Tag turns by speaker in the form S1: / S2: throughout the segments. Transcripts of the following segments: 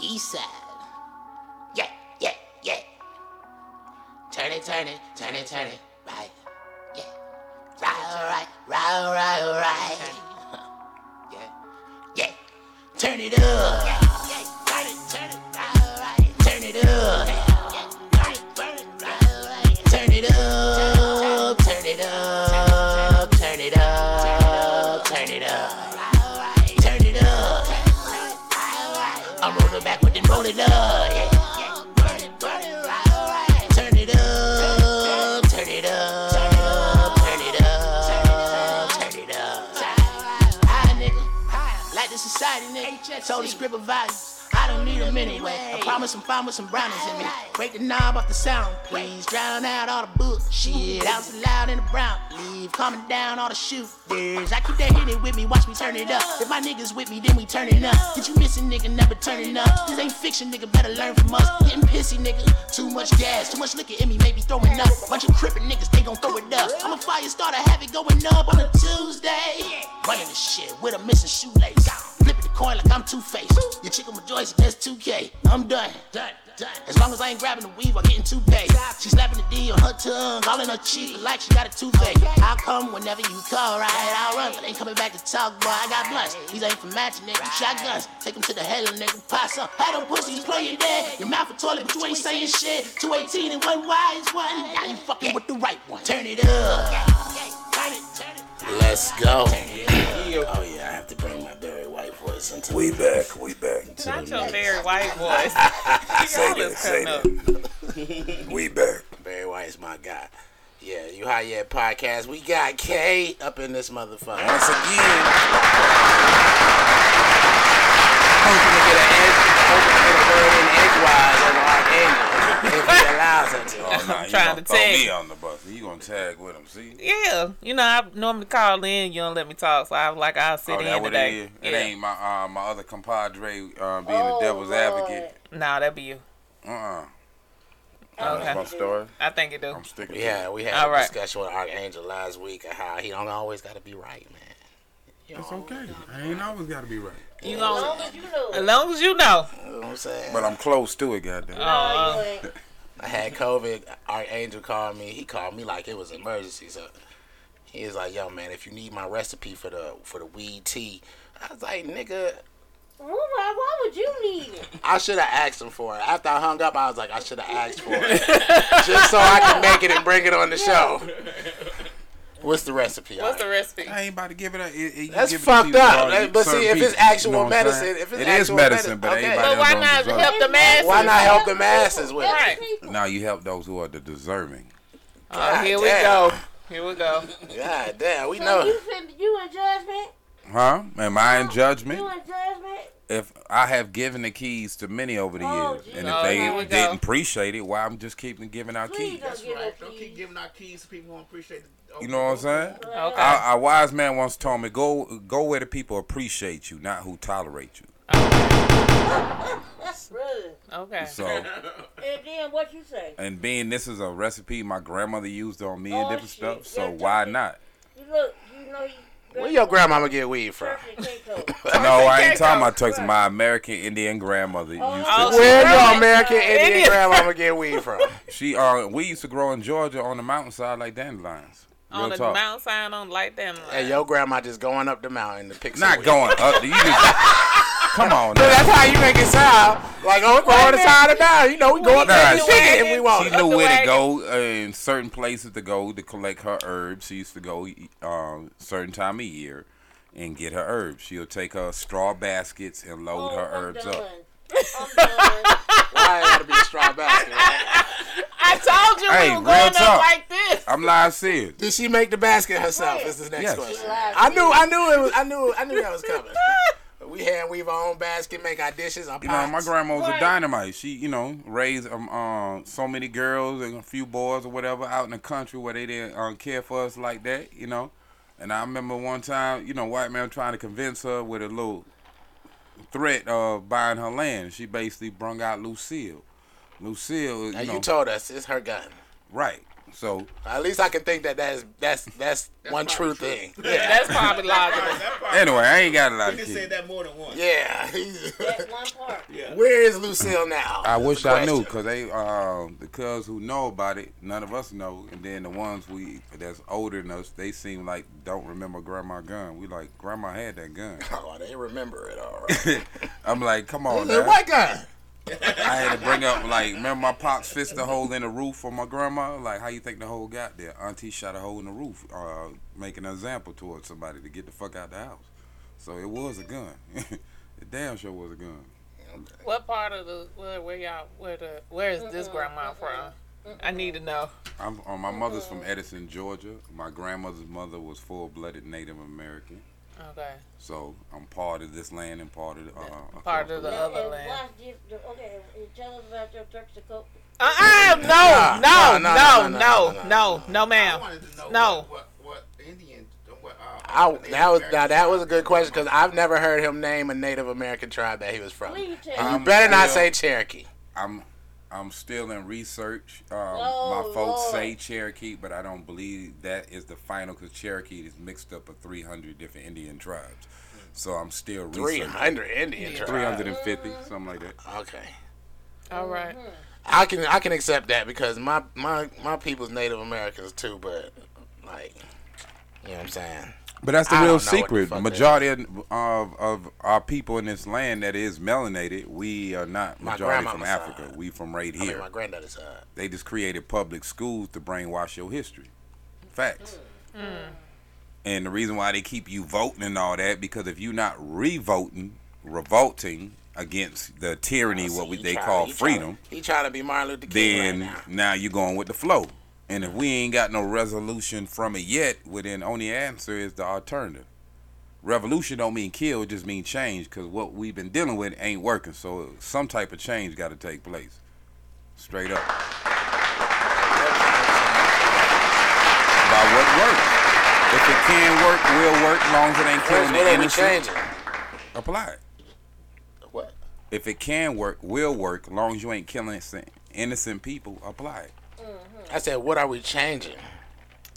S1: East side. Yeah, yeah, yeah. Turn it, turn it, turn it, turn it. Right. Yeah. Right, right, right, right, right. Yeah. Yeah. Turn it up. Yeah, yeah. Turn it, turn it. Right, right. Turn it up. Yeah, yeah. Right, right, right, right. Turn it up. Turn it up. Turn it up. Turn it up. Right, right. Turn it up. I'm rolling backward and rolling up. Yeah, yeah. Burn it, burn it, right, right. Turn it up, turn it up, turn it up, turn it up. Hi, nigga. Like the society, nigga. Told the script of values. I don't need them anyway. I promise I'm fine with some brownies in me. Break the knob off the sound, please. Drown out all the bullshit. Out loud in the brown. Leave calming down all the shooters. I keep that hitting with me, watch me turn it up. If my niggas with me, then we turn it up. Did you miss a nigga, never turning up? This ain't fiction, nigga, better learn from us. Getting pissy, nigga. Too much gas, too much looking at me, maybe throwing up. Bunch of crippin' niggas, they gon' throw it up. I'm a fire starter, have it going up on a Tuesday. Running this shit with a missing shoelace. Flipping the coin like I'm two faced. Your chicken with Joyce, that's 2K. I'm done. Done. Done. As long as I ain't grabbing the weave, I'm getting too paid. She slapping the D on her tongue, all in her cheek, like she got a toothache. I'll come whenever you call, right? I'll run, but ain't coming back to talk, boy. I got blunts. These ain't for matching, nigga. Shotguns. Take them to the hell, nigga. Pass up. Had them pussies playing dead. Your mouth a toilet, but you ain't saying shit. 218 and one wise one. Now you fucking with the right one. Turn it up.
S2: Let's go. Oh yeah, I have to bring my very white voice into
S3: We back, we back.
S4: Not your very white voice.
S3: Say
S4: Y'all
S3: that,
S4: is
S3: say
S4: cutting up.
S3: that. We back.
S2: Barry White is my guy. Yeah, you high yet podcast. We got K up in this motherfucker.
S3: Once again,
S2: Hoping to get an edge, hoping to get a word in edgewise over Archangel if he allows her to.
S3: oh, nah, you
S4: trying
S3: gonna
S4: to
S3: throw
S4: tag.
S3: me on the bus. You gonna tag with him? See?
S4: Yeah, you know I normally call in. You don't let me talk, so I was like, I'll sit
S3: oh,
S4: in
S3: that what it
S4: today.
S3: is. It ain't my uh, my other compadre uh, being
S2: Oh,
S3: the devil's advocate.
S4: Nah, that'd be you.
S3: Uh, uh
S4: Okay.
S3: that's my story.
S4: I think it do.
S3: I'm sticking.
S2: Yeah, we had
S4: All
S2: a
S4: right.
S2: discussion with Archangel last week of how he don't always got to be right, man. You know,
S5: It's okay. I ain't always got to be right.
S4: You
S1: As
S4: gonna,
S1: long as you know.
S4: as long as you know.
S2: you know what I'm saying?
S3: to it. But I'm close to it, goddamn.
S4: Uh,
S2: I had COVID. Archangel called me. He called me like it was an emergency. So he was like, "Yo, man, if you need my recipe for the for the weed tea," I was like, "Nigga,
S1: Why, why would you need it?
S2: I should have asked him for it." After I hung up, I was like, "I should have asked for it, just so I can make it and bring it on the show." What's the recipe?
S4: what's the recipe?
S3: I ain't about to give it up. It, it, you
S2: That's
S3: give it to
S2: fucked
S3: people,
S2: up.
S3: all you-
S2: That- but see,
S3: certain
S2: if it's
S3: people, you
S2: actual
S3: know what I'm
S2: medicine,
S3: saying?
S2: if it's
S3: It
S2: actual
S3: is medicine,
S2: medicine,
S3: but
S2: okay.
S3: everybody
S4: But why
S3: else don't
S4: not
S3: deserve it.
S4: help the masses?
S2: Why not help the masses with it?
S4: Right.
S3: Now you help those who are the deserving.
S4: Oh, here we
S2: damn.
S4: go. Here we go.
S2: God damn, we
S1: So
S2: know.
S1: you, fin- you in judgment?
S3: Huh? Am I in judgment?
S1: You in judgment?
S3: If I have given the keys to many over the
S1: Oh,
S3: years,
S1: geez.
S3: and
S4: Oh,
S3: if
S4: here we
S3: they
S4: go.
S3: didn't appreciate it, why I'm just keeping giving out
S1: Please
S3: keys?
S1: don't give
S5: Right.
S1: up
S5: Don't keep
S1: keys.
S5: giving out keys to people who don't appreciate the
S3: You know what I'm saying?
S4: Okay.
S3: A, a wise man once told me, "Go, go where the people appreciate you, not who tolerate you."
S1: Bruh.
S4: Okay.
S3: So,
S1: And then what you say?
S3: and being this is a recipe my grandmother used on me
S1: Oh,
S3: and different
S1: shit.
S3: stuff, so
S1: Yeah,
S3: why
S1: yeah.
S3: not?
S1: You look, you know you.
S2: Where your grandmama get weed from?
S1: Turkey can't cook.
S3: No, I ain't
S4: Turkey
S3: talking about
S4: cake
S3: Texas. My American Indian grandmother used to.
S4: Oh,
S2: Where your
S4: Right.
S2: American Indian
S4: Indian.
S2: grandmama get weed from?
S3: She, uh, we used to grow in Georgia on the mountainside like dandelions. Real
S4: on the
S3: talk.
S4: mountain sign on light damn
S2: Hey,
S4: line.
S2: your grandma just going up the mountain to pick some
S3: Not
S2: weed.
S3: going up. You just, come on.
S2: But
S3: Now.
S2: that's how you make it sound. Like, oh, we're going to side of mountain. You know, we go up there and
S3: Nah,
S2: pick it if we want.
S3: She
S4: Up
S3: knew
S4: the
S3: where to
S4: wagon.
S3: go uh, and certain places to go to collect her herbs. She used to go um, certain time of year and get her herbs. She'll take her straw baskets and load her
S1: Oh, I'm
S3: herbs
S1: done.
S3: up.
S1: I'm done.
S2: Why it gotta be a straw basket? right?
S4: I told you
S3: Hey,
S4: we were
S3: real
S4: going
S3: talk.
S4: up like this.
S3: I'm live serious.
S2: Did she make the basket herself? Is the next
S3: Yes.
S2: question.
S1: Lies.
S2: I knew, I knew it was, I knew, I knew that was coming. We hand weave our own basket, make our dishes, our
S3: You know, my
S2: pots.
S3: grandma was
S1: Right.
S3: a dynamite. She, you know, raised um, uh, so many girls and a few boys or whatever out in the country where they didn't um, care for us like that, you know. And I remember one time, you know, white man trying to convince her with a little threat of buying her land. She basically brung out Lucille. Lucille, you
S2: Now,
S3: know,
S2: you told us it's her gun.
S3: right. So
S2: At least I can think that that's that's that's, one true, thing.
S4: Yeah, that's probably logical.
S3: anyway, I ain't got a lot
S5: We
S3: of
S5: just
S3: kids.
S5: said that more than once.
S2: Yeah.
S6: That one part.
S2: Where is Lucille now?
S3: I wish
S2: That's
S3: I
S2: the
S3: knew,
S2: question.
S3: cause they, uh, the cuz who know about it, none of us know, and then the ones we that's older than us, they seem like don't remember Grandma gun. We like Grandma had that gun.
S2: Oh, they remember it all right.
S3: I'm like, come on,
S2: The
S3: now.
S2: white guy.
S3: I had to bring up like, remember my pops fixed the hole in the roof for my grandma. Like, how you think the hole got there? Auntie shot a hole in the roof, uh, making an example towards somebody to get the fuck out the house. So it was a gun. it damn sure was a gun.
S4: What part of the where, where y'all where the where is this grandma from? I need to know.
S3: I'm, uh,
S4: Oh,
S3: my mother's from Edison, Georgia. My grandmother's mother was full-blooded Native American.
S4: Okay,
S3: So I'm part of this land and part of the, uh,
S4: part of the
S6: Now,
S4: other
S6: and
S4: land.
S6: why did the- okay, and tell us about your Turks and Caicos.
S4: Uh-uh, no, no,
S2: Nah,
S4: no,
S2: nah, nah, nah, nah,
S4: no,
S2: nah,
S4: no, no,
S5: I
S4: ma'am.
S5: wanted to know
S4: No.
S5: what, what, what Indian, what, uh,
S2: I,
S5: Native
S2: that was now
S5: Americans
S2: that was a good
S5: are.
S2: question because I've never heard him name a Native American tribe that he was from.
S6: Please tell
S2: And
S6: me.
S2: you better not
S3: Um,
S2: say Cherokee.
S3: I'm I'm still in research. Um,
S6: Oh,
S3: my folks
S6: Lord.
S3: say Cherokee, but I don't believe that is the final because Cherokee is mixed up of 300 different Indian tribes. So I'm still
S2: Three
S3: researching.
S2: hundred Indian tribes.
S3: 350,
S4: Uh-huh.
S3: something like that.
S2: Okay.
S4: All right.
S2: I can I can accept that because my my my people's Native Americans too, but like you know what I'm saying.
S3: But that's the
S2: I
S3: real
S2: don't know what the
S3: secret.
S2: fuck that
S3: majority of, of of our people in this land that is melanated, we are not
S2: My
S3: majority from
S2: grandmama's
S3: Africa.
S2: side.
S3: We from right
S2: I
S3: here.
S2: mean, my granddaddy's uh, side.
S3: they just created public schools to brainwash your history. Facts. And the reason why they keep you voting and all that because if you're not revoting, revolting against the tyranny,
S2: So
S3: what we,
S2: Oh, he
S3: they
S2: tryna-
S3: call
S2: he tryna-
S3: freedom,
S2: he trying to be Martin Luther King
S3: then
S2: right now.
S3: now you're going with the flow. And if we ain't got no resolution from it yet, well then only answer is the alternative. Revolution don't mean kill; it just mean change. Cause what we've been dealing with ain't working. So uh, some type of change got to take place. Straight up. by what works. If it can work, will work, long as it ain't
S2: Where's
S3: killing
S2: where
S3: the
S2: they be
S3: innocent.
S2: changing?
S3: Apply it.
S2: What?
S3: If it can work, will work, long as you ain't killing innocent, innocent people. Apply it.
S2: I said, what are we changing?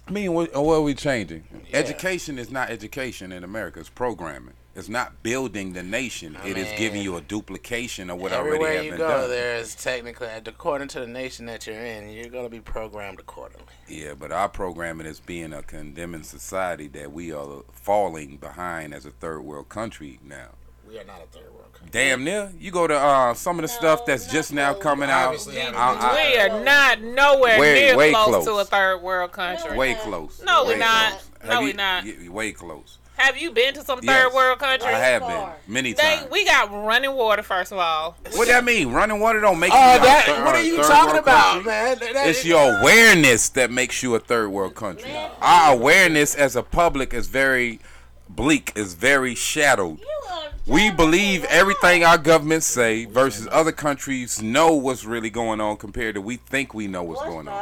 S3: I mean, what, uh, what are we changing? Education is not education in America. It's programming. It's not building the nation. It is giving
S2: mean,
S3: you a duplication of what already
S2: Everywhere
S3: have
S2: you
S3: been
S2: go,
S3: done.
S2: there is technically, according to the nation that you're in, you're going to be programmed accordingly.
S3: Yeah, but our programming is being a condemning society that we are falling behind as a third world country now.
S2: We are not a third world country.
S3: Damn near. You go to uh, some of the stuff that's
S6: not
S3: just now
S6: close.
S3: coming out.
S2: Obviously,
S3: I-
S4: We
S3: I-
S4: are not nowhere
S3: Way-
S4: near
S3: way
S4: close, to
S3: close.
S4: a third world country.
S3: way close.
S4: No,
S3: Way
S4: we not.
S3: close.
S4: No,
S3: Have
S4: we
S3: you-
S4: not.
S3: y- way close.
S4: Have you been to some
S3: Yes.
S4: third world country?
S3: I have been
S6: far.
S3: many
S4: They,
S3: times.
S4: we got running water first of all.
S3: What that mean? Running water don't
S4: Uh,
S3: make
S2: Oh,
S3: you. a
S2: that,
S3: third-
S2: what are you
S3: third
S2: talking
S3: world
S2: about,
S3: country.
S2: man? That- that-
S3: It's your awareness that makes you a third world country. Our awareness as a public is very bleak. Is very shadowed.
S6: You are
S3: We
S6: terrible.
S3: believe
S6: Wow.
S3: everything our governments say versus other countries know what's really going on compared to we think we know what's
S6: What's
S3: going on.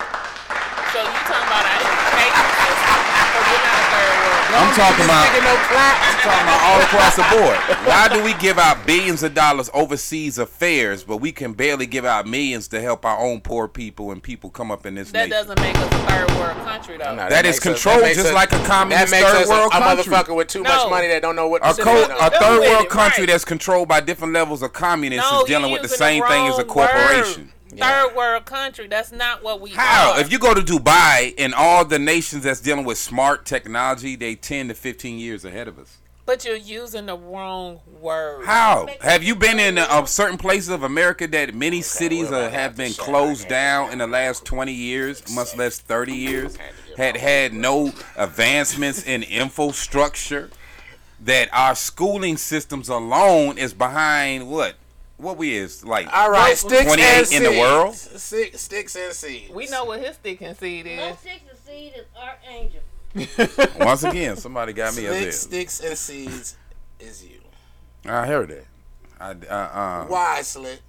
S6: up?
S4: So you talking about our education system? So we're not a third world.
S3: I'm talking about
S2: Taking no claps.
S3: talking about all across the board. Why do we give out billions of dollars overseas affairs, but we can barely give out millions to help our own poor people and people come up in this
S4: That
S3: nation?
S4: doesn't make us a third world country though.
S2: No,
S3: That is
S2: makes us-
S3: control
S2: makes
S3: just
S2: us-
S3: like a communist
S2: That makes
S3: third
S2: us
S3: world
S2: a,
S3: country.
S2: a motherfucker with too
S4: No.
S2: much money that don't know what to
S3: a, co-
S2: spend
S4: Absolutely.
S3: a
S2: on.
S4: Don't
S3: third
S4: let
S3: world
S4: it,
S3: country
S4: right.
S3: that's controlled by different levels of communists
S4: No,
S3: is dealing
S4: you
S3: with the
S4: using
S3: same thing as a
S4: wrong
S3: corporation.
S4: word. Third world country. That's not what we
S3: How?
S4: are.
S3: If you go to Dubai and all the nations that's dealing with smart technology, they 10 to 15 years ahead of us.
S4: but you're using the wrong word.
S3: How have you been in uh, certain places of America that many cities
S2: well, I
S3: uh, have
S2: have
S3: been
S2: to say
S3: closed
S2: I
S3: down in the last 20 years, much less 30 years? Had had no advancements in infrastructure. That our schooling systems alone is behind what? What we is like?
S2: All right, sticks
S3: 28
S2: and
S3: in the
S2: seeds.
S3: world?
S2: Six, sticks and seeds.
S4: We know what his stick and seed
S6: No
S4: is.
S6: six of seed is archangel.
S3: Once again, somebody got me up
S2: Sticks,
S3: there.
S2: sticks and seeds is you.
S3: I heard that. I, uh, uh,
S2: Why, Slick?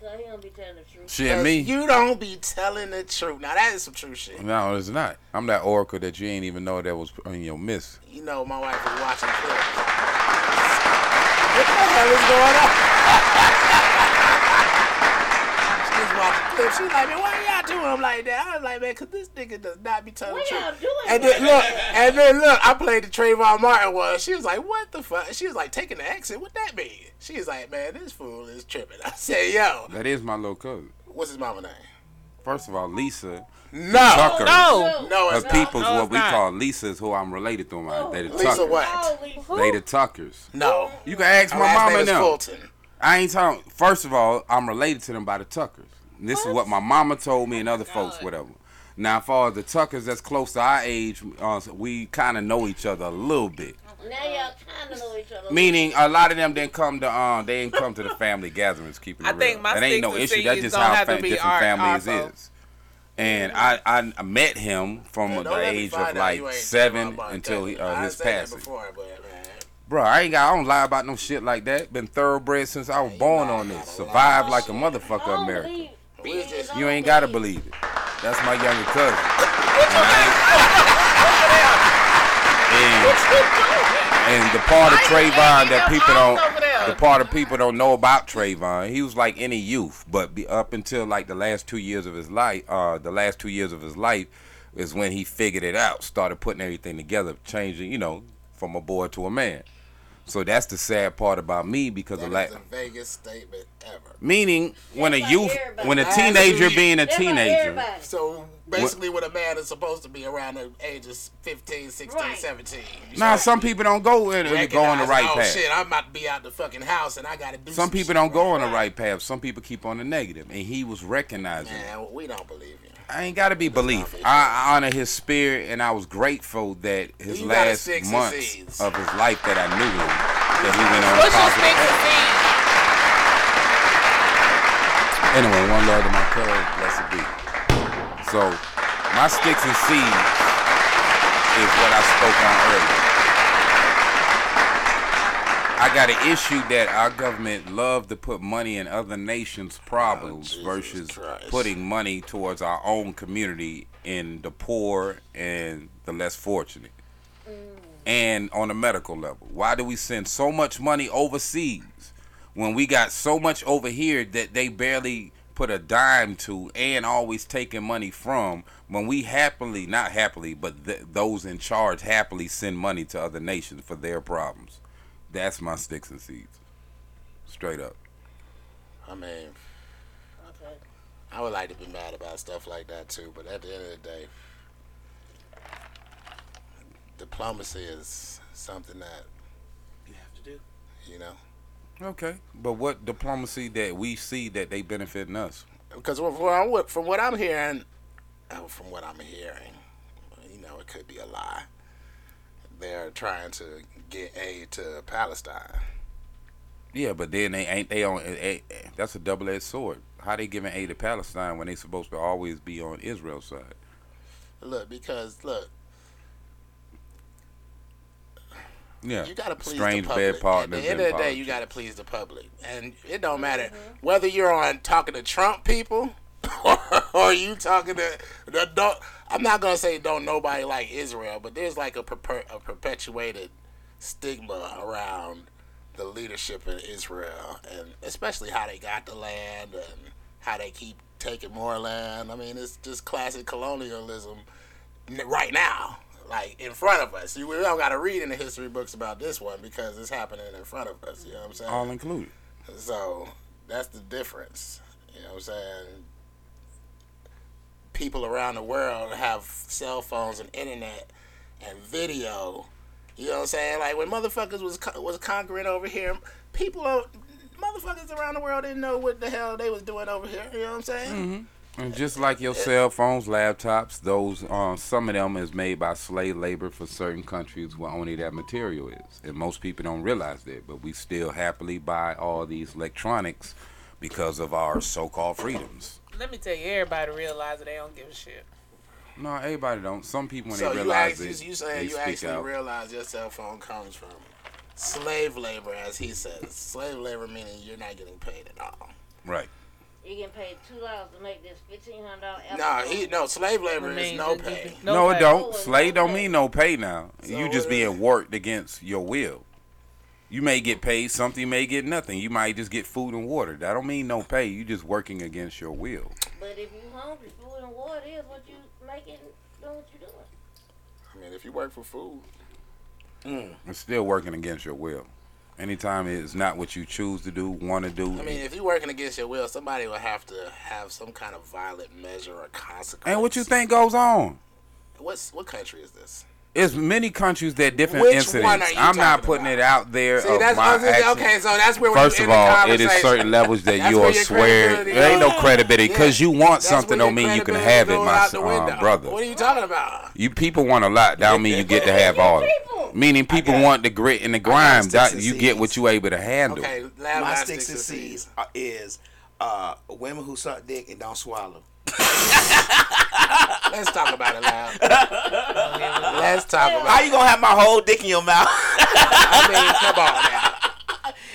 S6: So he don't be telling the truth.
S3: shit, me.
S2: You don't be telling the truth. Now that is some true shit.
S3: no, it's not. I'm that oracle that you ain't even know that was in your miss.
S2: You know my wife is watching clips. What the hell is going on? She's watching clips. She's like, man, what are y'all got you on like that. I was like, man, cause this nigga does not be telling the
S6: What y'all
S2: truth.
S6: doing?
S2: And then look, and then look, I played the Trayvon Martin one. She was like, "What the fuck?" She was like, "Taking the exit, what that mean?" She was like, "Man, this fool is tripping." I said, "Yo,
S3: That is my little cousin.
S2: what's his mama name?"
S3: First of all, Lisa.
S2: No,
S3: Tucker.
S4: Oh, No.
S2: no,
S3: Her
S2: it's not.
S3: people's
S4: No,
S3: what
S4: it's
S3: we
S4: not.
S3: call Lisa's, who I'm related to. My they the
S2: Lisa
S3: Tuckers.
S2: what?
S6: Oh, Lisa.
S3: They the Tuckers.
S6: Oh.
S2: No,
S3: You can ask
S2: my
S3: my,
S2: last name
S3: mama
S2: is
S3: now.
S2: Fulton.
S3: I ain't talking. First of all, I'm related to them by the Tuckers. And this is what my mama told me and other
S4: Oh
S3: folks, whatever. Now, as far as the Tuckers, that's close to our age. Uh, we kind of know each other a little bit.
S6: Now y'all kind of know each other.
S3: Meaning, a lot of them didn't come to um, they didn't come to the family gatherings. Keeping it
S4: I
S3: real.
S4: think my
S3: that ain't no
S4: sticks and
S3: issue. That's
S4: seeds
S3: just
S4: don't
S3: how
S4: have to
S3: fa-
S4: be
S3: different
S4: art
S3: families
S4: also.
S3: is. And I, I met him from
S2: Don't
S3: the
S2: let me
S3: age
S2: find
S3: of
S2: out
S3: like
S2: you ain't Trayvon
S3: seven
S2: Martin
S3: until he,
S2: cousin. I
S3: uh, his
S2: said that
S3: passing.
S2: Before, but man,
S3: Bro, I ain't got. I don't lie about no shit like that. Been thoroughbred since I was born on this. Survived like a motherfucker,
S6: don't
S3: America.
S6: believe.
S2: we was just
S3: You ain't gotta believe it. That's my younger cousin. And, and the part of
S4: Why you
S3: Trayvon
S4: egging
S3: that
S4: your
S3: people
S4: arms
S3: don't,
S4: over there?
S3: the part of people don't know about Trayvon, he was like any youth, but be up until like the last two years of his life, uh, the last two years of his life is when he figured it out, started putting everything together, changing, you know, from a boy to a man. So that's the sad part about me because of
S2: that
S3: like,
S2: is the vaguest statement ever.
S3: meaning when a
S6: That's like
S3: youth,
S6: everybody.
S3: when a
S2: That's
S3: teenager
S2: you.
S3: being a
S6: That's like
S3: teenager.
S6: everybody.
S2: So basically, when a man is supposed to be around the age of 15, 16,
S6: Right.
S2: 17. you
S3: Nah,
S2: start
S3: some people don't go in and go on the
S2: recognizing,
S3: right
S2: oh,
S3: path.
S2: shit, I'm about to be out the fucking house and I got to do
S3: Some
S2: some
S3: people
S2: shit,
S3: don't go
S2: right?
S3: on the right path. Some people keep on the negative, and he was recognizing. it.
S2: Man, we don't believe you.
S3: I ain't gotta be belief. I, I honor his spirit, and I was grateful that his
S2: You got a
S3: last
S2: six and
S3: months
S2: C's.
S3: of his life that I knew him, that he went on a
S4: What's your
S3: positive.
S4: sticks and seeds?
S3: Anyway, one love to my cousin, blessed be. So, my sticks and seeds is what I spoke on earlier. I got an issue that our government love to put money in other nations' problems
S2: Oh,
S3: versus
S2: Jesus Christ.
S3: putting money towards our own community in the poor and the less fortunate. And on a medical level, why do we send so much money overseas? when we got so much over here that they barely put a dime to and always taking money from when we happily not happily but th- those in charge happily send money to other nations for their problems that's my sticks and seeds straight up
S2: I mean,
S6: Okay.
S2: I would like to be mad about stuff like that too, but at the end of the day, diplomacy is something that
S5: You have to do.
S2: you know
S3: okay but what diplomacy that we see that they benefiting us
S2: because from what I'm, from what I'm hearing, oh, from what I'm hearing, you know, it could be a lie. They're trying to get aid to Palestine.
S3: yeah but then they ain't they on eh, eh, that's a double-edged sword how they giving aid to palestine when they supposed to always be on israel's side
S2: Look, because look,
S3: yeah
S2: you gotta please
S3: strange
S2: the public.
S3: bed partners
S2: At the end
S3: in
S2: of the day, you
S3: politics.
S2: gotta please the public, and it don't matter whether you're on talking to Trump people or, you talking to the don't. I'm not gonna say don't nobody like Israel, but there's like a, perper, a perpetuated stigma around the leadership in Israel, and especially how they got the land and how they keep taking more land. I mean, it's just classic colonialism n- right now, like in front of us. You we don't got to read in the history books about this one because it's happening in front of us. You know what I'm saying?
S3: all included
S2: So that's the difference. You know what I'm saying? People around the world have cell phones and internet and video. You know what I'm saying? Like when motherfuckers was co- was conquering over here, people o- motherfuckers around the world didn't know what the hell they was doing over here. You know what I'm saying?
S3: And just like your cell phones, laptops, those uh, some of them is made by slave labor for certain countries where only that material is, and most people don't realize that. But we still happily buy all these electronics because of our so-called freedoms.
S4: Let me tell you, everybody realizes they don't give a shit.
S3: No, everybody don't. Some people when
S2: so
S3: they
S2: you
S3: realize
S2: actually,
S3: it,
S2: you
S3: they
S2: saying you
S3: speak
S2: actually
S3: out.
S2: realize your cell phone comes from slave labor, as he says. slave labor meaning you're not getting paid at all.
S3: right.
S6: You can pay two dollars to make this fifteen hundred dollar.
S2: No, he no slave labor
S4: I
S2: is
S4: mean,
S2: no
S4: you- you-
S2: pay.
S3: No, it
S4: like,
S3: don't.
S6: Oh,
S3: Slave don't
S6: okay.
S3: mean no pay now.
S2: So
S3: you just
S2: what
S3: being
S2: is-
S3: worked against your will. You may get paid something, you may get nothing. You might just get food and water. That don't mean no pay. You just working against your will.
S6: But if you hungry, food and water is what you making, doing what you doing.
S2: I mean, if you work for food,
S3: It's still working against your will. Anytime it's not what you choose to do, want to do.
S2: I mean, if you're working against your will, somebody will have to have some kind of violent measure or consequence.
S3: and what you think goes on?
S2: What's what country is this?
S3: It's many countries that different
S2: Which
S3: incidents.
S2: one are you
S3: I'm not
S2: talking
S3: putting
S2: about?
S3: it out there
S2: See,
S3: of
S2: that's
S3: my
S2: okay,
S3: actions.
S2: okay. So that's where
S3: First
S2: we
S3: of all, it is certain levels that
S2: That's
S3: you
S2: where
S3: are
S2: your
S3: swear.
S2: credibility
S3: There ain't no
S2: goes.
S3: credibility because you want
S2: That's
S3: something
S2: where
S3: don't
S2: your
S3: mean you can
S2: credibility
S3: have it,
S2: goes
S3: my
S2: out
S3: s-
S2: the
S3: uh,
S2: window.
S3: brother.
S2: What are you talking about?
S3: You people want a lot. That don't mean you get to have all. of it. Meaning people want the grit and the grime.
S1: sticks
S3: That
S1: and
S3: you get what
S1: seeds.
S3: you able to handle.
S2: Okay, lab
S1: My
S2: eye
S1: sticks and seeds are- is uh, women who suck dick and don't swallow.
S2: Let's talk about it, lab. Let's talk about.
S1: How
S2: it.
S1: you gonna have my whole dick in your mouth
S2: I mean, come on now.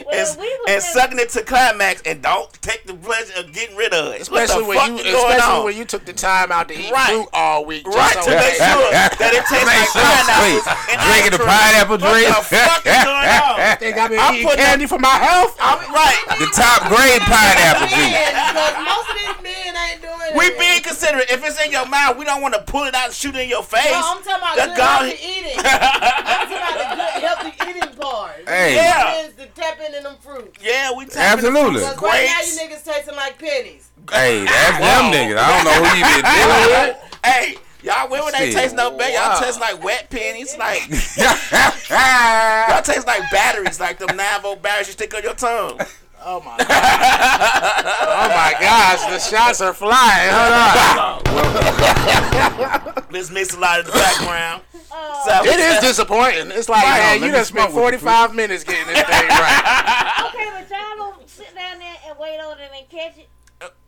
S6: Well,
S1: and,
S6: we was
S1: and
S6: just-
S1: sucking it to climax and don't take the pleasure of getting rid of it?
S2: Especially
S1: what the
S2: when
S1: fuck
S2: you,
S1: is going
S2: especially
S1: on?
S2: when you took the time out to eat
S1: Right.
S2: fruit all week. just
S1: right to
S2: so
S1: make
S2: that-
S1: sure that it tastes
S3: Make
S1: like
S3: sense.
S1: pineapples
S3: Wait,
S1: and
S3: drinking the
S1: ice
S3: pineapple
S1: cream.
S3: drink.
S1: What the fuck is going on?
S2: Think I've been
S1: I'm
S2: eating
S1: putting
S2: candy for my health?
S1: I'm right.
S3: The top grade pineapple drink.
S4: because most of these men ain't doing
S1: We
S4: it.
S1: being considerate. If it's in your mouth, we don't want to pull it out and shoot it in your face.
S7: No, I'm talking about
S1: The
S7: good
S1: God-
S7: healthy eating. I'm talking about the good healthy eating part.
S3: Hey.
S1: Yeah.
S7: Is the tapping in them fruits.
S1: yeah, we tapping
S3: Absolutely.
S7: Because right now
S1: Grapes.
S7: you niggas tasting like pennies.
S3: Hey, that's them niggas. I don't know who you been dealing with.
S1: Hey, y'all women ain't
S3: Shit.
S1: taste no bad. Y'all
S2: Wow.
S1: taste like wet pennies. Like y'all
S3: That's
S1: taste like batteries, like them nine volt batteries you stick on your tongue.
S2: Oh my god. oh my gosh, the shots are flying. Hold on.
S1: Let's mix a lot in the background.
S6: uh,
S1: So-
S2: It is disappointing. It's like,
S3: Right.
S2: man,
S3: Let
S2: you
S3: me
S2: done spent
S3: smoke with you,
S2: 45 minutes getting this thing right.
S6: Okay, but y'all don't sit down there and wait on it and catch it.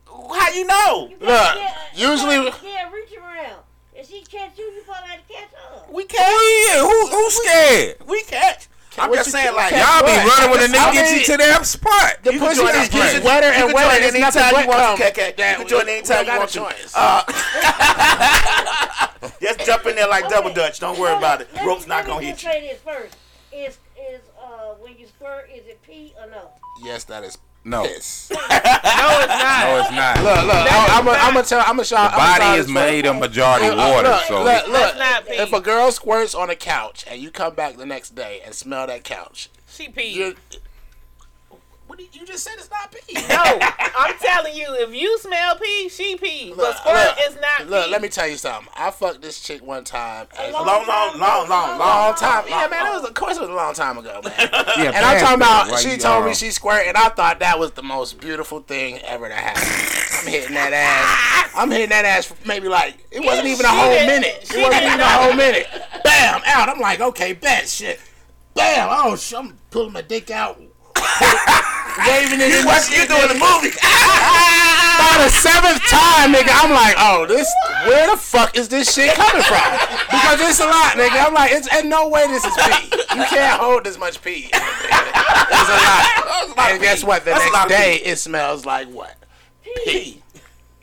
S1: How you know?
S6: You
S2: Look,
S6: gotta get- you
S2: usually-
S6: gotta- yeah, reach around. If she catch you, you probably have to catch her.
S1: We catch.
S3: Who who's scared?
S1: We catch. I'm
S2: What
S1: just
S2: you-
S1: saying, like
S3: Y'all be
S2: What?
S3: running when
S1: I
S3: a nigga get
S1: mean-
S3: you to that spot.
S2: The
S1: You can
S2: pussy
S1: join
S2: is
S1: us,
S2: getting
S1: right.
S2: wetter
S1: You
S2: and
S1: can
S2: wetter,
S1: join
S2: and there's
S1: anytime
S2: nothing
S1: you
S2: but
S1: want to.
S2: cum.
S1: KK.
S2: Yeah,
S1: You can join
S2: we-
S1: anytime
S2: we
S1: you
S2: got
S1: want
S2: a
S1: to.
S2: choice.
S1: Uh, just jump in there like double dutch. Don't worry about it.
S6: Let me-
S1: Rope's not
S6: let
S1: gonna
S6: me
S1: hit
S6: just
S1: you.
S6: Say this first. Is is uh when you squirt, is it pee or no?
S2: Yes, that is
S3: No, no, it's
S2: piss. no, it's not.
S3: not.
S2: Look, look, I'm gonna tell, I'm gonna show. The
S3: Body is made of majority water,
S2: Look,
S3: so
S2: look, look.
S4: That's not pee.
S2: If a girl squirts on a couch and you come back the next day and smell that couch,
S4: She peed.
S2: you're. What did you just said? It's not pee.
S4: No, I'm telling you, if you smell pee, she pee.
S2: Look,
S4: but squirt
S2: look,
S4: is not
S2: Look,
S4: pee.
S2: let me tell you something. I fucked this chick one time. and-
S1: Long, long, long, long, long,
S2: long time. Yeah, man, it was of course it was a long time ago, man.
S3: Yeah,
S2: And I'm talking about
S3: Why
S2: she
S3: you,
S2: told me
S3: uh,
S2: she squirted, and I thought that was the most beautiful thing ever to happen. I'm hitting that ass. I'm hitting that ass for maybe like it wasn't even a
S4: she
S2: whole
S4: didn't-
S2: minute.
S4: she
S2: It wasn't
S4: didn't
S2: even a whole minute. Bam, out. I'm like, okay, bet shit. Bam, oh, sh- I'm pulling my dick out. Waving it in
S1: What you doing in the movie?
S2: by the seventh time, nigga, I'm like, oh, this, where the fuck is this shit coming from? Because it's a lot, nigga. I'm like, it's and no way this is pee. You can't hold this much pee. It's a lot. And guess what? The
S1: That's a lot
S2: next
S1: of
S2: day, it smells like what?
S6: Pee.
S2: Pee.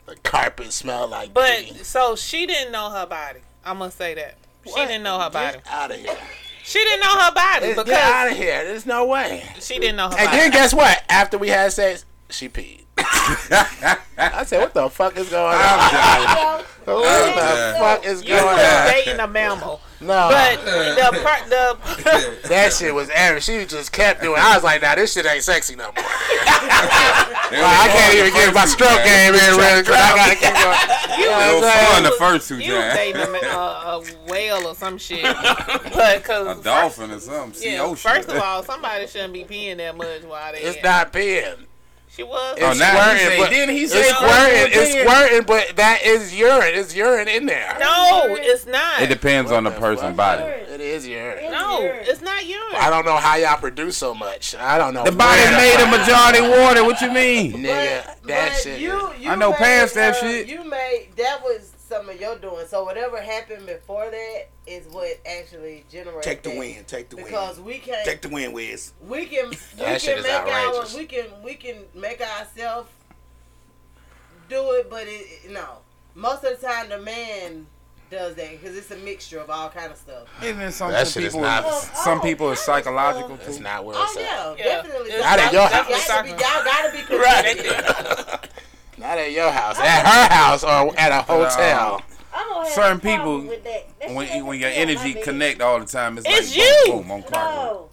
S2: The carpet smelled like
S4: But
S2: pee.
S4: so she didn't know her body. I'm gonna say that she didn't know her body.
S2: Get out of here.
S4: She didn't know her body
S2: Get out
S4: because
S2: of here. There's no way.
S4: she didn't know her
S2: And
S4: body.
S2: then guess what? After we had sex, she peed. I said, what the fuck is going on?
S6: Well,
S2: What the
S3: done.
S2: fuck is
S4: You
S2: going
S4: were
S2: on?
S4: dating a mammal,
S2: No.
S4: but the part the
S2: That shit was average. She just kept doing. I was like, nah, this shit ain't sexy no more. Like, I can't even get my stroke game in ready 'cause I gotta keep going. You know
S3: It
S2: what
S3: was fun
S2: I'm
S3: the
S2: saying?
S3: first two
S4: you was dating
S3: times.
S4: a, ma- a, a whale or some shit, but
S3: A
S4: cause
S3: dolphin or something. oh, Sea
S4: yeah,
S3: ocean.
S4: first of all, somebody shouldn't be peeing that much while they.
S2: It's not peeing.
S4: She was.
S3: Oh,
S2: It's
S3: now he
S2: squirting,
S3: say-
S2: but
S3: then he
S2: it's
S3: say-
S2: squirting. It's
S3: Then-
S2: squirting, but that is urine. It's urine in there.
S4: no, it's not.
S3: it depends on the
S2: What the
S3: person's
S2: fuck?
S3: body.
S2: It is urine.
S4: no, it's not urine.
S2: I don't know how y'all produce so much. I don't know.
S3: The body
S2: where
S3: made of majority water. What you mean?
S2: nigga. That
S7: but
S2: shit.
S7: You, you
S3: I know
S7: made,
S3: past that
S7: uh,
S3: shit.
S7: You made that was some of your doing. So whatever happened before that is what actually generated.
S1: Take the
S7: that.
S1: win. Take the win.
S7: Because we can't.
S1: Take the win, Wiz.
S7: we can. We
S2: That shit
S7: can
S2: is
S7: make our.
S2: outrageous.
S7: We can. We can make ourselves do it, but it no. Most of the time, the man does that because it's a mixture of all kind of stuff.
S3: Isn't it some
S2: That
S3: some
S2: shit is
S3: people?
S2: not-
S3: some people is psychological
S2: That's
S3: too.
S2: not where
S7: Oh
S2: it's at.
S7: yeah,
S4: Yeah.
S7: definitely.
S4: It's
S2: Not at your
S7: Y'all
S2: house.
S7: gotta be, y'all gotta be connected.
S2: Right. not at your house. At her house or at a hotel.
S6: I'm gonna have
S3: Certain
S6: a problem
S3: people,
S6: with that. That shit
S3: When
S6: ain't
S3: when your
S6: gonna be on my
S3: energy
S6: bed.
S3: connect all the time, it's,
S4: It's
S3: like
S4: you.
S3: boom, boom, on clockwork.
S6: No,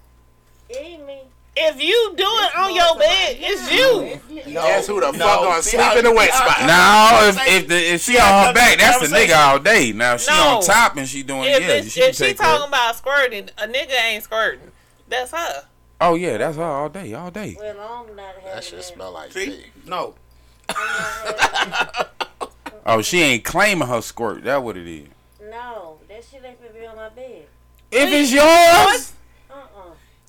S6: it ain't me.
S4: If you do it on your bed, it's you.
S6: It's me.
S2: Guess who the
S5: No.
S2: fuck gonna
S5: See
S2: sleep
S5: how
S2: in the
S5: you-
S2: wet spot?
S3: No, if if, the, if she on her back, that's the nigga all day. Now if she
S4: No.
S3: on top and she doing
S4: If,
S3: Oh, yeah,
S4: it's-
S3: she can
S4: if she
S3: take
S4: talking
S3: that.
S4: about squirting, a nigga ain't squirting. That's her.
S3: Oh yeah, that's her all day, all day.
S6: Well, I'm not having
S2: That shit smell like
S5: See?
S2: pee.
S5: No.
S3: Oh, she ain't claiming her squirt. That what it is.
S6: No, that shit ain't gonna be on my bed.
S3: If it's yours,
S6: Uh-uh.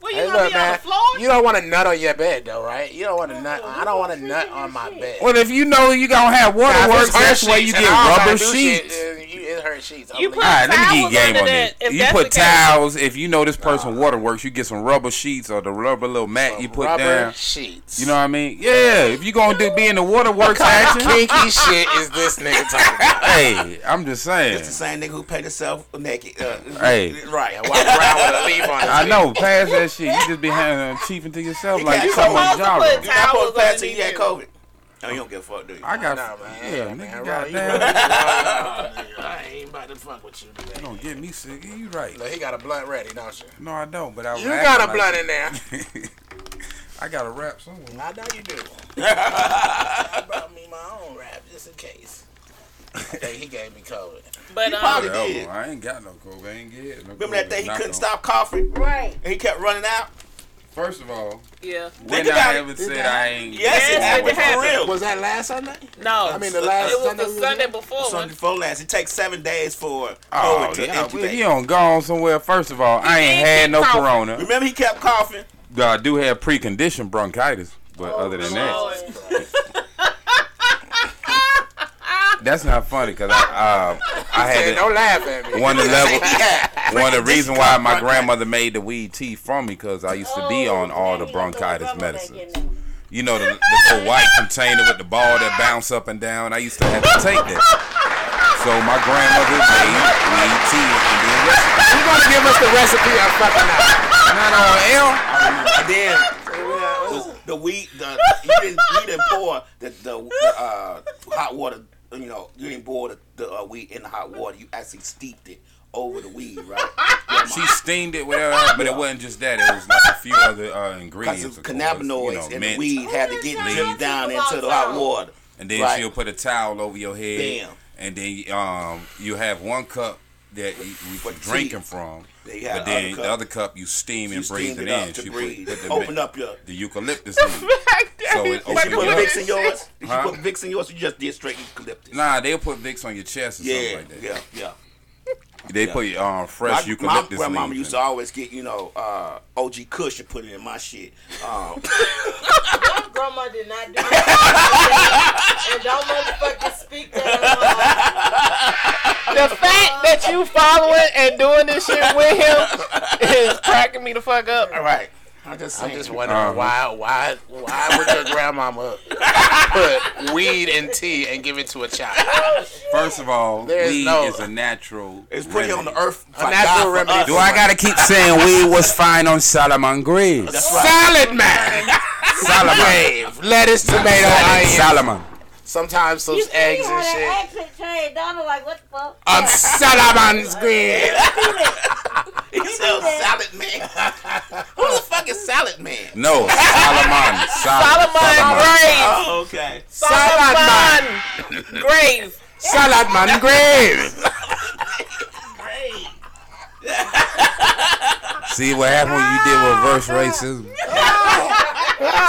S4: Well, you
S2: Hey,
S4: gonna
S2: look,
S4: be on
S2: man.
S4: the floor?
S2: You don't want to nut on your bed, though, right? You don't want to
S6: No,
S2: nut.
S6: you
S2: I don't want to
S6: gonna
S2: nut
S6: sleep in
S2: on
S6: that
S2: my
S6: shit.
S2: bed.
S3: well if you know you gonna have
S2: Now, if
S3: water works,
S2: it's her
S3: that's where you
S2: sheets
S3: get
S2: and I don't
S3: rubber
S2: gotta do shit,
S3: sheets.
S2: then you- It's her sheets. I'm
S4: You
S2: leaving.
S4: put-
S3: Alright, let me
S4: Towels
S3: get game
S4: under
S3: on
S4: that,
S3: this.
S4: if
S3: You
S4: that's the
S3: put
S4: case.
S3: towels, if you know this person water works, you get some rubber sheets or the rubber little mat you put
S2: rubber
S3: down.
S2: sheets.
S3: You know what I mean? Yeah, if you gonna do be in the water works action,
S2: kinky shit is this nigga talking about?
S3: hey, I'm just saying.
S5: It's the same nigga who paid himself naked. Uh,
S3: Hey.
S5: Right.
S2: And walk around with a leaf on his
S3: I know, pass that shit. You just be having cheaping to yourself like
S5: You
S3: you talking about
S4: supposed to
S3: job.
S4: put
S5: You're not supposed to pass
S4: towels
S5: till you had
S4: underneath you.
S5: COVID. No, you don't give a fuck, do you?
S3: I got,
S2: Nah, man.
S3: yeah,
S2: man,
S3: nigga,
S2: Ron, you
S3: goddamn,
S2: really- I ain't about to fuck with you
S3: you
S2: today.
S3: don't get me sick. You right?
S2: Look, he got a blunt ready, don't you?
S3: No, I don't. But I was
S2: You
S3: acting
S2: got a
S3: like-
S2: blunt in there.
S3: I got a rap somewhere.
S2: I know you do. I brought me my own rap just in case. I think he gave me COVID.
S4: But
S5: You
S4: um,
S5: probably-
S3: Yeah,
S5: did.
S3: I ain't got no COVID. I ain't get no
S5: Remember that
S3: COVID.
S5: day he
S3: Knock
S5: couldn't
S3: on.
S5: stop coughing
S6: Right.
S5: and he kept running out?
S3: First of all,
S4: yeah,
S3: when
S5: about
S3: I
S5: it.
S3: ever said I ain't.
S5: Yes,
S4: Yes,
S5: it
S4: it happened.
S5: happened for real.
S2: Was that last Sunday?
S4: no.
S2: I mean, the last
S4: it was
S2: Sunday we
S4: the
S2: was
S4: Sunday
S2: here?
S4: before.
S5: Sunday
S4: one.
S5: before last. It takes seven days for
S3: Oh,
S5: COVID to
S3: yeah, well,
S5: incubate.
S3: he on gone somewhere. First of all, I ain't
S4: ain't
S3: had no
S4: been coughing.
S3: corona.
S5: Remember he kept coughing?
S3: I do have preconditioned bronchitis, but
S6: Oh,
S3: other than that,
S6: Lord.
S3: that's not funny because I uh, I had
S2: Hey,
S3: it.
S2: don't laugh at me.
S3: one of the level one of the reason why my grandmother made the weed tea for me because I used to be
S6: Oh,
S3: on all the
S6: now he gonna throw
S3: bronchitis
S6: rubber back in
S3: medicine.
S6: there.
S3: You know the, the little white container with the ball that bounce up and down. I used to have to take that. So my grandmother made weed tea and then recipe.
S2: She's gonna give us the recipe of fucking out.
S3: Not on L.
S5: And then the, the weed, the, you didn't you didn't pour the the, the uh, hot water. You know, you didn't boil the, the uh, weed in the hot water. You actually steeped it over the weed, right?
S3: She steamed it, whatever. But it wasn't just that. It was like a few other uh,
S5: Because
S3: ingredients.
S5: of
S3: of course,
S5: cannabinoids
S3: you know,
S5: and the
S3: mint.
S5: weed had to get
S6: Leaves.
S5: dripped down
S6: Talk
S5: into the
S6: about
S5: hot water.
S3: and then
S5: Right.
S3: she'll put a towel over your head,
S5: Bam.
S3: and then um, you have one cup that you, you
S5: tea.
S3: drinking from,
S5: Then you
S3: but
S5: have the
S3: then
S5: other
S3: the
S5: cup.
S3: other cup you steam
S5: You
S3: and breathe it
S5: steamed it
S3: in.
S5: up to
S3: She
S5: breathe. Oh,
S3: put, put the,
S5: Open up your.
S3: the eucalypus. in. So it
S5: Did you
S3: opened
S5: put
S3: up.
S5: Vicks in yours? Did
S3: Huh?
S5: you put Vicks in yours? or You just did straight eucalyptus.
S3: Nah, they'll put Vicks on your chest or
S5: yeah,
S3: something like that.
S5: yeah, yeah.
S3: They put um, fresh
S5: My-
S3: eucalyptus
S5: My grandmama
S3: leaves
S5: used to
S3: in.
S5: always get, you know, uh, OG Kush and put it in my shit. Um,
S7: My grandma did not do that. and don't motherfucking speak that.
S4: The fact that you following and doing this shit with him is cracking me the fuck up.
S5: all right. I'm just
S2: I'm
S5: saying.
S2: just wondering
S3: Uh-huh.
S2: why why why would your grandmama put weed and tea and give it to a child?
S3: First of all,
S2: There's
S3: weed
S2: no-
S3: is a natural.
S5: it's pretty on
S3: remedy.
S5: the earth.
S2: A natural remedy.
S3: Do I gotta keep saying weed was fine on Solomon Green?
S5: That's right.
S2: Salad man,
S3: Solomon,
S2: Wave. lettuce, tomato, onion,
S3: Solomon.
S2: sometimes some
S6: You see
S2: eggs
S6: how
S2: and
S6: that
S2: shit.
S6: accent changed? Donald like, what the fuck?
S2: I'm
S5: Um,
S2: Solomon's green.
S5: It's a salad man. Who the fuck is salad man?
S3: No, Solomon. Solomon.
S4: Solomon Grave.
S5: Oh, okay.
S2: Solomon,
S4: Solomon Grave.
S2: Solomon green.
S3: See what happened when you did reverse racism?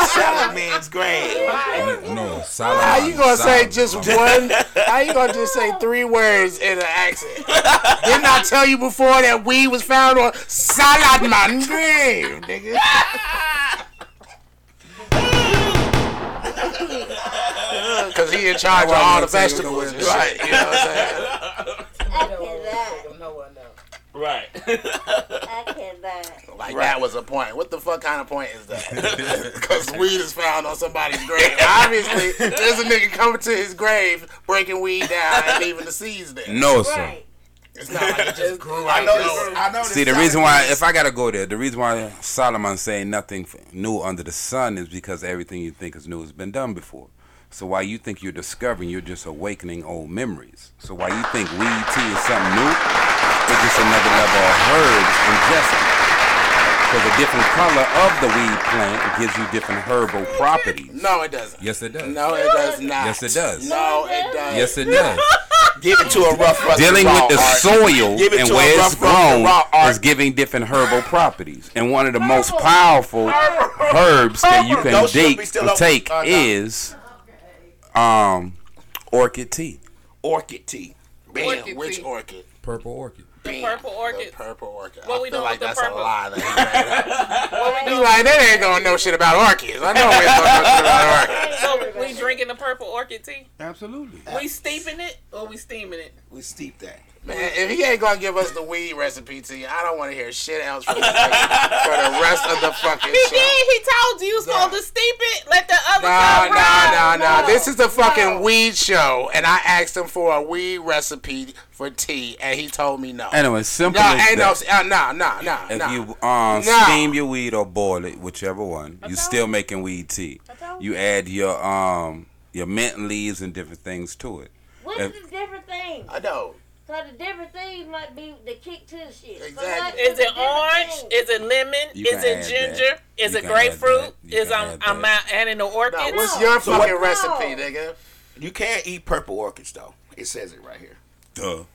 S5: Salad man's great.
S3: No, Solomon.
S2: How you gonna say just one? How you gonna just say three words in an accent? Didn't I tell you before that weed was found on Solomon grave, nigga? Cause he in charge of all the vegetables, and shit, right? You know what I'm saying?
S6: I
S7: Take
S6: cannot.
S7: 'em nowhere now.
S5: Right.
S6: I cannot.
S2: Like that was a point. What the fuck kind of point is that? Because weed is found on somebody's grave. Obviously, there's a nigga coming to his grave, breaking weed down and leaving the seeds there.
S3: No, sir.
S6: Right.
S2: It's not like it just grew out.
S5: I know.
S2: of nowhere.
S5: This, I know. This
S3: See, the
S5: side
S3: reason
S5: of
S3: why,
S5: this-
S3: if I gotta go there, the reason why Solomon saying nothing f- new under the sun is because everything you think is new has been done before. So while you think you're discovering, you're just awakening old memories. So while you think weed tea is something new, it's just another level of herbs ingested. Because the different color of the weed plant gives you different herbal properties.
S2: No, it doesn't.
S3: Yes, it does.
S2: No, it does not.
S3: Yes, it does.
S2: No, it does.
S3: Yes, it does.
S5: Give it to a rough, rough
S3: Dealing
S5: raw
S3: with the
S5: art.
S3: soil
S5: Give it
S3: and
S5: to
S3: where
S5: a
S3: it's
S5: rough, rough,
S3: grown
S5: raw art.
S3: is giving different herbal properties. And one of the most powerful herbs that you can
S5: Those should be
S3: date-
S5: still open.
S3: take
S5: Uh, no.
S3: is um orchid tea,
S5: orchid tea.
S2: Bam,
S8: Orchid
S2: which
S8: tea.
S2: orchid?
S3: purple orchid.
S8: The purple orchid.
S2: The purple orchid.
S8: What
S2: I
S8: we
S2: feel
S8: doing
S2: like
S8: with
S2: that's
S8: the purple?
S2: a lie. That he made up.
S8: What we
S2: He's
S8: doing?
S2: like, they ain't gonna know shit about orchids. I know we ain't gonna know shit about orchids.
S8: So we drinking the purple orchid tea?
S3: Absolutely.
S8: We steeping it or we steaming it?
S5: We steep that.
S2: Man, if he ain't gonna give us the weed recipe, T, I don't want to hear shit else from this nigga for the rest of the fucking
S8: He
S2: show.
S8: did. He told you you supposed to steep it. Let the other
S2: No,
S8: side ride.
S2: no, no, no. This is a fucking
S8: no.
S2: weed show, and I asked him for a weed recipe for tea, and he told me no.
S3: Anyway, simple
S2: No,
S3: as
S2: ain't no,
S3: that.
S2: uh, no, no, no,
S3: If
S2: no.
S3: you um,
S2: Nah.
S3: steam your weed or boil it, whichever one, you still making weed tea. You add your um your mint leaves and different things to it.
S6: What's
S3: If-
S6: the different thing?
S2: I know.
S6: Cause the different things might be the kick to the shit. So
S2: Exactly.
S6: what
S8: Is
S6: the
S8: it
S6: different
S8: orange?
S6: thing?
S8: Is it lemon?
S3: You
S8: is
S3: can
S8: it
S3: add
S8: ginger?
S3: that.
S8: Is
S3: You
S8: it
S3: can add
S8: grapefruit?
S3: that. You
S8: Is
S3: can
S8: I'm
S3: add
S8: I'm
S3: that.
S8: not adding the orchids.
S2: No, what's
S6: No.
S2: your
S6: So
S2: fucking
S6: what-
S2: recipe, nigga?
S5: You can't eat purple orchids though. It says it right here.
S3: Duh.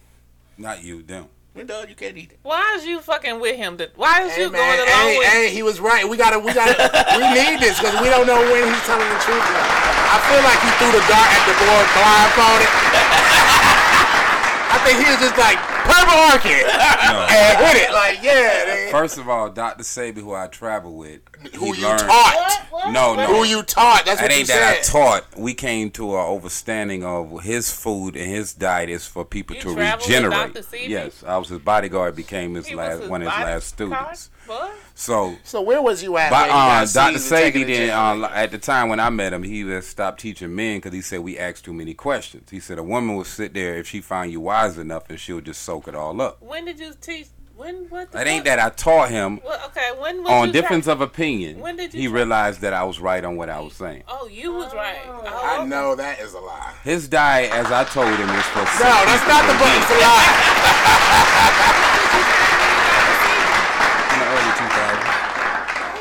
S3: Not you, them.
S5: Well, no, you can't eat it.
S8: Why is you fucking with him? To, why is
S2: Hey
S8: you
S2: man,
S8: going along
S2: hey,
S8: with?
S2: hey, he was right. We gotta, we gotta, we need this because we don't know when he's telling the truth. or not. I feel like he threw the dart at the board blindfolded. I think he was just like purple orchid and hit it like yeah.
S3: First of all, Dr. Sabi, who I travel with,
S2: Nigga. Who
S3: he
S2: you
S3: learned-
S2: taught?
S6: What? What?
S3: No, no.
S2: Who you taught? That's
S3: That
S2: what you
S3: ain't that I
S2: said.
S3: taught. We came to an overstanding of his food and his diet is for people
S8: You
S3: to
S8: traveled with
S3: regenerate.
S8: Dr. Sebi?
S3: Yes, I was his bodyguard. Became his
S8: He was
S3: last
S8: his
S3: one of his
S8: body-
S3: last students.
S8: What?
S3: So
S2: So where was you at?
S3: But
S2: when you got
S3: uh, Dr.
S2: seized and taken
S3: Sadie
S2: to
S3: then
S2: jail?
S3: uh, li- at the time when I met him, he had stopped teaching men because he said we asked too many questions. He said a woman will sit there if she find you wise enough and she'll just soak it all up.
S8: When did you teach? When what? The
S3: It ain't
S8: fuck?
S3: that I taught him
S8: Well, okay. When was
S3: on
S8: you try-
S3: difference of opinion.
S8: When did you
S3: he
S8: try-
S3: realized that I was right on what I was saying.
S8: Oh, you was right.
S3: uh,
S8: Oh,
S2: I know that is a lie.
S3: His diet, as I told him, is for
S2: No, that's not the book. It's a lie.
S3: in the early 2000s.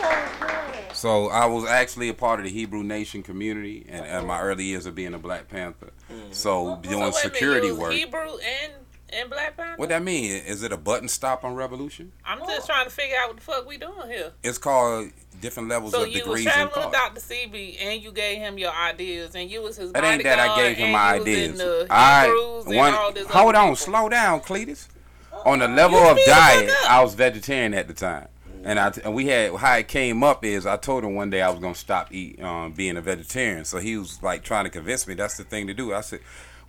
S6: Oh, God.
S3: So I was actually a part of the Hebrew Nation community, and, and my early years of being a Black Panther.
S8: Mm.
S3: So doing
S8: So wait a minute,
S3: security
S8: you was
S3: work.
S8: Hebrew and and Black Panther.
S3: What that mean? Is it a button stop on revolution?
S8: I'm just trying to figure out what the fuck we doing here.
S3: It's called different levels
S8: So
S3: of
S8: you was
S3: degrees and
S8: traveling with
S3: thought.
S8: Dr. CB and you gave him your ideas and you was his.
S3: It ain't that I gave him my ideas.
S8: I
S3: I one hold on, slow down, Cletus. On the level
S8: You
S3: of
S8: speed the fuck
S3: diet,
S8: up.
S3: I was vegetarian at the time, and I and we had how it came up is I told him one day I was gonna stop eat um, being a vegetarian. So he was like trying to convince me that's the thing to do. I said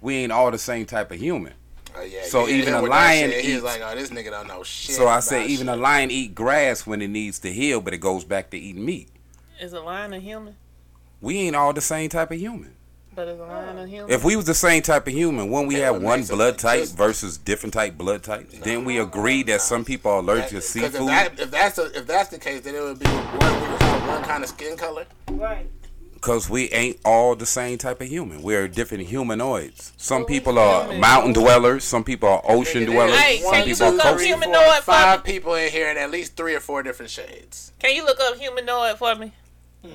S3: we ain't all the same type of human.
S2: Oh, yeah,
S3: So
S2: you hit
S3: even
S2: him
S3: a
S2: with that
S3: lion
S2: shit, He's
S3: eats-
S2: like, oh, this nigga don't know shit.
S3: So I
S2: about
S3: said even
S2: shit.
S3: a lion eat grass when it needs to heal, but it goes back to eating meat.
S8: Is a lion a human?
S3: We ain't all the same type of human.
S8: But is a lion a human?
S3: If we was the same type of human, wouldn't we have
S2: would
S3: one
S2: make some
S3: blood type
S2: existence.
S3: versus different type blood types? Then we agreed that some people are allergic to
S2: Because if,
S3: seafood.
S2: that, if that's the if that's the case, then it would be one we would have one kind of skin color.
S6: Right.
S3: Because we ain't all the same type of human. We're different humanoids. Some
S6: Well, we
S3: people are
S8: human.
S3: mountain dwellers. Some people are ocean
S2: Nigga,
S3: dwellers.
S2: there's
S8: Hey,
S3: Some
S8: can you
S3: people are
S8: look up
S3: coastal.
S8: human- humanoid for
S2: five
S8: me?
S2: people in here in at least three or four different shades.
S8: Can you look up humanoid for me? Hmm.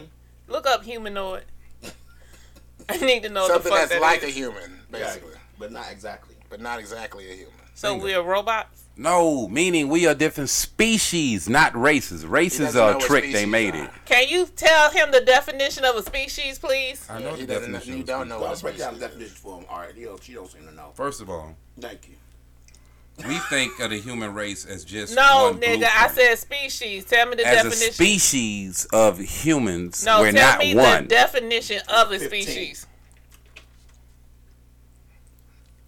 S8: Look up humanoid. I need to know
S2: Something
S8: Oh, the fuck
S2: that's like
S8: is.
S2: a human, basically,
S5: But not exactly.
S2: but not exactly a human.
S8: so we're robots.
S3: No, meaning we are different species, not races. Races
S2: doesn't
S3: are
S2: know
S3: a
S2: what
S3: trick. They
S2: species
S3: made
S2: are.
S3: it.
S8: Can you tell him the definition of a species, please?
S3: I
S2: Yeah, he doesn't know- you don't know
S5: Well,
S2: what
S5: let's break
S2: species.
S5: down the definition for him. All right, you don't, you don't seem to know.
S3: First of all,
S5: Thank you.
S3: we think of the human race as just
S8: No,
S3: one
S8: nigga. I
S3: blueprint.
S8: said species. Tell me the
S3: as a
S8: definition.
S3: species of humans,
S8: no,
S3: we're
S8: tell
S3: not
S8: me
S3: one.
S8: the definition of a
S5: 15.
S8: species.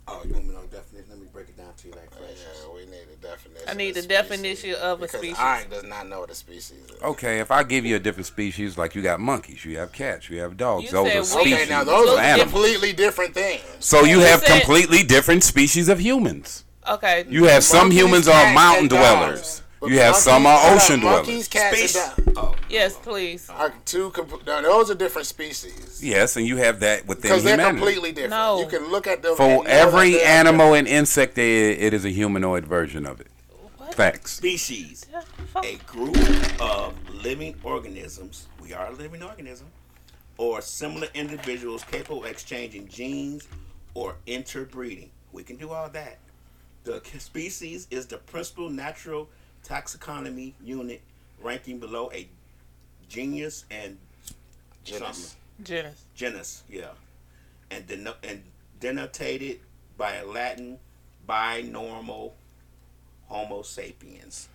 S5: Oh, you want me to know the definition? Let me break it down to you like
S2: Yeah,
S5: fresh.
S2: we need a definition.
S8: I need
S2: of
S8: a definition of a
S2: because
S8: species.
S2: Iron does not know what a species is.
S3: Okay, if I give you a different species, like you got monkeys, you have cats, you have dogs,
S8: You
S3: those
S8: said
S3: are
S8: what?
S3: species
S2: Okay, now those
S3: of
S2: are
S3: animals.
S2: completely different things.
S3: So you have
S8: said-
S3: completely different species of humans.
S8: Okay.
S3: You have some
S2: Monkeys,
S3: humans
S2: cats,
S3: are
S2: and
S3: mountain
S2: dogs.
S3: dwellers.
S2: But
S3: You have some
S2: monkeys-
S3: are
S2: hold
S3: ocean
S2: up, Monkeys,
S3: dwellers.
S2: cats, and dogs
S5: Oh,
S8: yes, please.
S2: are two. Comp- no, those are different species
S3: Yes, and you have that within
S2: because they're
S3: humanity.
S2: completely different.
S8: No.
S2: You can look at them. and know
S3: For
S2: that
S3: every
S2: they're-
S3: animal and insect, there- it is a humanoid version of it.
S8: What?
S3: Facts.
S5: species,
S8: Fuck.
S5: a group of living organisms. We are a living organism, or similar individuals capable of exchanging genes or interbreeding. We can do all that. The c- species is the principal natural taxonomy unit, ranking below a genus and
S2: Genus.
S8: Janice.
S5: genus, yeah, and deno- and denotated by a Latin binormal Homo sapiens.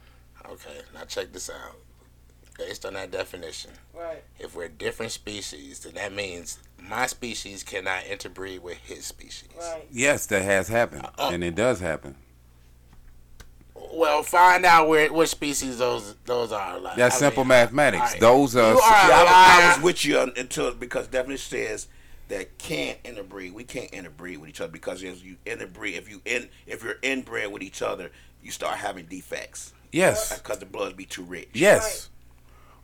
S2: Okay, now check this out. Based on that definition,
S7: Right.
S2: if we're different species, then that means my species cannot interbreed with his species.
S7: Right.
S3: Yes, that has happened,
S2: Uh,
S3: and it does happen.
S2: Well, find out where what species those those are. Like,
S3: That's
S2: I
S3: simple
S2: mean,
S3: mathematics.
S2: alright.
S3: Those are,
S2: You are a
S5: Yeah, I, I
S2: liar.
S5: was with you un- until because definition says that can't interbreed. We can't interbreed with each other because if you interbreed, if you in if you're inbred with each other, you start having defects
S3: yes,
S5: because the bloods be too rich.
S3: yes.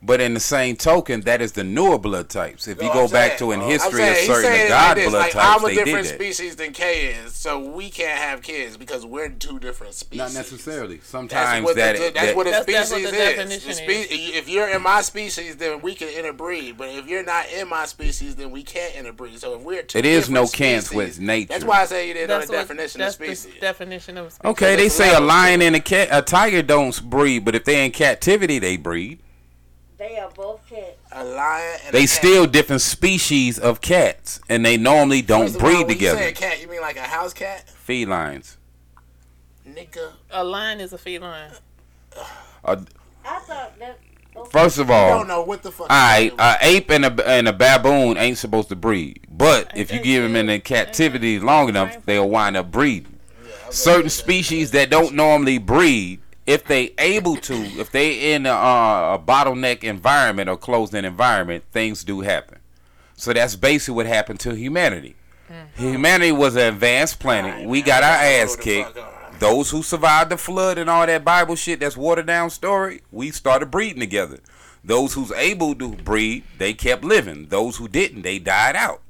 S3: But in the same token, that is the newer blood types. If you
S2: No,
S3: go
S2: I'm
S3: back to
S2: saying- Uh,
S3: in
S2: I'm
S3: history
S2: saying-
S3: of
S2: he's
S3: certain
S2: saying
S3: the
S2: it
S3: god
S2: like this,
S3: blood
S2: like,
S3: types,
S2: I'm
S3: they
S2: a
S3: did
S2: different
S3: that.
S2: species than K is, so we can't have kids because we're two different species.
S3: Not necessarily.
S2: That's
S3: Sometimes
S2: what,
S3: that,
S2: the, that's
S3: that-
S2: what a
S8: That's-
S2: species
S8: that's what the
S2: is.
S8: definition
S2: The spe- If you're in my species, then we can interbreed. But if you're not in my species, then we can't interbreed. So if we're two
S3: It is
S2: different
S3: no can't
S2: species,
S3: with nature.
S2: That's why I say you didn't know
S8: That's
S2: the
S8: what,
S2: definition
S8: that's
S2: of species.
S8: the definition of a species.
S3: Okay, they
S2: That's
S3: say a
S2: level
S3: lion and a cat, a tiger don't breed, but if they're in captivity, they breed.
S6: They are both cats.
S2: a lion. And a
S3: They
S2: cat.
S3: still different species of cats, and they normally don't
S2: First of all,
S3: breed
S2: when You say
S3: together.
S2: a cat, you mean like a house cat,
S3: Felines.
S2: nigga?
S8: A lion is a feline.
S3: Uh,
S6: I thought that.
S3: first of all,
S2: I don't know what the fuck.
S3: Oh. All right, a ape and a and a baboon ain't supposed to breed, but if you
S8: they
S3: give them
S8: do.
S3: in captivity long enough, they'll wind up breeding. Certain species that don't normally breed, if they able to, if they in a, uh, a bottleneck environment or closed-in environment, things do happen. So that's basically what happened to humanity. Humanity was an advanced planet. We got our ass kicked. Those who survived the flood and all that Bible shit, that's watered down story, we started breeding together. Those who's able to breed, they kept living. Those who didn't, they died out.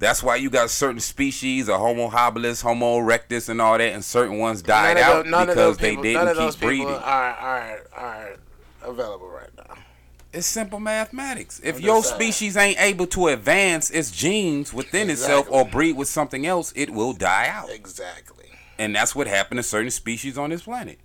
S3: That's why you got certain species of Homo habilis, Homo erectus, and all that, and certain ones died
S2: None of
S3: out
S2: those- none of
S3: because
S2: those
S3: they
S2: people- none
S3: didn't
S2: of those
S3: keep breeding.
S2: People are are are available right now.
S3: It's simple mathematics. If
S2: I'm
S3: your
S2: just saying.
S3: species ain't able to advance its genes within itself or breed with something else, it will die out.
S2: Exactly.
S3: And that's what happened to certain species on this planet.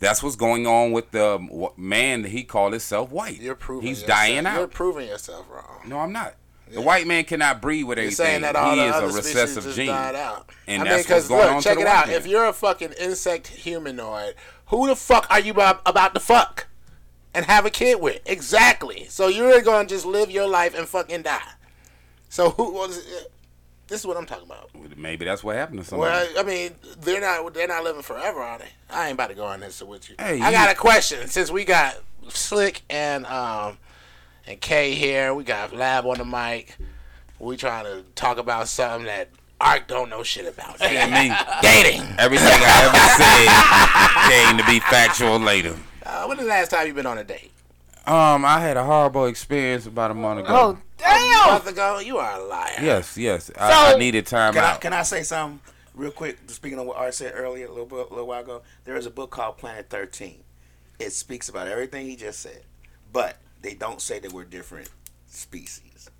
S3: That's what's going on with the um, wh- man that he called himself white.
S2: You're proving.
S3: He's
S2: yourself.
S3: dying
S2: You're
S3: out.
S2: proving yourself wrong.
S3: no, I'm not. The white man cannot breed with
S2: You're
S3: anything.
S2: saying that all
S3: he
S2: the
S3: is
S2: other
S3: a recessive
S2: species just
S3: gene.
S2: died out.
S3: And
S2: I mean,
S3: that's what's
S2: 'cause
S3: going
S2: look,
S3: on to
S2: check
S3: the
S2: it
S3: white
S2: out.
S3: man.
S2: If you're a fucking insect humanoid, who the fuck are you about, about to fuck and have a kid with? Exactly. So you're gonna just live your life and fucking die. So who was? This is what I'm talking about.
S3: Maybe that's what happened to somebody.
S2: Well, I mean, they're not they're not living forever, are they? I ain't about to go on this with you.
S3: Hey,
S2: I
S3: you-
S2: got a question. Since we got Slick and um and Kay here, we got Lab on the mic. We trying to talk about something that Ark don't know shit about.
S3: Look at me.
S2: Dating.
S3: Everything I ever said came to be factual later.
S2: Uh, when the last time you been on a date?
S3: Um, I had a horrible experience about a month ago.
S2: Damn. A month ago. You are a liar.
S3: Yes, yes. I, I
S8: So-
S3: needed time
S5: Can I,
S3: out.
S5: can I say something real quick? Speaking of what Art said earlier, a little, bit, little while ago, there is a book called Planet 13. It speaks about everything he just said, but they don't say that we're different species.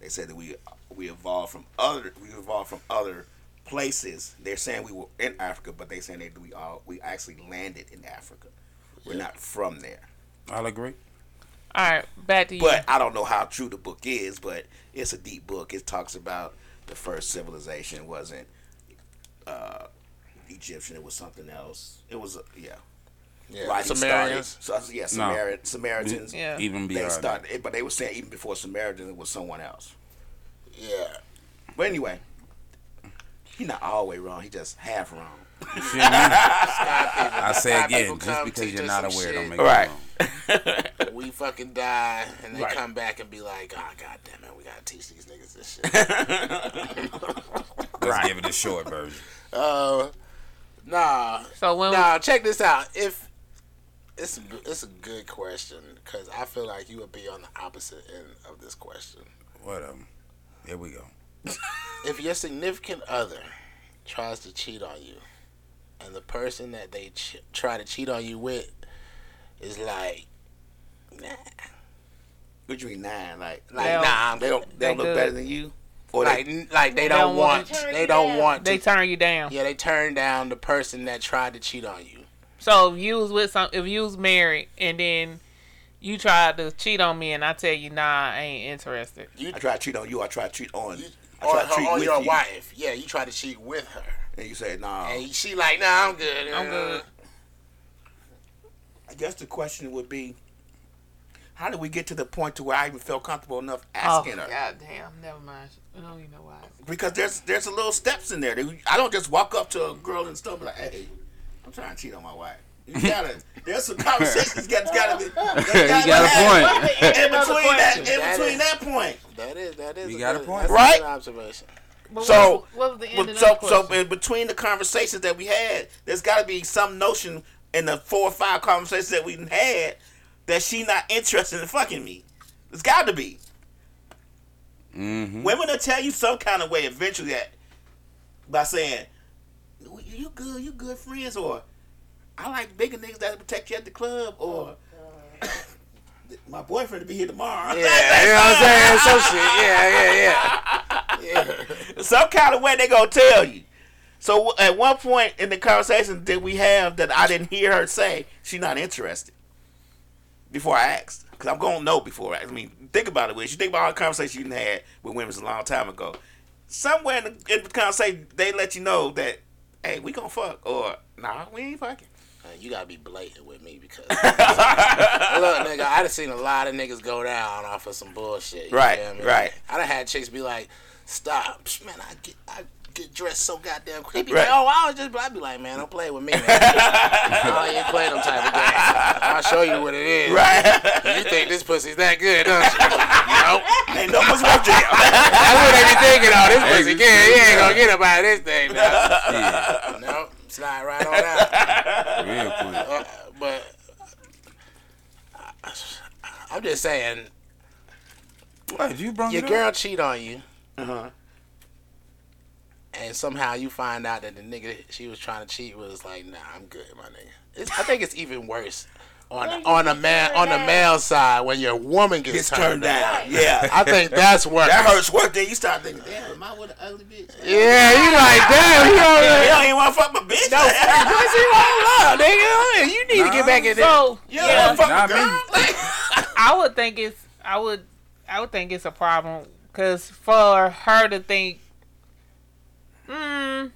S5: They say that we we evolved from other we evolved from other places. They're saying we were in Africa, but they saying that we all we actually landed in Africa. We're not from there.
S3: I'll agree.
S8: All right, back to you.
S5: But I don't know how true the book is, but it's a deep book. It talks about the first civilization wasn't uh, Egyptian; it was something else. It was uh, yeah,
S2: Yeah.
S5: Writing
S2: Sumerians.
S5: started- So, uh, yeah, Samari- Samaritans.
S8: Yeah.
S3: Even
S5: They
S3: beyond. that.
S5: started, it, but they were saying even before Samaritans, it was someone else.
S2: Yeah.
S5: But anyway, he's not all the way wrong. He just half wrong.
S3: You feel me? I say
S2: Black
S3: again,
S2: people
S3: just
S2: come
S3: because
S2: teach
S3: you're
S2: us
S3: not
S2: some
S3: aware,
S2: shit.
S3: don't make
S5: Right.
S3: it wrong.
S2: We fucking die, and they
S5: Right.
S2: come back and be like, "Oh god damn it, we gotta teach these niggas this shit."
S3: Let's give it a short version.
S2: Uh, Nah,
S8: So when
S2: nah. Check this out. If it's a, g- it's a good question because I feel like you would be on the opposite end of this question.
S3: Whatever. Here we go.
S2: If your significant other tries to cheat on you, and the person that they ch- try to cheat on you with is like, nah,
S5: What you mean nine? Like,
S2: like
S8: They don't-
S2: nah,
S5: they don't they
S8: They
S5: don't look
S8: good.
S5: better than you. Or
S2: like,
S5: they,
S2: n- like they,
S8: They
S2: don't,
S8: don't want
S2: want,
S6: to turn
S2: they
S6: you
S2: don't
S6: down.
S2: want
S8: they
S2: to.
S8: turn you down.
S2: Yeah, they turn down the person that tried to cheat on you.
S8: So if you was with some, if you was married and then you tried to cheat on me and I tell you, nah, I ain't interested.
S5: I try to cheat on you. I try to cheat on. I
S2: Or,
S5: try to
S2: her,
S5: cheat
S2: or
S5: with
S2: your
S5: you.
S2: wife. Yeah, you try to cheat with her.
S5: And you say, nah.
S2: And she like, nah, I'm good. Uh,
S8: I'm good.
S5: I guess the question would be, how did we get to the point to where I even felt comfortable enough
S8: Oh,
S5: asking her?
S8: God damn, never mind. I don't even know why.
S5: Because there's there's a little steps in there. I don't just walk up to a girl and stuff like, hey, I'm trying to cheat on my wife. You gotta. There's some conversations that's gotta be. That's
S3: You
S5: gotta
S3: got a
S5: happen
S3: point.
S5: In between that, in
S2: That
S5: between
S2: is-
S5: that point.
S2: That is that is.
S3: You
S2: a
S3: got a
S2: good-
S3: point.
S2: that's a
S5: Right?
S2: good observation.
S8: But
S5: So-
S1: Oh.
S8: what was, what was the end
S5: Well,
S8: of
S5: so,
S8: the
S5: so
S8: question?
S5: in between the conversations that we had, there's got to be some notion in the four or five conversations that we had that she not interested in fucking me. There's got to be.
S3: Mm-hmm.
S5: Women will tell you some kind of way eventually that by saying, "You- "You good, you good friends," or "I like bigger niggas that protect you at the club," or "My boyfriend will be here tomorrow."
S2: Yeah, you know what I'm saying? Some shit. Yeah, yeah, yeah. Yeah.
S5: some kind of way they gonna tell you. So at one point in the conversation did we have that I didn't hear her say she not interested before I asked? Cause I'm gonna know before I. I mean, think about it. Wiz. you think about all the conversations you done had with women a long time ago, somewhere in the, in the conversation they let you know that, hey, we gonna fuck or nah, we ain't fucking.
S2: Man, Uh, you gotta be blatant with me because look, nigga, I done seen a lot of niggas go down off of some bullshit. you
S5: Right,
S2: feel me?
S5: right.
S2: I done had chicks be like, "Stop, Psh, man! I get I get dressed so goddamn quick." They be
S5: Right.
S2: like, "Oh, I was just," I be like, "Man, don't play with me, man. I ain't play them type of games. I'll show you what it is.
S5: Right?
S2: You think this pussy's that good, don't you? nope.
S5: ain't no much work there.
S2: That's what they be thinking. Oh, this pussy
S3: Hey,
S2: good. He
S3: this-
S2: ain't gonna get up out of this thing. Now.
S3: Yeah,
S2: no, slide right on out.
S3: real quick.
S2: Uh, but I, I'm just saying,
S3: What you brought
S2: your
S3: it
S2: girl cheat on you,
S5: Uh-huh.
S2: and somehow you find out that the nigga she was trying to cheat was like, nah, I'm good, my nigga. It's, I think it's even worse on on a man on the male side when your woman gets
S5: It's
S2: turned,
S5: turned
S2: down.
S5: down. Yeah.
S2: I think that's worse.
S5: That hurts work. Then you start thinking, damn, am I with an ugly bitch?
S2: Yeah, you like damn, you
S5: You
S2: know,
S5: don't even want to fuck my bitch.
S2: no, pussy won't love, nigga. You need to get back in there.
S8: So
S5: You don't want to fuck my
S3: Not
S5: girl.
S3: me.
S8: I would think it's I would I would think it's a problem because for her to think, mm,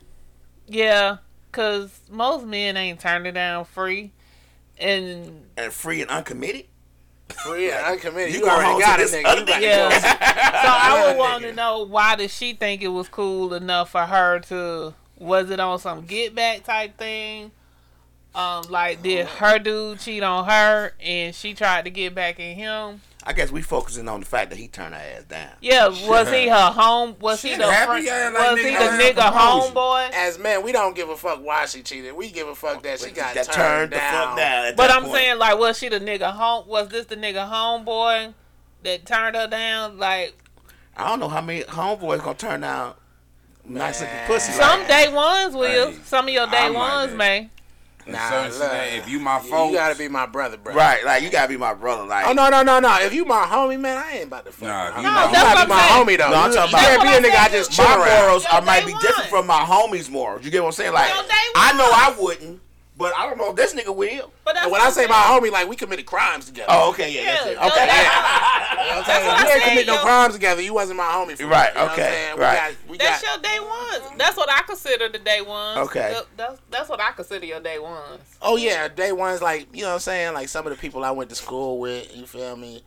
S8: yeah, because most men ain't turning down free, and
S5: and free and uncommitted.
S2: Free and uncommitted.
S5: You
S2: You,
S5: go home
S2: already
S5: to
S2: got it,
S5: this
S2: nigga. You
S5: other
S2: about to
S8: yeah.
S2: go-
S8: so I would
S2: Yeah,
S8: want to
S2: nigga.
S8: know why did she think it was cool enough for her to? Was it on some get back type thing? Um, like did her dude cheat on her and she tried to get back at him?
S5: I guess we focusing on the fact that he turned her ass down.
S8: Yeah, was he her home? Was he
S3: Shit,
S8: the
S3: happy
S8: friend,
S3: ass, like,
S8: was he
S3: nigga,
S8: the
S3: I ain't
S8: nigga
S3: proposed.
S8: homeboy?
S2: As men, we don't give a fuck why she cheated. We give a fuck that she got
S5: That
S2: turned,
S5: the fuck
S2: down.
S5: down. at
S8: But
S5: that
S8: I'm
S5: point.
S8: saying like, was she the nigga home? Was this the nigga homeboy that turned her down? Like
S5: I don't know how many homeboys gonna turn down nice looking
S2: Man.
S5: pussy.
S8: some
S5: like that.
S8: day ones will,
S3: Hey,
S8: some of your day
S3: I'm like
S8: ones
S3: that.
S8: may.
S2: Nah,
S3: Nah,
S2: look.
S3: if you my
S2: You
S3: folks,
S2: gotta be my brother, bro.
S5: right? Like you gotta be my brother. Like
S2: Oh no no no no! If you my homie, man, I ain't about to fuck.
S3: Nah,
S2: with
S3: if you
S2: you.
S3: my
S2: You
S3: homie-
S2: gotta
S8: That's
S2: be
S8: what
S2: my
S8: I'm saying.
S2: homie though.
S5: No, I'm
S2: You-
S5: talking
S2: you
S5: about-
S2: can't be
S8: That's
S2: a
S8: what
S2: nigga I
S8: I'm
S2: just chill
S5: my
S2: around.
S5: morals are
S8: Yo,
S5: might
S8: day
S5: be
S8: one.
S5: different from my homies' morals. You get what I'm saying? Like
S8: Yo, day
S5: I know I wouldn't, but I don't know if this nigga will.
S8: But that's
S2: And when
S8: what
S2: I
S8: I'm
S2: say
S8: saying.
S2: my homie, like we committed crimes together.
S5: Oh, okay, yeah,
S8: yeah,
S5: that's it.
S8: yo,
S5: Okay,
S8: day
S5: yeah.
S8: one.
S2: You know what I'm saying?
S8: what
S2: If
S8: I
S2: we ain't
S8: said,
S2: commit no
S8: yo.
S2: crimes together. You wasn't my homie. For
S5: Right,
S2: me, you know what I'm
S5: okay,
S2: saying?
S5: right.
S2: We got,
S8: That's
S2: we got,
S8: your day ones. That's what I consider the day ones.
S5: Okay.
S8: Th- That's, that's what I consider your day ones.
S2: Oh yeah, day one's like you know what I'm saying. Like some of the people I went to school with, you feel me?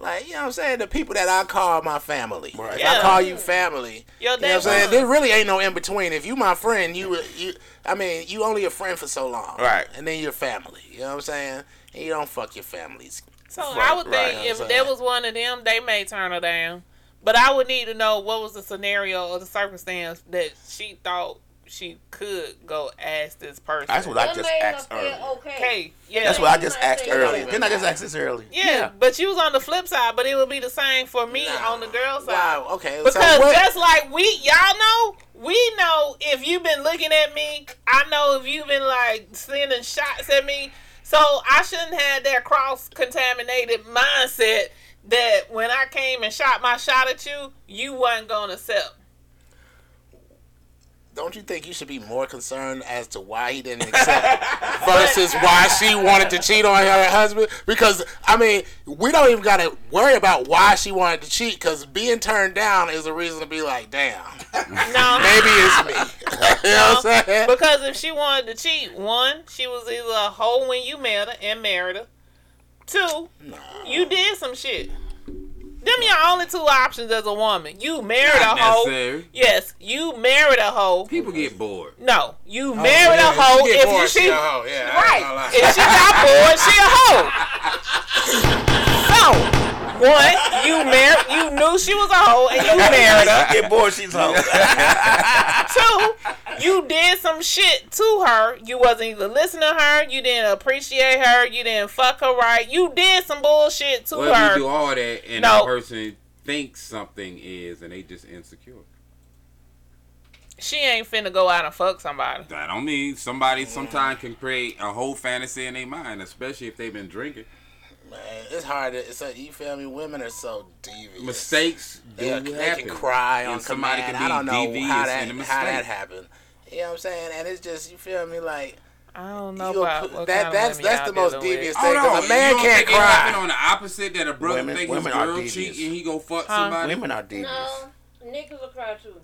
S2: Like you know what I'm saying. The people that I call my family.
S5: Right.
S2: If I
S8: Yeah.
S2: call you family,
S8: Your
S2: you know what
S8: day
S2: I'm saying.
S8: ones.
S2: There really ain't no in between. If you my friend, you you. I mean, you only a friend for so long.
S5: Right.
S2: And then you're family. You know what I'm saying. And you don't fuck your families.
S8: So I would think
S5: right.
S2: You know what
S8: if
S2: I'm
S8: there
S2: saying?
S8: was one of them, they may turn her down. But I would need to know what was the scenario or the circumstance that she thought she could go ask this person.
S5: That's what I just asked earlier.
S8: Okay, yeah,
S5: That's what I just asked
S6: Yeah.
S5: earlier. Didn't I just ask this earlier?
S8: yeah, But you was on the flip side, but it would be the same for me on the girl side.
S2: Wow. Okay. so
S8: Because
S2: what-
S8: just like we, y'all know, we know if you've been looking at me, I know if you've been like sending shots at me. So I shouldn't have that cross contaminated mindset that when I came and shot my shot at you, you wasn't gonna accept.
S2: don't you think you should be more concerned as to why he didn't accept versus why she wanted to cheat on her husband? Because I mean, we don't even gotta worry about why she wanted to cheat. Because being turned down is a reason to be like, damn,
S8: No,
S2: maybe it's me. you know what I'm saying?
S8: Because if she wanted to cheat, one, she was either a hoe when you met her and married her. Two, you did some shit. Them your only two options as a woman. You married
S3: Not
S8: a hoe.
S3: necessary.
S8: Yes, you married a hoe.
S3: People get bored.
S8: No, you married
S2: Oh, yeah,
S8: a hoe.
S2: she get
S8: If
S2: bored,
S8: you
S2: she
S8: she
S2: a hoe, yeah, I ain't gonna
S8: right,
S2: lie.
S8: if she got bored, she a hoe. So. One, you married, you knew she was a hoe, and you married her.
S5: Get bored, she's home.
S8: Two, you did some shit to her. You wasn't either listening to her. You didn't appreciate her. You didn't fuck her right. You did some bullshit to
S3: Well,
S8: her.
S3: you do all that, and
S8: No.
S3: the person thinks something is, and they just insecure.
S8: She ain't finna go out and fuck somebody.
S3: I don't mean
S2: Mm.
S3: somebody sometimes can create a whole fantasy in their mind, especially if they've been drinking.
S2: Man, it's hard. To, it's like, you feel me? Women are so devious.
S3: Mistakes do
S2: Yeah,
S3: happen.
S2: they can cry on
S3: and somebody
S2: command.
S3: can be
S2: I don't know
S3: devious
S2: how that
S3: in a
S2: how that
S3: mistake.
S2: happened. You know what I'm saying? And it's just you feel me like
S8: I don't know
S2: you a
S8: about
S2: pu-
S8: what
S2: that-
S8: kind
S2: that's-
S8: of women
S2: that's
S8: y'all
S2: the most
S8: dealing with.
S2: devious
S3: Oh no,
S2: Because a man
S3: you don't
S2: can't
S3: think it
S2: cry.
S3: happened on the opposite that a brother
S5: Women-
S3: think
S5: women
S3: his
S5: are
S3: girl
S5: devious.
S3: cheat and he go fuck
S8: Huh?
S3: somebody.
S5: Women are devious.
S6: No, niggas will cry too.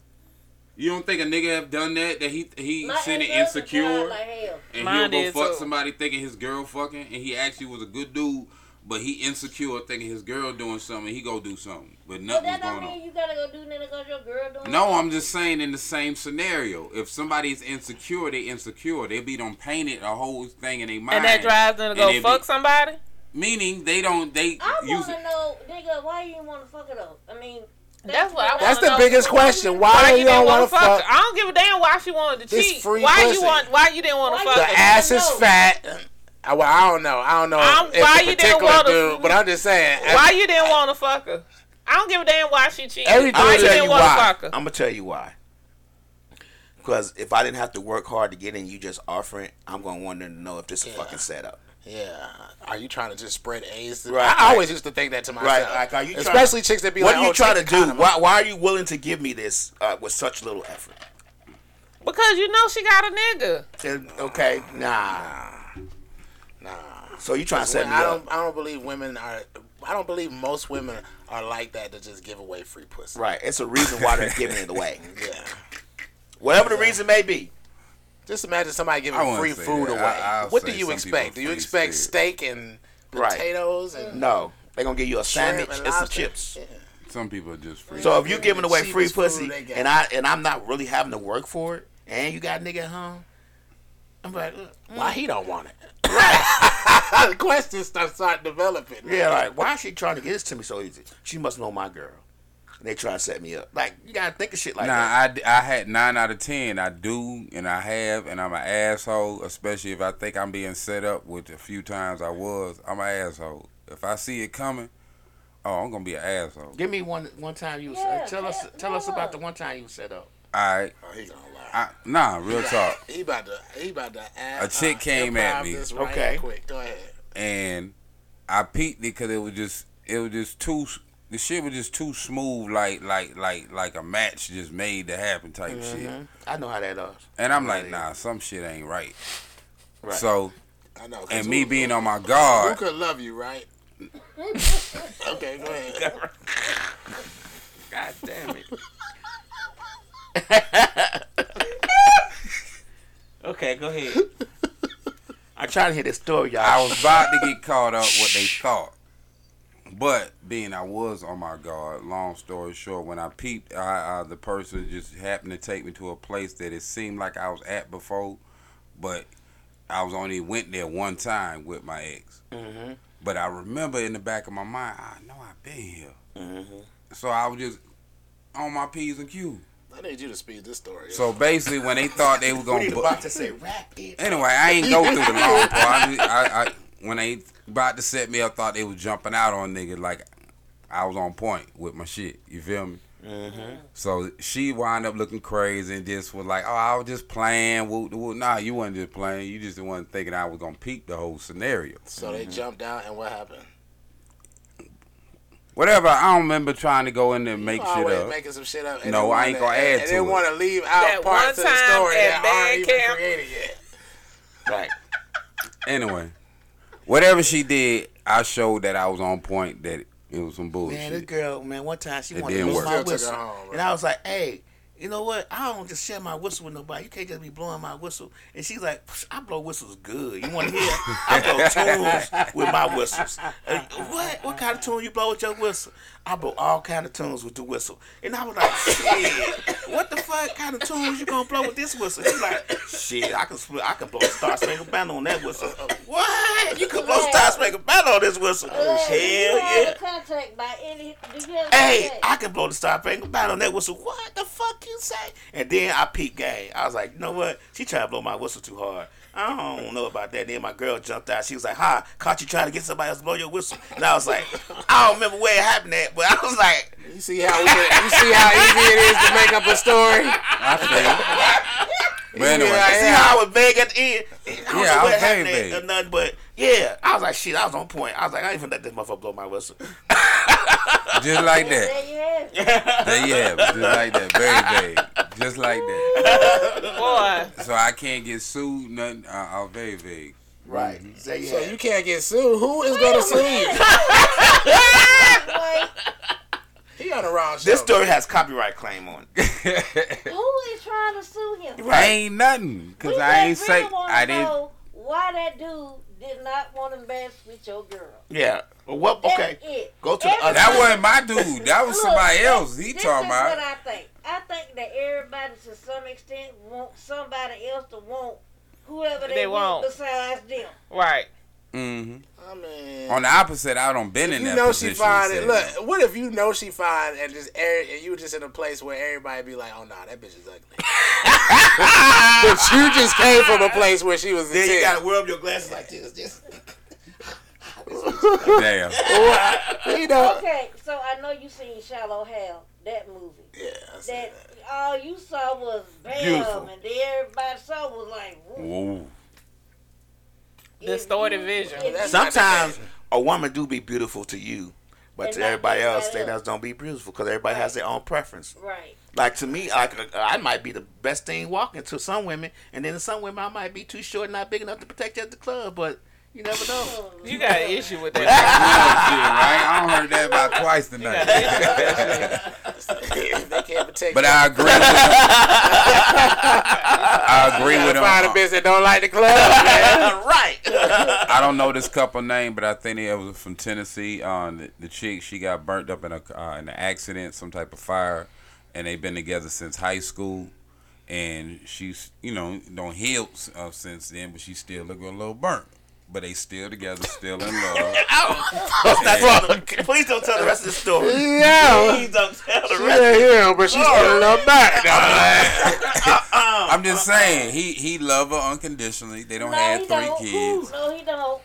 S3: You don't think a nigga have done that that he he
S6: My
S3: sent it
S6: ex-husband
S3: insecure
S6: cried Like hell.
S3: and
S8: Mine
S3: he'll
S8: did,
S3: go fuck
S8: too.
S3: somebody thinking his girl fucking and he actually was a good dude, but he insecure thinking his girl doing something. He go do something, but
S6: But
S3: nothing was
S6: that don't
S3: going on.
S6: mean you gotta go do nothing because your girl doing
S3: No, I'm just saying in the same scenario. If somebody's insecure, they insecure. They be done painted a whole thing in their mind.
S8: And that drives them to
S3: And
S8: go
S3: they be-
S8: fuck somebody.
S3: Meaning they don't they
S6: I
S3: use
S6: wanna
S3: it.
S6: know, nigga, why you didn't wanna fuck it up? I mean,
S8: That's what I
S2: that's
S8: wanna
S2: the
S8: know.
S2: biggest question. Why,
S8: Why
S2: do
S8: you
S2: you don't
S8: didn't
S2: want to fuck?
S8: her? I don't give a damn why she wanted to
S2: This
S8: cheat.
S2: free
S8: Why
S2: pussy.
S8: you want? Why you didn't want to
S6: Why
S8: fuck
S6: you-
S2: The
S8: her?
S2: ass is
S6: No.
S2: fat. I, well, I don't know. I don't know
S8: I'm-
S2: if
S8: why
S2: the
S8: you didn't
S2: particular
S8: wanna-
S2: dude, but I'm just saying.
S8: Why you didn't want to fuck her? I don't give a damn why she cheated.
S2: Everything
S8: why
S5: I'm
S8: you
S5: gonna tell
S8: didn't
S5: you
S8: want to
S5: why.
S8: fuck
S5: I'm
S8: her?
S5: gonna tell you why. Because if I didn't have to work hard to get in, you just offering, I'm gonna wonder to know if this is a fucking setup.
S2: yeah. Are you trying to just spread AIDS?
S5: Right,
S2: I
S5: right.
S2: always used to think that to myself.
S5: like, are you trying-
S2: Especially chicks that be
S5: What
S2: like,
S5: are you
S2: oh,
S5: trying to
S2: take
S5: do?
S2: condom.
S5: Why, why are you willing to give me this uh, with such little effort?
S8: Because you know she got a nigga.
S5: And- Okay, nah.
S2: Nah.
S5: So you trying to set me
S2: I
S5: up?
S2: don't. I don't believe women are. I don't believe most women are like that to just give away free pussy.
S5: Right. It's a reason why they're giving it away.
S2: Yeah.
S5: Whatever the reason may be.
S2: Just imagine somebody
S3: I
S2: giving
S3: wouldn't
S2: free
S3: say
S2: food
S3: that.
S2: away.
S3: I- I'll
S2: what do
S3: say
S2: you
S3: some
S2: expect?
S3: people
S2: Do you
S3: free
S2: expect
S3: spirit.
S2: steak and
S5: Right.
S2: potatoes and
S5: No, they're gonna give you a
S2: shrimp
S5: sandwich and, some
S2: lobster?
S5: chips.
S2: Yeah.
S3: Some people are just free.
S5: So if you're giving away free
S2: Cheapest food
S5: pussy
S2: they got.
S5: and I and I'm not really having to work for it, and you got a nigga at home, I'm like, uh,
S2: Why he don't want it? the questions start start developing.
S5: yeah, like why is she trying to get this to me so easy? She must know my girl. And they try to set me up. Like you gotta think of shit like
S3: nah,
S5: that.
S3: I, d- I had nine out of ten. I do and I have, and I'm an asshole. Especially if I think I'm being set up, which a few times I was. I'm an asshole. If I see it coming, oh, I'm gonna be an asshole.
S5: Give me one one time you was,
S6: Yeah,
S5: uh, tell us
S6: yeah,
S5: tell us
S6: yeah.
S5: about the one time you was set up.
S3: All right,
S2: Oh, he gonna lie.
S3: I, nah, real talk.
S2: He about to. He about to. Add,
S3: A chick came at
S2: improv
S3: me.
S2: this right
S5: Okay.
S2: Quick. Go ahead.
S3: and I peeked it because it was just it was just too the shit was just too smooth like like like like a match just made to happen type shit.
S5: I know how that is.
S3: And I'm like,
S5: Mm-hmm. Right.
S3: nah, some shit ain't right.
S5: Right.
S3: So
S2: I know. 'cause
S3: and
S2: who-
S3: me being on my
S2: Who
S3: guard,
S2: could love you, right? okay, go ahead.
S5: God damn it. okay, go ahead. I'm trying to hear this story, y'all.
S3: I was about to get caught up what they thought. But being I was on my guard, long story short, when I peeped, I, I, the person just happened to take me to a place that it seemed like I was at before, but I was only went there one time with my ex. But I remember in the back of my mind, I know I've been here. So I was just on my P's and Q's.
S2: Like, I need you to speed this story. up.
S3: So basically, when they thought they were
S5: We
S3: gonna
S5: need
S3: bu-
S5: about to say rapid.
S3: Anyway, I ain't go through the long part. I, just- I, I when they about to set me up, thought they was jumping out on nigga like I was on point with my shit. You feel me?
S5: Mm-hmm.
S3: So she wound up looking crazy and just was like, "Oh, I was just playing." Woo, woo. Nah, you wasn't just playing. You just wasn't thinking I was gonna peep the whole scenario.
S2: So
S3: Mm-hmm.
S2: they jumped out, and what happened?
S3: Whatever. I don't remember trying to go in there and make shit
S2: Always
S3: up.
S2: making some shit up. and
S3: No,
S2: they
S3: I ain't
S2: wanna-
S3: gonna add
S2: and
S3: to
S2: they
S3: it.
S2: want to leave out
S4: That one
S2: parts of the
S4: time
S2: story
S4: at
S2: that aren't
S4: band
S2: even
S4: camp.
S2: created yet.
S5: Right.
S3: anyway, whatever she did, I showed that I was on point. That it was some bullshit.
S5: Man, this girl, man, one time she
S3: It
S5: wanted to
S3: didn't
S5: blow
S3: work.
S5: my
S2: Still took
S5: whistle,
S2: her home, bro.
S5: and I was like, "Hey, you know what? I don't just share my whistle with nobody. You can't just be blowing my whistle." And she's like, "Psh, "I blow whistles good. You want to hear? I blow tunes with my whistles. Uh, what? What kind of tune you blow with your whistle? I blow all kind of tunes with the whistle." And I was like, "Shit, what the fuck kind of tunes you gonna blow with this whistle?" She's like, "Shit, I can split. I can blow Star Spangled Banner on that whistle. what? You can blow Star Spangled Banner on this whistle?
S6: Oh,
S5: Hell yeah!"
S6: Contact by any. Do you have
S5: hey,
S6: contact?
S5: I can blow the Star Spangled Banner on that whistle. What the fuck you say? And then I peeped game. I was like, you know what? She tried to blow my whistle too hard. I don't know about that. Then my girl jumped out. She was like, "Hi, caught you trying to get somebody else to blow your whistle." And I was like, I don't remember where it happened at, but I was like,
S2: You see how we- you see how easy it is to make up a story.
S3: I feel. it. but anyway,
S5: I see how I was vague at the end. I don't
S3: Yeah,
S5: know
S3: I
S5: what
S3: was very
S5: happened at
S3: vague.
S5: or nothing, but yeah, I was like, shit, I was on point. I was like, I ain't even let this motherfucker blow my whistle.
S3: just like that.
S6: There you have it.
S3: There you have it. Just like that. Very vague. Just like that.
S8: Boy,
S3: So I can't get sued, nothing. Uh, I'm very vague.
S5: Right. Mm-hmm. So, yeah.
S2: So you can't get sued. Who is gonna sue you?
S6: Like,
S2: He on the wrong show.
S5: this story has copyright claim on it.
S6: who is trying to sue him?
S3: I ain't nothing. Because
S6: We
S3: I ain't
S6: just
S3: say.
S6: really wanna
S3: I didn't.
S6: know Why that dude did not want to mess with your girl?
S5: Yeah. Well, what?
S6: That's
S5: Okay.
S6: it.
S5: Go to the
S6: Every-
S5: other.
S3: That wasn't my dude. That was
S6: Look,
S3: somebody
S6: this-
S3: else he
S6: this
S3: talking
S6: is
S3: about.
S6: what I think. I think that everybody, to some extent, want somebody else to want whoever they,
S8: They
S6: want
S8: want.
S6: besides them.
S8: right.
S3: hmm
S2: I mean,
S3: On the opposite, I don't been in
S2: you
S3: that
S2: know she
S3: position.
S2: fine.
S3: said
S2: And
S3: that.
S2: look, what if you know she fine and just air, and you just in a place where everybody be like, oh nah, that bitch is ugly. but you just came from a place where she was. a
S5: Then you
S2: 10.
S5: gotta wear up your glasses like this. This
S3: Damn.
S2: you know.
S6: Okay, so I know you seen Shallow Hal, that movie.
S2: Yeah, I see
S6: That all you saw was bam,
S5: Beautiful.
S6: and then everybody saw was like, woo.
S3: Whoa.
S6: If
S8: Distorted
S6: you-
S8: vision.
S6: if
S2: That's
S6: you-
S2: not the
S5: sometimes a woman do be beautiful to you, but
S6: And
S5: to
S6: not
S5: everybody
S6: everybody
S5: else, they
S6: else.
S5: just don't be beautiful because everybody has their own preference.
S6: Right.
S5: Like to me, like uh, I might be the best thing walking to some women, and then to some women I might be too short, and not big enough to protect you at the club. But you never know.
S8: You got an issue with that.
S3: I don't heard that about twice
S8: You got an
S3: tonight.
S8: issue with that.
S2: that. they can't protect.
S3: But
S2: you.
S3: I agree with him. I agree with uh, him.
S2: find a bitch that don't like the club. man.
S3: I don't know this couple name, but I think it was from Tennessee. Um, the, the chick she got burnt up in a uh, in an accident, some type of fire, and they've been together since high school. And she's you know don't heal uh, since then, but she still looking a little burnt. But they still together, still in love.
S5: That's wrong. Please don't tell the rest of the story.
S2: Yeah,
S5: Please don't tell the rest.
S2: yeah, yeah, but she's still a little back.
S3: I'm just saying he he loved her unconditionally. They don't
S6: No,
S3: have
S6: he
S3: 3
S6: don't.
S3: kids.
S6: No, he don't.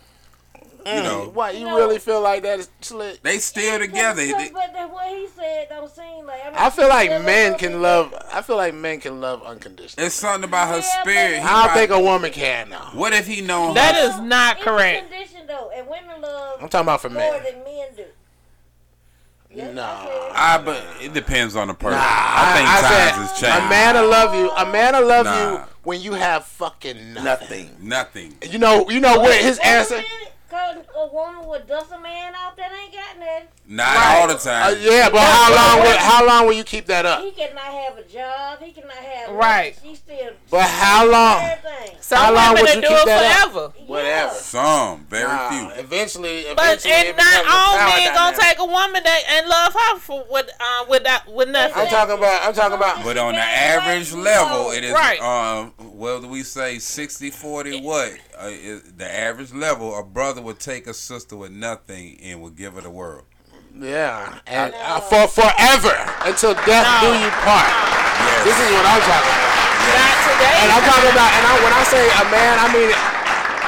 S3: You know
S2: Why you
S6: No.
S2: really feel like that is slick?
S3: they still together.
S6: But,
S3: They-
S6: but, but that what he said don't seem like. I, mean,
S2: I feel like
S6: he
S2: men
S6: loves her.
S2: can love. I feel like men can love unconditionally.
S3: It's something about her
S6: Yeah, but-
S3: spirit. He
S2: I don't
S3: probably-
S2: think a woman can now.
S3: what if he known
S8: That
S3: her?
S8: is not
S6: It's a
S8: correct.
S6: condition though, and women love
S2: I'm talking about for
S6: more
S2: men.
S6: than men do. Yes, I
S2: Nah.
S6: said-
S3: I but it depends on the person.
S2: I
S3: I think times has
S2: said,
S3: changed.
S2: A man will love you. A man will love
S3: Nah.
S2: you when you have fucking nothing.
S5: Nothing.
S3: Nothing.
S2: You know. You know what his
S6: Wait a
S2: answer.
S6: minute, Cause a woman would dust a man out that ain't got nothing.
S3: Not all the time.
S2: Uh, yeah, but how long? Will, how long will you keep that up?
S6: He cannot have a job. He cannot have
S8: Right.
S6: She still
S2: But how long?
S6: everything.
S8: Some
S2: How long
S8: women
S2: would
S8: will
S2: you
S8: do
S2: keep
S8: it
S2: that
S8: forever.
S2: Uh. Whatever.
S6: Yeah.
S3: Some, very
S2: Nah,
S3: few.
S2: eventually, eventually,
S8: But
S2: it
S8: and
S2: becomes
S8: not
S2: a
S8: all
S2: power
S8: men gonna
S2: dynamic.
S8: take a woman that and love her for with uh without with
S2: I'm
S8: nothing.
S2: talking about. I'm talking about.
S3: But on the average level, it is
S8: Right.
S3: um what do we say 60 40 what? Uh, is the average level a brother would take a sister with nothing and would give her the world.
S2: Yeah, and uh, for forever until death do you part.
S3: Yeah. Yeah.
S2: This is what I'm talking about.
S7: Not today.
S2: And I'm talking about, and I, when I say a man, I mean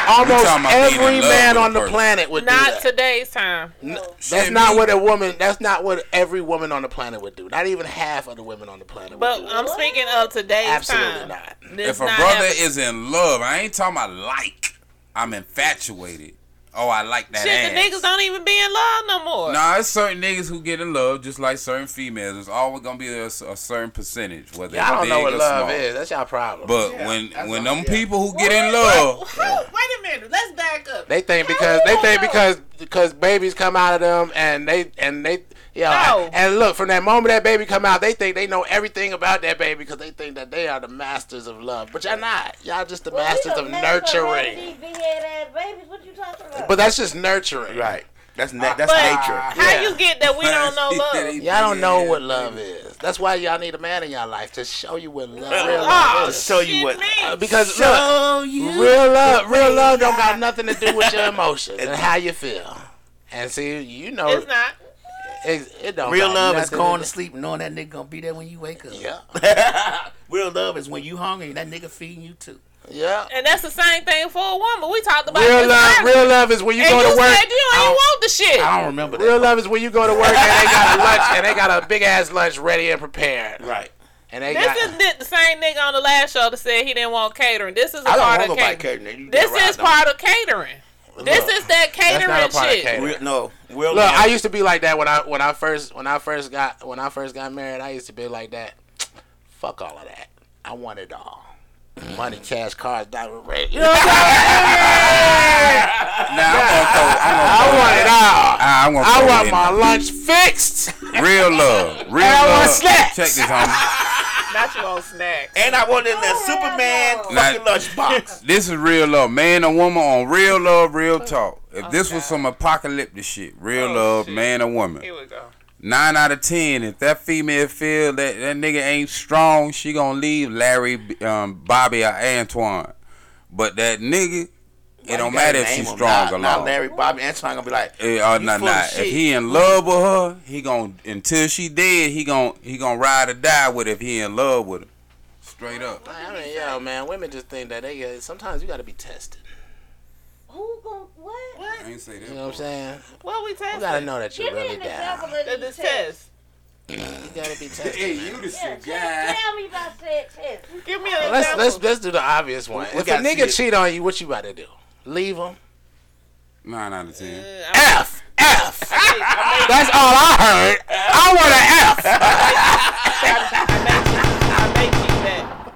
S2: almost
S3: talking about being
S2: every
S3: in love
S2: man
S3: with a
S2: on the
S3: person.
S2: planet would do
S8: Not
S2: that.
S8: today's time.
S2: That's not what a woman. That's not what every woman on the planet would do. Not even half of the women on the planet.
S8: But
S2: would do. that.
S8: I'm speaking of today's
S2: Absolutely
S8: time.
S2: not.
S8: This
S3: If a
S8: not
S3: brother
S8: happening.
S3: is in love, I ain't talking about like. I'm infatuated. Oh, I like that
S8: Shit, the
S3: ass.
S8: niggas don't even be in love no more.
S3: Nah, it's certain niggas who get in love, just like certain females. There's always gonna be a, a certain percentage, whether
S2: Yeah, I
S3: it's
S2: don't know
S3: big
S2: what
S3: or
S2: love
S3: small.
S2: is. That's y'all problem.
S3: But
S7: Yeah,
S3: when
S7: that's
S3: when
S7: all-
S3: them
S7: yeah.
S3: people who get in love,
S7: How- wait a minute. Let's back up.
S2: they think because they think because because babies come out of them and they and they yeah
S8: No.
S2: and look from that moment that baby come out they think they know everything about that baby because they think that they are the masters of love but y'all not y'all just the masters of nurturing
S6: Big head ass babies. What you talking about?
S2: but that's just nurturing
S5: Right. That's na- that's
S8: But-
S5: nature.
S8: How
S2: Yeah.
S8: you get that we don't know love?
S2: Y'all don't know what love is. That's why y'all need a man in y'all life to show you what love, real love
S8: Oh,
S2: is.
S5: show you
S8: shit,
S5: what-
S8: man.
S2: Because look, real love, real love don't got nothing to do with your emotions and how you feel. And see, you know,
S8: It's not.
S2: it, it don't.
S5: Real
S2: got
S5: love is
S2: nothing
S5: going to
S2: do-
S5: sleep knowing that nigga gonna be there when you wake up.
S2: Yeah,
S5: Real love is when you hungry and that nigga feeding you too.
S2: yeah.
S8: And that's the same thing for a woman. We talked about
S2: Real
S8: this
S2: love,
S8: earlier.
S2: real love is when you
S8: and
S2: go
S8: you
S2: to work.
S8: said you ain't want the shit.
S5: I don't remember that.
S2: Real love is when you go to work and they got a lunch and they got a big ass lunch ready and prepared.
S5: Right.
S2: And they
S8: This
S2: got
S8: is the- the same nigga on the last show that said he didn't want catering. This is a
S5: I don't
S8: part
S5: want
S8: of
S5: nobody
S8: catering.
S5: catering. You
S8: This
S5: get right,
S8: is
S5: don't-
S8: part of catering. This
S2: Look,
S8: is that
S2: that's
S8: catering
S2: not a part of
S8: shit.
S2: catering.
S5: Real, no. Real
S2: Look,
S5: love.
S2: I used to be like that when I when I first when I first got when I first got married. I used to be like that. Fuck all of that. I want it all. Money, cash, cars, diamond ring. You know what I'm saying?
S3: Now I'm gonna throw. I'm gonna throw
S2: I want it all.
S3: I, I want.
S2: I want my lunch fixed.
S3: real love. Real
S2: I want
S3: love.
S2: snacks.
S3: Check this, homie.
S8: Not you on snacks.
S5: and I wanted that Superman fucking
S3: Like-
S5: lunchbox.
S3: This is real love, man and woman on real love, real talk.
S2: Oh,
S3: If this was some apocalyptic shit, real
S8: Oh,
S3: love,
S8: shit.
S3: man and woman.
S8: Here we go.
S3: Nine out of ten. If that female feel that that nigga ain't strong, she gonna leave Larry, um, Bobby, or Antoine. But that nigga, it don't matter if she's strong
S5: now,
S3: or
S5: Now
S3: not.
S5: Larry Bobby Antoine gonna be like,
S3: Eh, or
S5: You
S3: not,
S5: full of
S3: not. If
S5: shit.
S3: he in love with her, he gon' until she dead, he gon' he gon' ride or die with her if he in love with her. Straight up.
S2: I mean, yo, man, women just think that they. uh, Sometimes you got to be tested.
S6: Who gon' what?
S8: What?
S3: I ain't say that.
S2: You know what I'm saying?
S8: What we
S2: You gotta
S8: testing?
S2: know that you're
S6: Give me
S2: really
S6: an
S2: down.
S6: example of
S8: The,
S6: the
S8: the
S6: test.
S8: test.
S2: You gotta be tested.
S3: you the
S6: Yeah, tell, tell me about that test.
S8: Give me an
S2: Let's
S8: example.
S2: let's let's do the obvious one.
S5: We
S2: If a
S5: gotta see
S2: nigga
S5: it.
S2: cheat on you, what you about to do? Leave him.
S3: Nine out of ten.
S8: Uh, I-
S2: F F. That's all I heard. I want an F.
S8: I may keep that.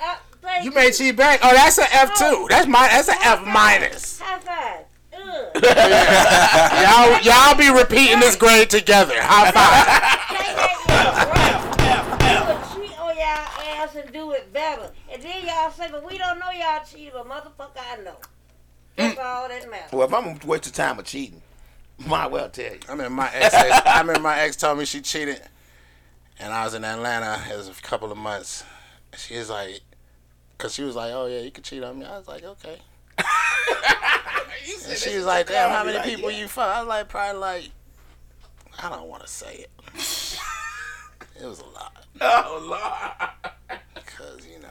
S6: Uh, thank
S2: You made cheat back. Oh, that's an F two. That's my. That's an F minus.
S6: High five. Ugh.
S2: Y'all, y'all be repeating this grade together. High five.
S6: Take that ass, right? You would cheat on y'all ass and do it better. And then y'all say, but we don't know y'all cheated, but motherfucker, I know. That's
S2: Mm.
S6: all that matters.
S5: well, if I'm gonna waste the time of cheating, might well tell you.
S2: I mean, my ex. I remember my ex told me she cheated, and I was in Atlanta. It was a couple of months. She was like, cause she was like, oh yeah, you can cheat on me. I was like, okay. And she was like, damn, how many people you fuck? I was like, probably like, I don't want to say it. it was a lot.
S5: Oh lord.
S2: Cause you know,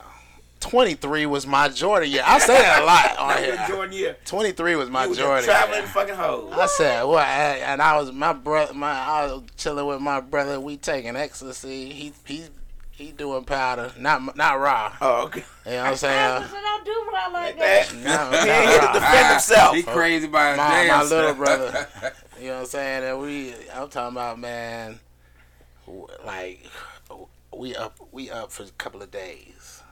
S2: 23 was my Jordan year. I say that a lot on here.
S5: Jordan, yeah.
S2: 23 was my
S5: You was a
S2: Jordan.
S5: traveling
S2: year.
S5: fucking hoe.
S2: I said, well, I, and I was my brother. My I was chilling with my brother. We taking ecstasy. He he he doing powder, not not raw.
S5: Oh, okay.
S2: You know what I'm
S6: I
S2: saying?
S6: said, don't do what I like that.
S5: That-
S2: No,
S5: He ain't here to
S2: not raw.
S5: defend himself.
S3: Ah, He crazy by his
S2: My,
S3: damn
S2: my little
S3: self.
S2: brother. You know what I'm saying? And we, I'm talking about man, w- like we up we up for a couple of days.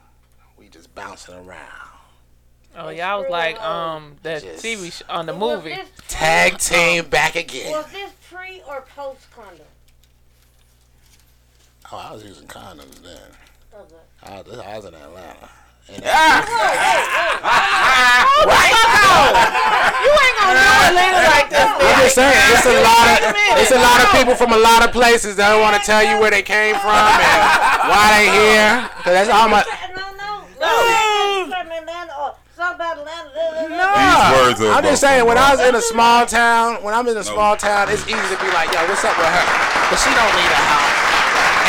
S2: We just bouncing around.
S8: Oh, y'all was like um that
S2: Just-
S8: TV sh- on the
S6: Was
S8: movie.
S6: this pre-
S2: Tag team back again.
S6: Was this pre or post condom?
S2: Oh, I was using condoms then.
S6: Okay.
S2: I was, I was in Atlanta. And
S8: You ain't gonna do it later like this.
S2: I'm just saying, it's a lot of it's a lot of people from a lot of places that don't want to tell you where they came from and why they here. 'Cause that's all my.
S6: Uh, No, no, no. From Atlanta or somebody Atlanta.
S2: Nah,
S3: words are
S2: I'm
S3: both
S2: just saying, when I
S3: wrong.
S2: was in a small town, when I'm in a small town, it's easy to be like, yo, what's up with her? But she don't need a house.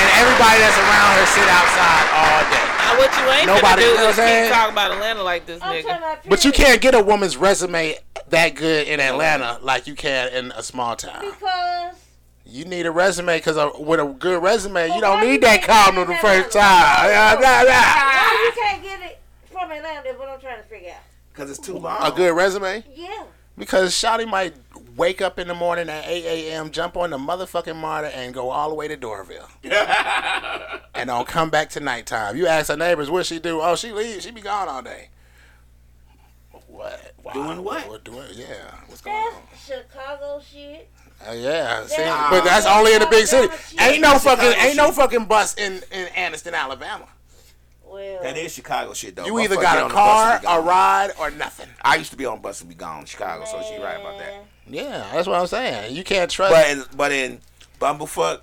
S2: and everybody that's around her sit outside all day.
S8: Now, what you ain't
S2: Nobody- you know
S8: gonna do
S2: what I'm
S8: is
S2: saying?
S8: keep talking about Atlanta like this
S6: I'm
S8: nigga.
S6: talking about
S2: But you
S6: period.
S2: can't get a woman's resume that good in Atlanta like you can in a small town.
S6: Because
S2: You need a resume because with a good resume, you
S6: But
S2: don't
S6: why
S2: need
S6: you
S2: that
S6: can't
S2: column
S6: get
S2: the
S6: that
S2: first
S6: out?
S2: time. Yeah, nah,
S5: Ah.
S2: nah.
S6: why you can't get it from Atlanta is what I'm trying to figure out.
S5: Because it's too long.
S2: A good resume?
S6: Yeah.
S2: Because Shotty might wake up in the morning at 8 a.m., jump on the motherfucking martyr, and go all the way to Doraville. and don't come back to nighttime. You ask her neighbors, what she do? Oh, she leaves. She be gone all day. What? Wow.
S5: Doing what?
S2: doing, yeah. What's going on?
S6: That's Chicago shit.
S2: Uh, yeah, see,
S6: Nah.
S2: but that's only in the big city.
S6: Alabama shit.
S2: Ain't no fucking,
S5: Chicago
S2: ain't no
S5: shit.
S2: fucking bus in in Anniston, Alabama.
S6: Well,
S5: That is Chicago shit, though.
S2: You either
S5: Motherfucker get
S2: got
S5: on
S2: a
S5: the bus
S2: car,
S5: and be
S2: a
S5: gone.
S2: ride, or nothing.
S5: I used to be on bus and be gone in Chicago, so she right about that.
S2: Yeah, that's what I'm saying. You can't trust.
S5: But in, but in Bumblefuck,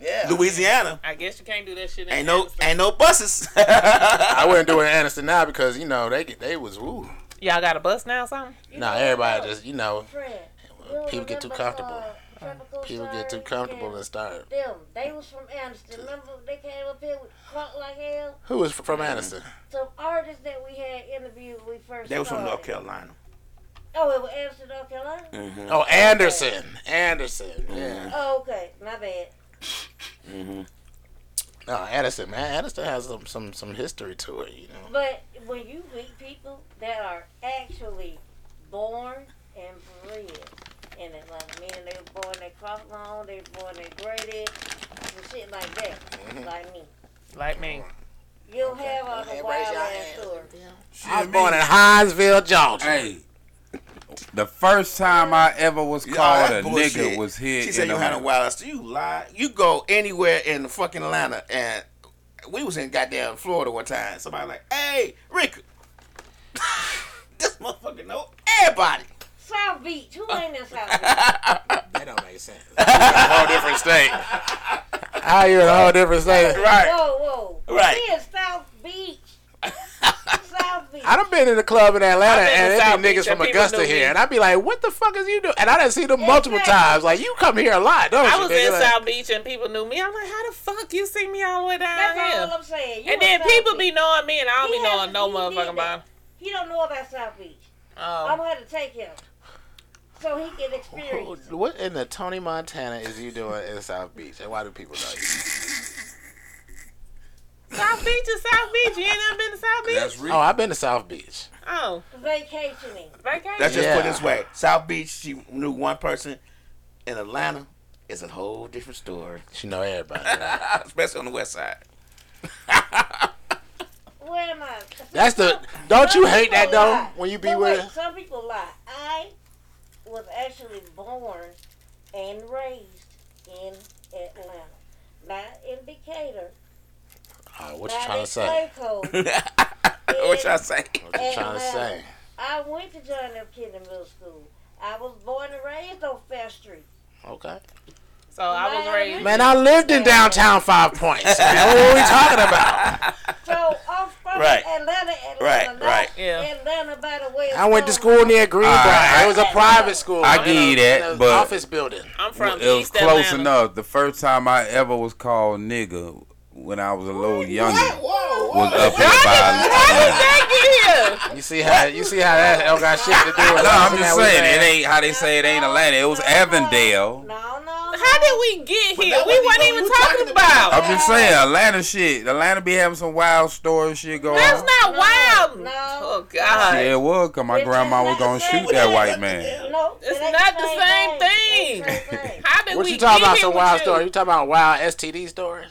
S2: yeah,
S5: Louisiana,
S8: I guess you can't do that shit. In
S5: ain't no
S8: Atlanta.
S5: ain't no buses.
S2: I wouldn't do it in Anniston now because you know they get they was ooh.
S8: Y'all got a bus now, or something?
S2: No, everybody just you know
S6: Friend,
S2: people get
S6: uh,
S2: too comfortable. People get too comfortable and start.
S6: Them, they was from Anderson. Remember, they came up here with crunk like hell.
S2: Who is from Anniston?
S6: Some artists that we had interviewed when we first.
S5: they was from
S6: started.
S5: North Carolina. Mm.
S6: Oh, it was Anderson, North Carolina.
S2: Oh, Anderson, Anderson. Yeah,
S6: Oh, okay, my bad.
S2: no, Anderson, man. Anderson has some some some history to it, you know.
S6: But when you meet people that are actually born and bred in Atlanta, meaning they were born at Cross Lawn, they were born at Grady, and shit like that, like me.
S8: Like me.
S6: You don't have all the wild ass story.
S2: I was born in Hinesville, Georgia.
S3: Hey. The first time I ever was
S5: Yeah,
S3: called a
S5: that's bullshit.
S3: nigga was here
S5: She
S3: in
S5: said you had a
S3: Atlanta.
S5: wild ass. You lie. You go anywhere in fucking Atlanta, and we was in goddamn Florida one time. Somebody like, hey, Rick, this motherfucker know everybody.
S6: South Beach, who ain't in South Beach?
S2: That don't make sense. a whole different state. How you in a whole different state?
S5: Right.
S6: Whoa, whoa.
S5: Right.
S6: We in South Beach. South Beach.
S2: I done been in a club in Atlanta
S8: I've been
S2: and
S8: to
S2: it
S8: South
S2: be
S8: Beach
S2: niggas
S8: and
S2: from
S8: people
S2: Augusta
S8: knew me.
S2: here, and I'd be like, "What the fuck is you doing?" And I done seen them multiple
S6: Exactly.
S2: times. Like you come here a lot, don't
S8: I
S2: you?
S8: was
S2: nigga?
S8: in
S2: Like,
S8: South Beach and people knew me. I'm like, how the fuck you see me all the way down
S6: That's all
S8: here?
S6: I'm saying. You
S8: And
S6: in
S8: then
S6: South
S8: people be
S6: Beach.
S8: knowing me, and I don't
S6: He
S8: be knowing
S6: hasn't-
S8: no
S6: he did
S8: motherfucking
S6: that.
S8: about.
S6: He don't know about South Beach. I'm
S8: Oh,
S6: gonna have to take him so he can experience.
S2: Who- What in the Tony Montana is you doing in South Beach, and why do people know you?
S8: South Beach is South Beach. You ain't never been to South Beach?
S3: That's real.
S2: Oh, I've been to South Beach.
S8: Oh,
S6: Vacationing.
S8: vacation.
S5: Let's just put it
S2: Yeah.
S5: this way: South Beach. She knew one person. In Atlanta, it's a whole different story,
S2: She know everybody. right?
S5: especially on the West Side.
S6: Where am I?
S2: That's the. Don't you hate that
S6: People
S2: though?
S6: lie.
S2: When you be
S6: But
S2: with.
S6: wait, some people lie. I was actually born and raised in Atlanta, not in Decatur,
S2: Oh, what you
S6: not
S2: trying
S6: in
S2: to say?
S6: Clayco.
S5: what y'all say?
S2: What you trying to say?
S6: I went to John F. Kennedy Middle School. I was born and raised on Fair Street.
S2: Okay.
S8: So I was raised.
S2: Man, I lived in downtown Five Points. Man, what are we talking about?
S6: So I'm from
S5: Right.
S6: Atlanta, Atlanta,
S5: Right,
S6: not
S5: right.
S8: Yeah.
S6: Atlanta by the way. of
S2: I went to
S6: Rome.
S2: school near Greenbrier.
S3: Alright,
S2: it was a private school.
S3: I
S2: in
S3: give
S2: a-
S3: you that,
S2: in a
S3: but-
S2: office building.
S8: I'm from
S3: it was
S8: East
S3: close
S8: Atlanta.
S3: enough. The first time I ever was called nigga when I was a little younger was
S2: uh,
S3: up here by.
S8: Thank you.
S2: You see how you see how that don't got shit to do with
S3: No, I'm
S2: nothing
S3: just
S2: that we
S3: saying it
S2: had.
S3: ain't how they say it ain't Atlanta. It was Avondale.
S6: No, no.
S8: How did we get here?
S5: that
S8: We
S5: wasn't
S8: wasn't
S5: even
S8: even
S5: what you
S8: talking
S5: talking about.
S8: about.
S3: I'm just saying Atlanta shit. Atlanta be having some wild story shit going
S8: That's
S3: on.
S8: not wild.
S6: No.
S8: Oh God.
S3: Yeah, it was 'cause my
S6: It's
S3: grandma was
S6: not the
S3: gonna
S6: same
S3: shoot that
S6: thing.
S3: white man.
S6: No,
S8: It's
S6: it ain't
S8: not the same
S6: thing.
S8: thing.
S6: It ain't the same thing.
S8: How did
S2: What
S8: we
S2: you talking
S8: get
S2: about?
S8: here
S2: Some
S8: with
S2: wild
S8: you?
S2: story? You talking about wild STD stories?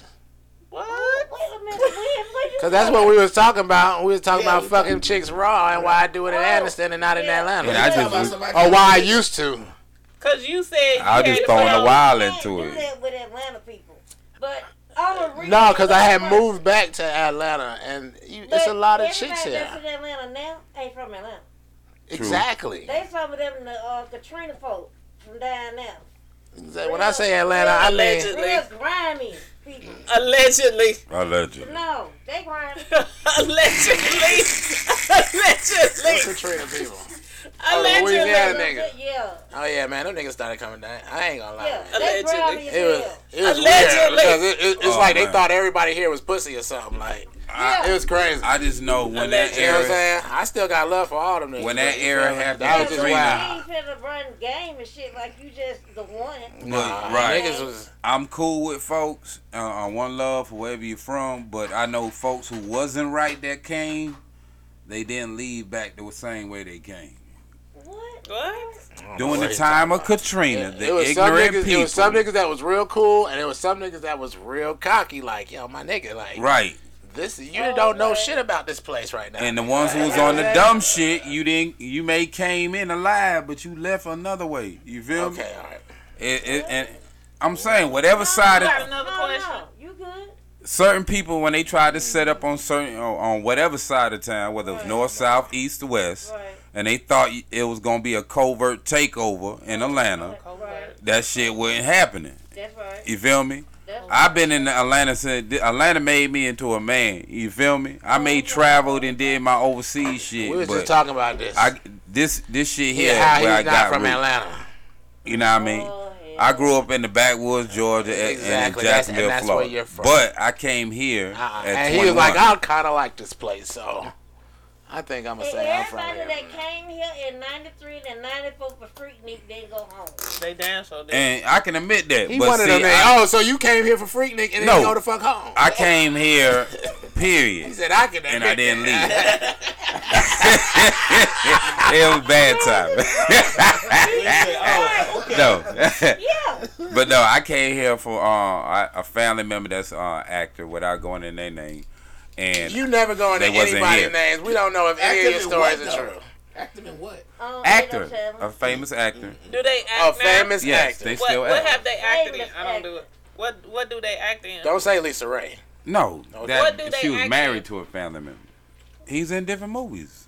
S8: What?
S6: Wait a minute. When, when you
S2: Cause that's what we was talking about. We was talking
S5: Yeah,
S2: about
S5: we
S2: fucking chicks raw and why I do it in
S6: Oh,
S2: Anniston and not in
S6: yeah.
S2: Atlanta,
S3: And I
S5: About
S3: just,
S5: somebody
S2: or why I
S5: coming-
S2: used to.
S8: Cause you said
S3: I
S8: you
S3: just
S8: had
S3: throwing
S8: to
S3: a
S8: wild.
S3: wild
S6: can't
S3: into
S6: do
S3: it.
S6: that with Atlanta people. But all the reason
S2: No, cause I had
S6: But
S2: moved back to Atlanta, and you, it's a lot of chicks
S6: everybody
S2: here.
S6: That's in Atlanta now. Ain't from Atlanta.
S2: Exactly.
S6: They some of them the uh, Katrina folk from down now.
S2: When I say Atlanta, I mean
S8: Allegedly.
S6: Real grimy people.
S8: Allegedly.
S3: Allegedly.
S6: No, they grimy.
S8: Allegedly. Allegedly.
S2: Katrina people.
S8: Allegedly.
S2: Louisiana
S6: Yeah,
S2: niggas.
S6: Yeah,
S2: Oh yeah, man, them niggas started coming down. I ain't gonna lie.
S6: yeah.
S2: man.
S6: They proud of
S7: Allegedly.
S2: It was
S6: yourself.
S2: it was weird
S7: Allegedly.
S2: because it, it, it's
S3: Oh,
S2: like they
S3: man.
S2: thought everybody here was pussy or something. Like
S6: Yeah.
S2: it was crazy.
S3: I just know when that
S2: you know what I'm
S3: era,
S2: saying? I still got love for all them niggas.
S3: When that
S2: but, you know
S3: era
S2: what I'm saying?
S3: happened,
S2: that
S6: Yeah,
S2: was just
S6: but
S3: wow.
S2: wild.
S6: You ain't finna run game and shit like you just the one.
S3: look,
S2: Right.
S3: right?
S2: Niggas was
S3: I'm cool with folks. Uh, I want love for wherever you're from, but I know folks who wasn't right that came. They didn't leave back the same way they came.
S6: What?
S7: What?
S3: During the time of Katrina,
S2: it,
S3: the
S2: it was some
S3: ignorant
S2: niggas,
S3: people.
S2: it was some niggas that was real cool, and it was some niggas that was real cocky. Like yo, my nigga, like
S3: right.
S2: this, you don't know shit about this place right now.
S3: And the ones who was on the dumb shit, you didn't. You may came in alive, but you left another way. You feel me?
S2: Okay, all right.
S3: It, it, and I'm saying whatever side
S8: I got
S3: of
S8: another
S6: No,
S8: question.
S6: no, you good?
S3: certain people when they tried to set up on certain on, on whatever side of town, whether it's north, south, east, or west,
S6: Right,
S3: and they thought it was gonna be a covert takeover in Atlanta,
S6: right.
S3: that shit wasn't happening.
S6: That's right.
S3: You feel me?
S6: That's right.
S3: I've been in Atlanta since Atlanta made me into a man. You feel me? I may traveled and did my overseas shit,
S2: We was
S3: but
S2: just talking about this.
S3: I this this shit here
S2: yeah,
S3: yeah,
S2: how
S3: where I
S2: he's not
S3: got
S2: from
S3: from
S2: Atlanta.
S3: You know what I mean?
S6: Oh, hell.
S3: I grew up in the backwoods, Georgia, a- and
S2: Exactly.
S3: in
S2: That's- and
S3: Jacksonville,
S2: that's where
S3: Florida.
S2: you're from.
S3: But I came here
S2: Uh-uh.
S3: at
S2: And
S3: 21.
S2: he was like, I kind of like this place, so I think I'm gonna
S6: And
S2: say I'm from
S6: everybody
S2: here.
S6: that came here in 93 and 94 for Freaknik didn't go home.
S8: They damn so did.
S3: and I can admit that.
S2: He
S3: but
S2: wanted
S3: see,
S2: a man.
S3: I,
S2: oh, so you came here for Freaknik and then
S3: No.
S2: you go the fuck home?
S3: I came here,
S2: he
S3: period,
S2: said I can.
S3: and
S2: admit
S3: I didn't leave.
S2: that."
S3: it was bad time. no.
S6: Yeah.
S3: but no, I came here for uh, I- a family member that's uh actor without going in their name, and
S2: You never go into
S3: They wasn't
S2: anybody's
S3: here.
S2: names. We don't know if any of your
S5: Active in what,
S2: stories are
S5: though?
S2: true.
S5: Active in what?
S6: Um,
S3: actor,
S6: they don't tell
S3: a
S6: them.
S3: famous actor.
S7: Do they
S2: A
S7: act now?
S2: famous
S3: Yes,
S2: actor.
S3: they
S7: What,
S3: still
S7: what
S3: act.
S7: have they acted in?
S6: Famous
S7: I don't
S6: actor.
S7: do it. What What do they act in?
S2: Don't say Lisa Ray.
S3: No,
S7: What do
S3: that
S7: they
S3: she was
S7: act in?
S3: married to a family member. He's in different movies.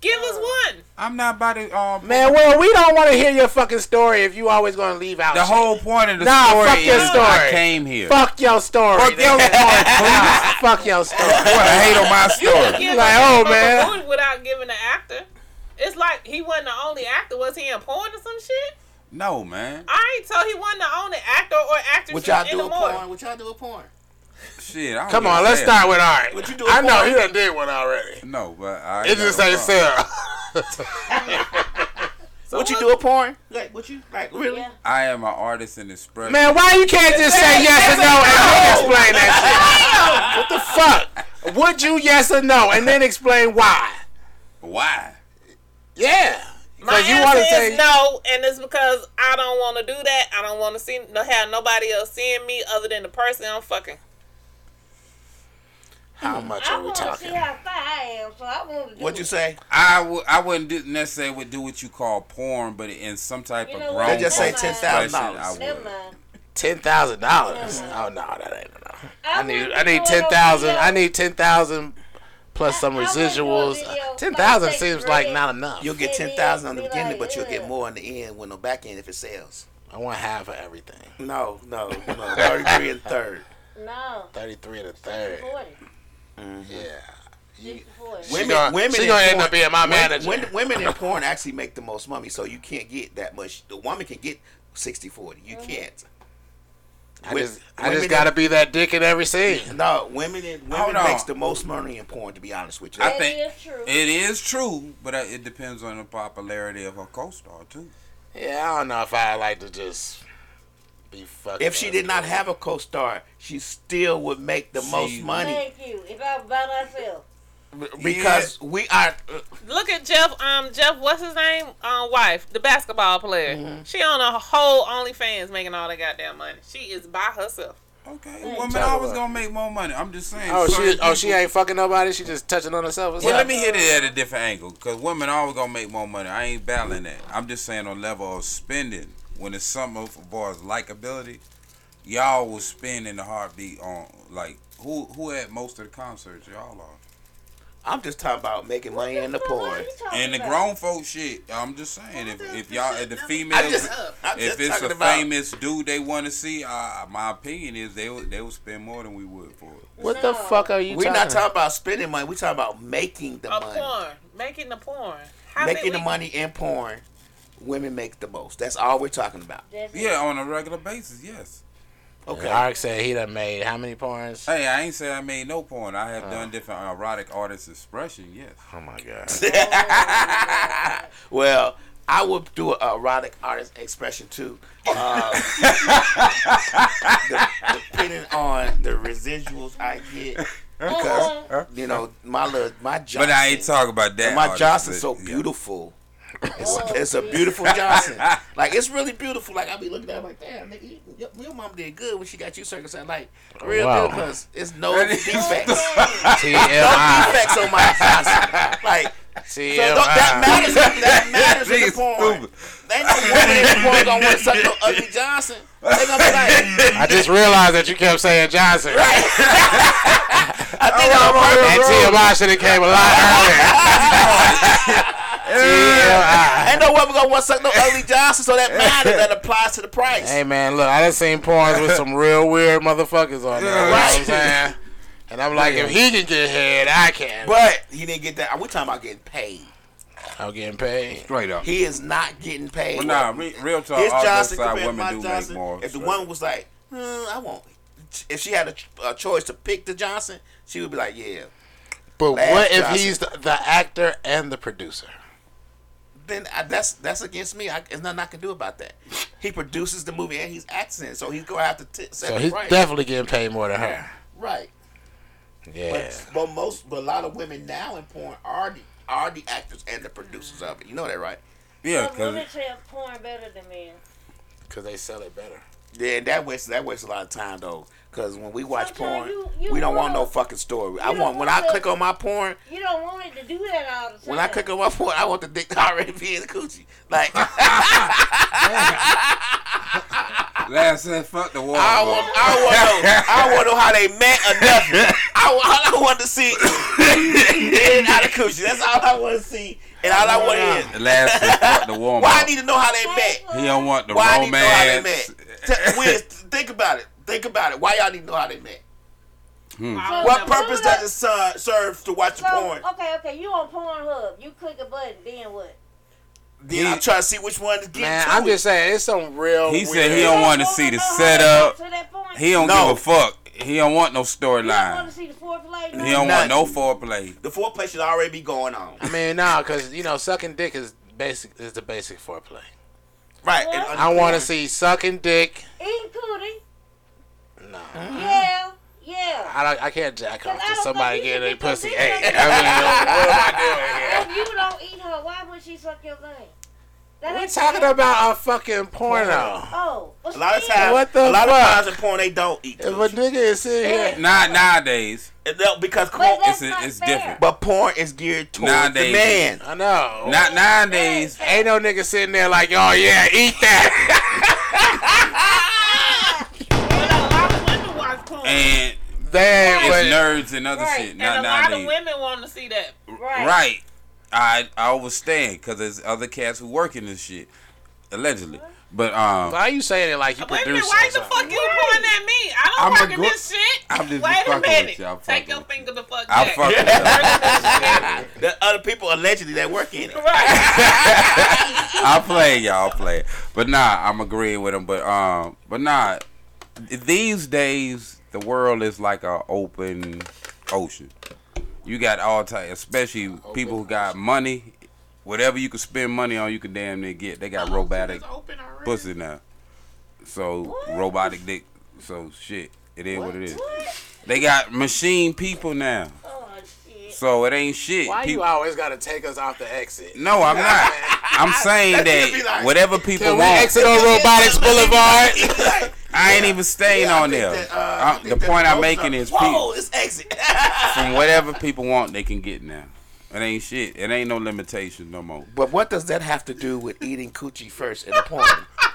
S7: Give us one.
S3: I'm not about to. Um,
S2: Man, well, we don't want to hear your fucking story if you always gonna leave out.
S3: the
S2: shit.
S3: whole point of the
S2: Nah,
S3: story
S2: fuck your
S3: is I
S2: story.
S3: came here.
S2: Fuck your story.
S3: Fuck your
S2: nigga.
S3: story,
S2: fuck your
S3: please.
S2: story.
S3: What I hate on my story.
S7: Give
S2: like,
S7: us
S2: oh,
S7: a
S2: man.
S7: movie Without giving the actor, it's like he wasn't the only actor. Was he in porn or some shit?
S3: No, man.
S7: I ain't so he wasn't the only actor or actress
S5: What y'all
S7: in
S5: do
S7: the
S5: a
S7: movie.
S5: porn? What y'all do a porn?
S3: Shit. I don't
S2: Come
S3: give a
S2: on, let's
S3: shit.
S2: start with Ari.
S5: What you do
S2: I know
S5: for
S2: he
S5: it?
S2: done did one already.
S3: No, but I.
S2: It just
S3: got a
S2: ain't
S3: problem.
S2: Sarah.
S5: what you do a porn? Like what you like really?
S6: Yeah.
S3: I am an artist in expression.
S2: Man, why you can't just say yes or no and then explain that shit? What the fuck? Would you yes or no and then explain why?
S3: Why?
S2: Yeah.
S7: My
S2: Because you want
S7: answer
S2: to
S7: is
S2: say
S7: no, and it's because I don't want to do that. I don't want to see no have nobody else seeing me other than the person I'm fucking.
S2: how much
S6: I
S2: are we
S6: want to see
S2: talking?
S6: how far I am, so I want to do
S5: What'd you
S6: it.
S5: say?
S3: I w- I wouldn't do, necessarily would do what you call porn, but in some type
S6: You
S3: of
S6: know
S3: grown
S6: what?
S5: They just say
S6: Never
S5: ten
S6: mind.
S5: thousand
S3: I
S5: dollars.
S3: would.
S6: Never mind.
S2: Ten thousand dollars? Oh no, that ain't enough. I need
S6: wouldn't
S2: I
S6: be
S2: need
S6: doing
S2: ten
S6: no
S2: thousand. I
S6: video.
S2: need ten thousand plus some
S6: I- I wouldn't do a
S2: residuals.
S6: video.
S2: Ten thousand
S6: Like,
S2: seems
S6: take
S2: like
S6: bread.
S2: not enough.
S5: You'll get
S6: And
S5: ten thousand on the
S6: then be
S5: beginning,
S6: like,
S5: but you'll get
S6: yeah.
S5: more on the end when the back end if it sells.
S2: I want half of everything.
S5: No, no, no. Thirty-three and third.
S6: No.
S2: Thirty three and a third.
S6: 40.
S2: Yeah.
S6: 40.
S5: Women,
S2: gonna-
S5: women
S2: she
S5: in
S2: gonna end
S5: porn-
S2: up being my
S5: wom-
S2: manager.
S5: wom- women in porn actually make the most money, so you can't get that much. The woman can get 60-40. You
S6: Mm-hmm.
S5: can't.
S2: I
S5: With-
S2: just I just
S5: women
S2: gotta be that dick in every scene.
S5: No, women in,
S3: Hold
S5: women
S3: on.
S5: makes the most money in porn. To be honest with you,
S3: I
S6: That
S3: think-
S6: is true.
S3: It is true, but uh, it depends on the popularity of her co-star too.
S2: Yeah, I don't know if I like to just be fucking.
S5: if she did not have a co-star, she still would make the most
S3: She-
S5: money
S6: Thank you. If I was by myself.
S5: because we are. uh,
S7: Look at Jeff. Um, Jeff, what's his name? Um, wife, the basketball player. She on a whole OnlyFans making all that goddamn money. She is by herself.
S3: Okay,
S6: Hey,
S3: women
S2: talk
S3: always
S2: about
S3: gonna make more money. I'm just saying.
S2: Oh,
S3: certain
S2: she oh she
S3: people-
S2: ain't fucking nobody. She just touching on herself. or
S3: Well, let
S2: something?
S3: me hit it at a different angle, cause women always gonna make more money. I ain't battling that. I'm just saying on level of spending. When it's something as far as likability, y'all will spend in the heartbeat on like who who had most of the concerts. Y'all are
S5: I'm just talking about making money in the porn.
S3: and the grown folk shit. I'm just saying if if y'all if the
S5: I'm
S3: females
S5: just, I'm
S3: if
S5: just
S3: it's
S5: talking
S3: a
S5: about.
S3: famous dude they want to see, uh, my opinion is they would they would spend more than we would for it.
S2: What the
S6: No.
S2: fuck are you?
S5: We're not talking about spending money. We're talking about making the
S7: A
S5: money,
S7: porn, making the porn. How did
S5: making the
S7: we-
S5: money in porn. women make the most. That's all we're talking about.
S6: That's
S3: Yeah, on a regular basis, yes.
S5: Okay.
S2: Lark said he done made how many porns?
S3: Hey, I ain't say I made no porn. I
S5: Uh.
S3: have done different erotic artist expression, yes.
S2: Oh my god.
S5: Well, I would do a erotic artist expression too, uh, de- depending on the residuals I get. Because you know my little my Johnson,
S3: But I ain't talking about that.
S5: my
S3: artist,
S5: Johnson's so
S3: but, yeah. Oh,
S5: beautiful. It's, it's a beautiful Johnson. Like it's really beautiful. Like I be looking at it like, damn, nigga, you, your, your mom did good when she got you circumcised. Like real
S2: Wow.
S5: good, cause it's no defects,
S2: TMI.
S5: defects on my Johnson. Like so don't- that
S2: TMI.
S5: matters. That matters in the
S3: Nigga's
S5: porn.
S3: stupid.
S5: They ain't no woman in the porn gonna want to suck no ugly Johnson. They gonna be like,
S2: I just realized that you kept saying Johnson.
S5: I think
S3: Oh,
S5: I'm
S2: That TMI should have came a lot earlier.
S5: Ain't no woman gonna want to suck no ugly Johnson. So that matters. That applies to the price.
S2: TMI. Hey man, look, I done seen porns with some real weird motherfuckers on there. You know what I'm saying? And I'm like, if he can get head, I can.
S5: But he didn't get that. We talking about getting paid.
S2: I'm getting paid.
S3: Straight up.
S5: He is not getting paid.
S3: Well, nah, re- real talk.
S5: His
S3: all
S5: Johnson
S3: side
S5: compared to
S3: women
S5: my
S3: do
S5: Johnson.
S3: make more.
S5: If the
S3: straight.
S5: woman was like, hmm, I won't. If she had a, ch- a choice to pick the Johnson, she would be like, yeah.
S2: But
S5: Last
S2: what if
S5: Johnson.
S2: he's the, the actor and the producer?
S5: Then I, that's that's against me. I, there's nothing I can do about that. He produces the movie and he's acting, in it, so he's gonna have to t- set
S2: So
S5: the
S2: he's
S5: price.
S2: definitely getting paid more than her.
S5: right.
S2: Yeah.
S5: But, but most, but a lot of women now in porn are the are the actors and the producers of it. You know that, right?
S3: yeah,
S6: But women
S3: because
S6: sell porn better than men.
S2: Because they sell it better.
S5: Yeah, and that wastes that wastes a lot of time though, because when we watch
S6: Sometimes
S5: porn,
S6: you- you
S5: we don't want no
S6: want-
S5: fucking story. I
S6: you
S5: want
S6: don't
S5: when I
S6: want
S5: click
S6: the-
S5: on my porn,
S6: You don't want it to do that all the time.
S5: when I click on my porn, I want the dick to already be in the coochie. Like
S3: last said fuck the water.
S5: I
S3: boy.
S5: want, I want to, I want to know how they met or nothing. I, wa- all I want to see is in out of coochie. That's all I want to see, and all I want is
S3: last said fuck the woman.
S5: why I need to know how they met.
S3: He don't want the
S5: Why I need
S3: romance.
S5: to know how they met? T- Wiz, think about it. Think about it. Why y'all need to know how they met? What purpose does it ser- serve to watch the
S6: so,
S5: porn?
S6: Okay, okay. You on Pornhub. You click a button, then what?
S5: Then I'm trying to see which one to get
S2: Man,
S5: to
S2: I'm
S5: it.
S2: just saying, it's some real.
S3: He said
S2: weird-
S3: he don't want to see the setup.
S6: To that point,
S3: He don't
S5: No.
S3: give a fuck. He don't want no
S6: want
S3: storyline.
S6: to see the foreplay.
S3: He don't want
S5: Nothing.
S3: no foreplay.
S5: the foreplay should already be going on.
S2: I mean, nah, because you know, sucking dick is basic. Is the basic foreplay.
S5: Right.
S6: Well,
S5: and-
S2: I want to see sucking dick.
S6: Eating cootie.
S2: No,
S6: Yeah, yeah.
S2: I don't, I can't jack off
S6: Cause I
S2: to
S6: don't
S2: somebody
S6: think you
S2: getting a
S6: can get
S2: pussy.
S6: your
S2: Hey, I
S6: dick
S2: mean,
S6: sucked.
S2: what am I doing here?
S6: If you don't eat her, why would she suck your thing? That
S2: We're
S6: ain't
S2: talking
S6: fair.
S2: about a fucking porno.
S6: Oh, well,
S5: A lot of
S6: shit.
S5: times,
S2: What the
S5: a lot
S2: fuck?
S5: of times in porn they don't eat.
S2: If
S5: coochie.
S2: a nigga is sitting here,
S3: Not nowadays.
S5: And they'll- because
S6: But
S5: porn,
S6: that's
S3: It's-
S6: not
S3: it's
S6: fair.
S3: different.
S5: but porn is geared towards the
S3: Nowadays.
S5: man.
S2: I know.
S3: Not nowadays.
S2: Ain't no nigga sitting there like, oh yeah, eat that.
S8: But a lot of women watch porn. And,
S3: And
S2: they ain't.
S3: it's
S2: with-
S3: nerds and other
S6: Right.
S3: shit. Not
S8: a lot of
S3: nowadays.
S8: women want to see that.
S6: Right.
S3: Right. I I understand because there's other cats who work in this shit, allegedly. But um,
S2: Why you saying it like you
S8: Wait a
S2: produce
S8: minute, why the fuck you pointing at me? I don't
S3: I'm a
S8: fuck in
S3: gr-
S8: this shit.
S3: I'm just
S8: Wait a
S3: fucking with
S8: minute.
S3: you. I'm
S8: Take
S3: fucking
S8: your
S3: with you.
S8: finger the fuck
S3: I
S8: back.
S3: fuck with her.
S5: The other people allegedly that work in it.
S8: Right.
S3: I play y'all play, but nah, I'm agreeing with him. But um, but nah, these days the world is like a open ocean. You got all type, especially people who got money. Whatever you can spend money on, you can damn near get. They got robotic
S8: It's open already.
S3: pussy now. So robotic dick. So shit, it is what, it is. They got machine people now,
S6: Oh, shit.
S3: so it ain't shit.
S2: Why you
S3: People-
S2: always gotta take us off the exit?
S3: no, I'm not. I'm saying
S5: be
S3: that
S5: like-
S3: whatever people
S2: Can we
S3: want,
S2: exit on Robotics Boulevard?
S3: I ain't even staying
S5: Yeah, I
S3: on
S5: think
S3: there.
S5: that, uh, I
S3: Uh,
S5: think
S3: the
S5: that
S3: point I'm
S5: those
S3: making
S5: are-
S3: is
S5: whoa,
S3: people
S5: it's exit.
S3: from whatever people want, they can get now. It ain't shit. It ain't no limitations no more.
S5: but what does that have to do with eating coochie first in the porn?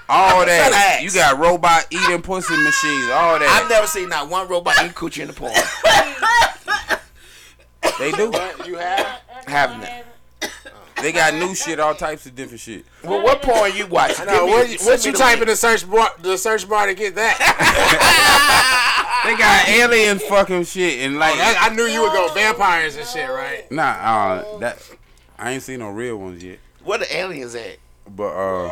S3: All that
S5: Relax.
S3: you got robot eating pussy machines. All
S5: I've
S3: that
S5: never seen not one robot eat coochie in the porn.
S3: they do.
S2: What you have?
S5: Having it.
S3: They got new shit, all types of different shit.
S5: Well, what porn you watch?
S2: No, what, what you type in the search bar? The search bar to get that?
S3: They got alien fucking shit and
S5: Oh,
S3: like
S2: I, I knew you would go vampires and shit, right?
S3: nah. Uh, that I ain't seen no real ones yet.
S5: Where the aliens at?
S3: But uh,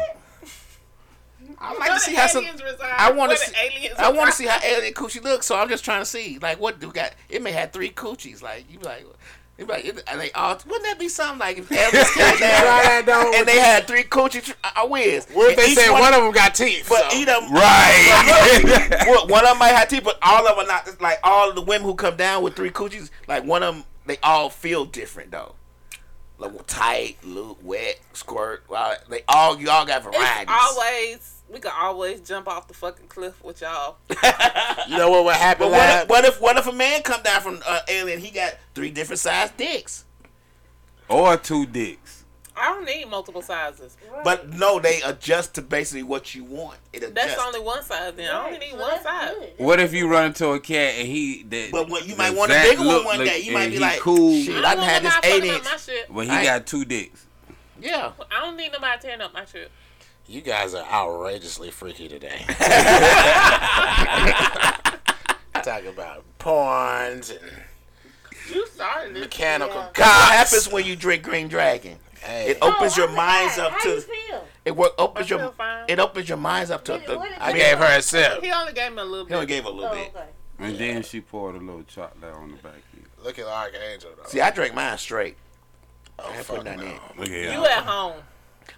S2: I like to see how some. I want to see. I want to see how alien coochie looks. So I'm just trying to see, like, what do we got? It may have three coochies. Like you be like. you be Like, it- and they all, wouldn't that be something like if aliens came down
S3: that down
S2: and they had three coochie tr- uh, whiz? what if And they each said one- e-, one of them got teeth?
S5: But
S2: so.
S5: eat them.
S3: right.
S5: Well, one of them might have teeth, but all of them are not. it's Like all of the women who come down with three coochies, like one of them, they all feel different though. Like tight, loose, wet, squirt. Well, they all you all got varieties.
S7: It's always we could always jump off the fucking cliff with y'all.
S2: you know what would happen?
S5: but what
S2: Lab?
S5: if, what if what if a man come down from uh, alien? He got three different sized dicks.
S3: or two dicks.
S7: I don't need multiple sizes.
S5: But no, they adjust to basically what you want. It adjusts.
S7: That's only one size. Then I only need one size.
S3: What if you run into a cat and he that?
S5: But what- you
S3: the
S5: might want a
S3: exact
S5: bigger one
S3: look
S5: one day. You
S3: and
S5: might be
S3: he
S5: like,
S3: cool,
S5: Shit,
S7: I
S5: I done
S7: don't want
S5: had this
S7: nobody
S5: eight
S7: fucking up
S5: inch.
S7: my shit.
S3: but he
S2: I-
S3: got two dicks.
S2: yeah,
S7: I don't need nobody tearing up my shit.
S2: you guys are outrageously freaky today. Talk about porns and
S7: You started this.
S2: mechanical
S6: Yeah.
S5: What
S2: cocks.
S5: happens when you drink Green Dragon?
S2: Hey,
S5: It opens
S7: Oh,
S5: your minds up
S6: Oh, How
S5: to
S6: you feel?
S5: it. Work, opens
S7: I feel
S5: your
S7: fine.
S5: it opens your minds up to.
S6: What-
S5: the,
S6: what is
S5: I
S6: it?
S5: gave her.
S2: a sip.
S7: He only gave me a little
S5: He only
S7: bit.
S5: gave her a little
S6: Oh,
S5: bit.
S6: okay.
S3: And then she poured a little chocolate on the back.
S2: Look at Archangel though.
S5: See, I drink mine straight. I ain't
S2: fuck
S5: putting nothing in.
S3: Look
S7: You at home,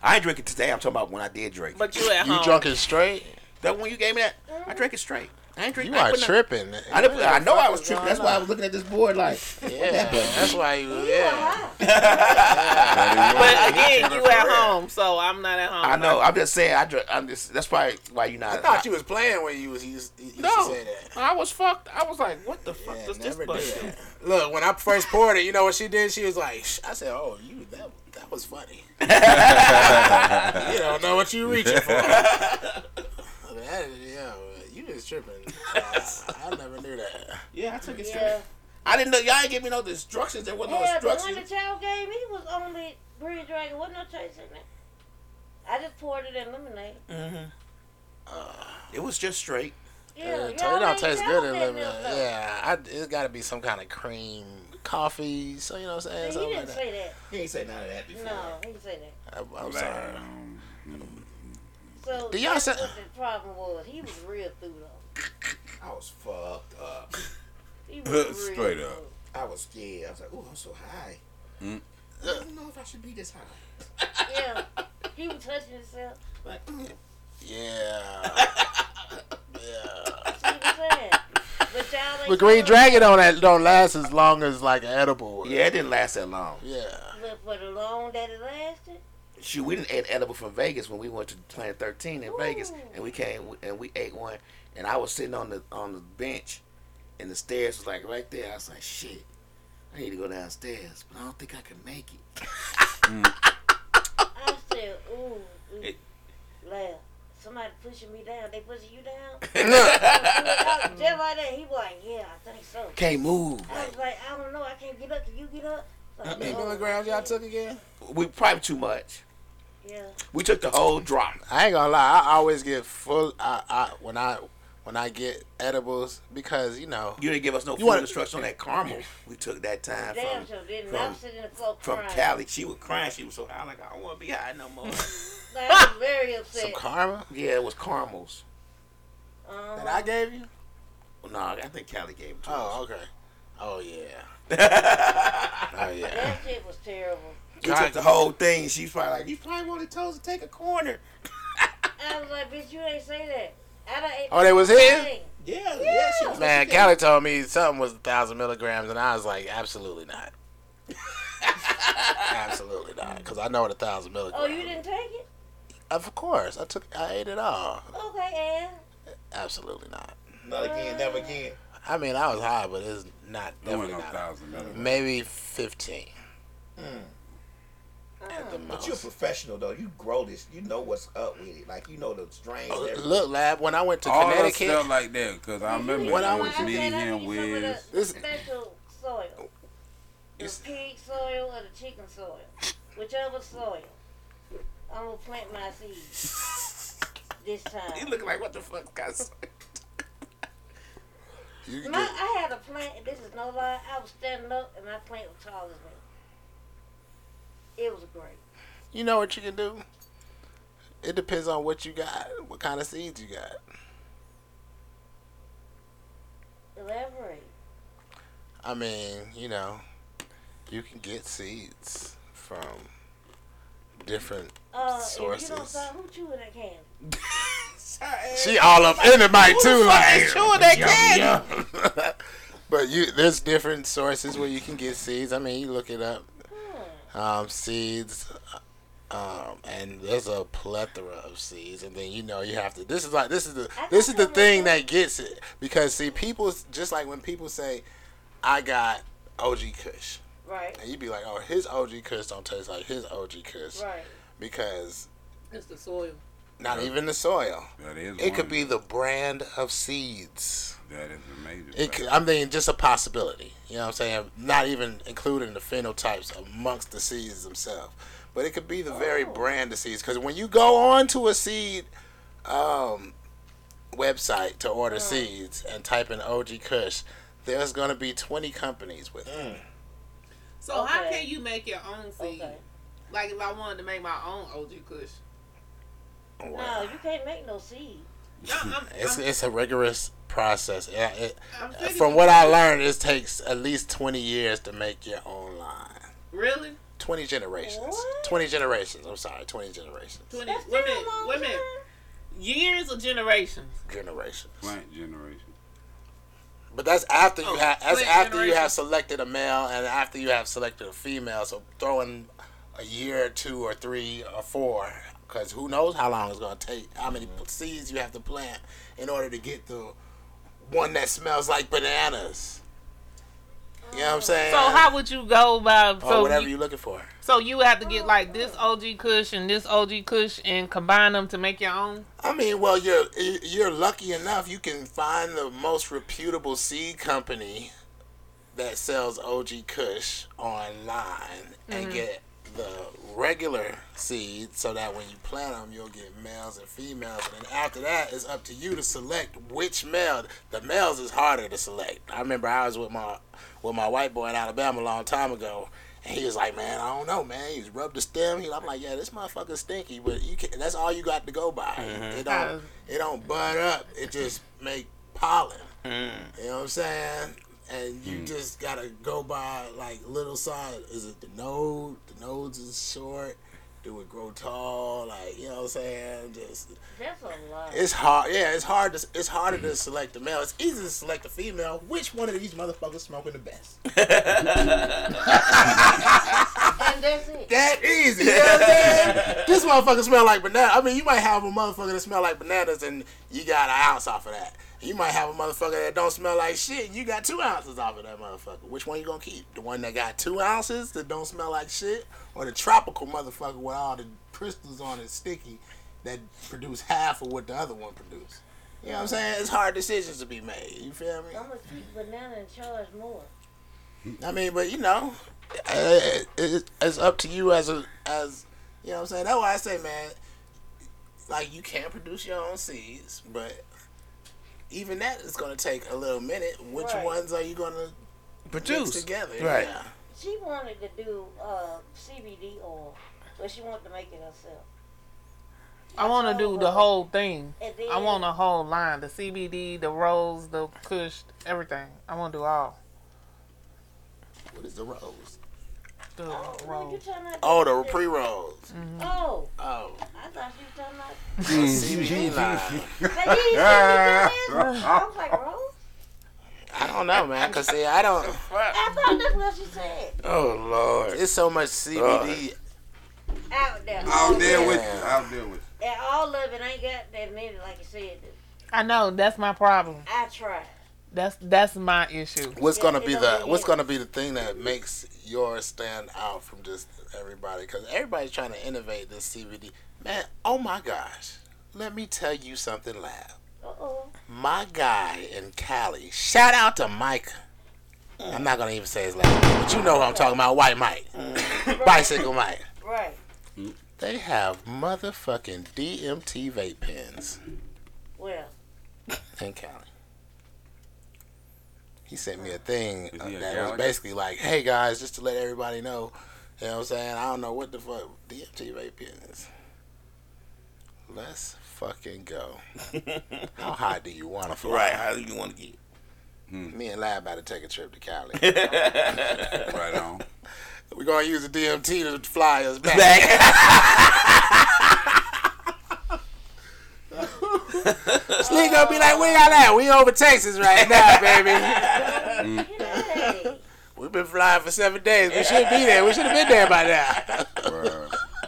S5: I ain't drink it today. I'm talking about when I did drink. But
S7: but you at
S2: You
S7: home.
S2: drunk it straight?
S5: that one you gave me that,
S6: Mm-hmm.
S5: I drank it straight. I ain't drink.
S2: You
S5: I
S2: are
S5: ain't put nothing-
S2: tripping.
S5: I, didn't, put- I know I was tripping. That's why I was looking at this board like.
S2: Yeah, that's why you. Yeah.
S7: But again, you at home, so I'm not at home.
S5: I know. I'm just saying. I drink. I'm just. That's why. Why you not?
S2: I thought you was playing when you was you, used- you used
S5: No.
S2: to say that.
S5: I was fucked. I was like, what the fuck does this
S2: never
S5: button
S2: do
S5: do?
S2: Look, when I first poured it, you know what she did? She was like, "Shh." I said, "Oh, you that that was funny." you don't know what you reaching for. That- yeah, you just tripping. I, I never knew that.
S5: Yeah, I took it straight.
S6: Yeah.
S5: I didn't know. Y'all didn't give me no instructions. There wasn't no
S6: Yeah, the one the
S5: instructions.
S6: child gave me was only green dragon. Wasn't no taste in it. I just poured it in lemonade.
S5: Uh, It was just straight.
S6: Yeah,
S2: it
S6: y'all
S2: don't
S6: ain't
S2: taste
S6: y'all
S2: good in
S6: that
S2: lemonade.
S6: milk, though.
S2: Yeah, I, it's got to be some kind of cream, coffee. So you know what I'm saying?
S6: See, he
S2: Something
S6: didn't
S2: like that.
S6: say that.
S5: He ain't say none of that before.
S6: No, he didn't say that.
S2: I, am sorry.
S6: So
S2: Do y'all
S6: that's
S2: say-
S6: what the problem was. He was real through though.
S5: I was fucked up.
S6: He was real
S3: Straight up.
S6: through.
S5: I was scared. I was like, ooh, I'm so high.
S3: Mm.
S5: I don't know if I should be this high.
S6: Yeah, he was touching himself.
S5: Like, mm.
S2: Yeah.
S6: See what I'm saying? But y'all ain't.
S2: But Green
S6: doing
S2: Dragon on that don't last as long as like an edible.
S5: yeah, it didn't last that long.
S2: Yeah.
S6: it. Look for the long that it lasted.
S5: Shoot, we didn't eat edible from Vegas when we went to Planet 13 in Vegas,
S6: Ooh.
S5: and we came and we ate one, and I was sitting on the on the bench, and the stairs was like right there. I was like, shit, I need to go downstairs, but I don't think I can make it.
S6: I said, ooh, ooh.
S5: It-
S6: laugh. Somebody pushing me down. They pushing you down. Just like that. He was like, yeah, I think so.
S5: Can't move.
S6: I was like, I don't know. I can't get up. Can you get up? "Oh." So I
S2: You
S6: go,
S2: know the grounds y'all took again?
S5: We probably too much.
S6: Yeah.
S5: We took the whole drop.
S2: I ain't gonna lie. I always get full. I, I when I when I get edibles because you know
S5: You didn't give us no food
S2: wanna-
S5: instruction on that caramel. We took that time
S6: Damn
S5: from
S6: sure didn't.
S5: from-
S6: I'm sitting in the floor
S5: from
S6: crying.
S5: Cali. She was crying. She was so high, like I don't want to be high no more.
S6: Like, I was very
S2: some
S6: upset.
S2: karma
S5: yeah, it was caramels.
S6: Um,
S2: that I gave you.
S5: No, I think Cali gave it to us.
S2: Oh okay. Oh yeah. oh yeah.
S6: that shit was terrible.
S5: You took the whole thing. She's probably like, you probably wanted toes to take a corner.
S6: I was like, bitch, you ain't say that. I done ate
S2: Oh, they was
S6: the
S2: his?
S6: thing.
S5: Yeah, yeah. she was like,
S2: Man,
S5: "You can't-"
S2: Callie told me something was a thousand milligrams, and I was like, absolutely not. absolutely not, because I know what a thousand milligrams.
S6: Oh, you didn't take it?
S2: Of course, I took. I ate it all.
S6: Okay, Ann.
S2: Absolutely not.
S5: Not again, never again.
S2: I mean, I was high, but it's not
S3: That went
S2: definitely
S3: no
S2: not.
S3: thousand dollars.
S2: Maybe fifteen at the
S5: But you're a
S2: most.
S5: professional though. You grow this. You know what's up with it. Like you know the strains.
S2: Oh,
S5: and everything.
S2: Look, lab. When I went to
S3: All that
S2: Connecticut,
S3: stuff like that, because I remember
S2: When
S3: it
S2: I
S3: was
S2: went-
S3: me,
S6: I
S3: him,
S6: need some of
S3: Wiz.
S6: the- the special soil. The pig soil or the chicken soil. Whichever soil. I'm going to plant my seeds this
S5: You
S6: time.
S5: look like what the fuck, guys?
S2: you can
S6: My,
S2: get,
S6: I had a plant, and this is no lie. I was standing up, and my plant was tall as me. It was great.
S2: you know what you can do? It depends on what you got, what kind of seeds you got.
S6: Elaborate.
S2: I mean, you know, you can get seeds from different.
S6: Uh, if you don't
S2: Sources.
S6: stop, who chewing that can?
S2: She all up in the mic too, like
S8: Sure, that can.
S2: But you, there's different sources where you can get seeds. I mean, you look it up,
S6: Hmm.
S2: um, seeds, um, and there's a plethora of seeds. And then you know you have to. This is like this is the this is the thing that gets it because see, people just like when people say, "I got OG Kush,"
S6: Right,
S2: and you be like, "Oh, his OG Kush don't taste like his OG Kush,"
S6: right.
S2: because
S8: It's the soil.
S2: not even the soil.
S3: That is
S2: It could
S3: one.
S2: be the brand of seeds.
S3: That is amazing.
S2: It could, I'm thinking just a possibility. You know what I'm saying? Not even including the phenotypes amongst the seeds themselves. But it could be the very brand of seeds. Because when you go on to a seed um, website to order seeds and type in OG Kush, there's going to be 20 companies with it.
S8: So how
S6: Okay.
S8: can you make your own seed?
S6: Okay.
S8: Like if I wanted to make my own OG Kush.
S6: No, you can't make no seed.
S8: No, I'm,
S2: It's,
S8: I'm,
S2: it's a rigorous process. Yeah, it, uh,
S8: I'm thinking-
S2: from what I learned, it takes at least 20 years to make your own line.
S8: really.
S2: 20 generations.
S6: What?
S2: 20 generations. I'm sorry. 20 generations.
S8: 20,
S6: That's
S8: women,
S6: still a long
S8: women,
S6: time.
S8: years or generations.
S2: Generations.
S3: Plant generation.
S2: But that's after you
S8: Oh,
S2: have that's
S8: split
S2: after you
S8: generation.
S2: have selected a male and after you have selected a female. So throw in a year or two or three or four, because who knows how long it's gonna take? How many seeds you have to plant in order to get the one that smells like bananas? You know what I'm saying?
S8: Oh. So how would you go by?
S2: or
S8: So
S2: whatever
S8: you,
S2: you, are looking for.
S8: so you would have to
S6: Oh,
S8: get like this OG Kush and this OG Kush and combine them to make your own.
S2: I mean, well, you're you're lucky enough you can find the most reputable seed company that sells OG Kush online and get the regular seed so that when you plant them, you'll get males and females. And then after that, it's up to you to select which male. The males is harder to select. I remember I was with my with my white boy in Alabama a long time ago. And he was like, man, I don't know, man. He rubbed the stem. He, I'm like, yeah, this motherfucker stinky, but you can, that's all you got to go by. It don't, it don't bud up. It just make pollen. You know what I'm saying? And you just gotta go by like little side. Is it the node? The nodes is short. Do it grow tall? Like you know what I'm saying? Just
S6: That's a lot.
S2: it's hard. Yeah, it's hard. To, it's harder to select the male. It's easy to select the female. Which one of these motherfuckers smoking the best?
S6: and that's it.
S2: That easy. You know what I'm saying? this motherfucker smell like banana. I mean, you might have a motherfucker that smell like bananas, and you got an ounce off of that. You might have a motherfucker that don't smell like shit. And you got two ounces off of that motherfucker. Which one you gonna keep? The one that got two ounces that don't smell like shit, or the tropical motherfucker with all the crystals on it, sticky, that produce half of what the other one produced? You know what I'm saying? It's hard decisions to be made. You feel me?
S6: I'm gonna keep banana and charge more.
S2: I mean, but you know, it, it, it's up to you as a as you know. what I'm saying that's why I say, man, like you can produce your own seeds, but even that is going to take a little minute. Which
S6: Right.
S2: ones are you going to produce together?
S5: Right.
S2: Yeah.
S6: She wanted to do uh, CBD oil, but she wanted to make it herself.
S8: I want to do the whole thing.
S6: And then
S8: I want a whole line: the CBD, the rose, the Kush, everything. I want to do all
S2: What is the rose?
S8: the
S6: Oh, no, you
S8: rose.
S6: talking about
S2: Oh, the pre rolls.
S6: Oh,
S2: Oh,
S6: I thought you were talking about.
S2: CBD line.
S6: Like, you didn't see me do this? I was like, Rose?
S2: I don't know, man. Cause see, I don't.
S6: I thought that's what she said.
S5: Oh Lord.
S2: It's so much CBD.
S6: Out there.
S3: I'll deal with you.
S2: Yeah.
S3: I'll deal with
S6: And all of it ain't got that many, like you said.
S8: I know that's my problem.
S6: I tried.
S8: That's that's my issue.
S2: What's
S6: Yeah,
S2: gonna
S6: it
S2: be
S6: don't
S2: the
S6: really
S2: What's
S6: matter.
S2: gonna be the thing that makes yours stand out from just everybody? Because everybody's trying to innovate this CBD. Man, oh my gosh! Let me tell you something loud.
S6: Uh oh.
S2: My guy in Cali. Shout out to Mike. I'm not gonna even say his last name, but you know who I'm talking about. White Mike, bicycle Mike.
S6: Right.
S2: They have motherfucking DMT vape pens
S6: Well,
S2: in Cali. He sent me a thing
S3: Is
S2: uh,
S3: he a
S2: that was
S3: Gallagher?
S2: basically like, "Hey guys, just to let everybody know, you know what I'm saying? I don't know what the fuck DMT vape is." let's fucking go. How high do you want to fly?
S5: Right, how do you want to get?
S2: Me and Lab about to take a trip to Cali.
S3: Right on.
S2: We're gonna use the DMT to fly us back. Slee gonna be like, where y'all at? We over Texas right now, baby.
S6: Hey,
S2: We've been flying for seven days. We should be there. We should have been there by now.
S3: Right.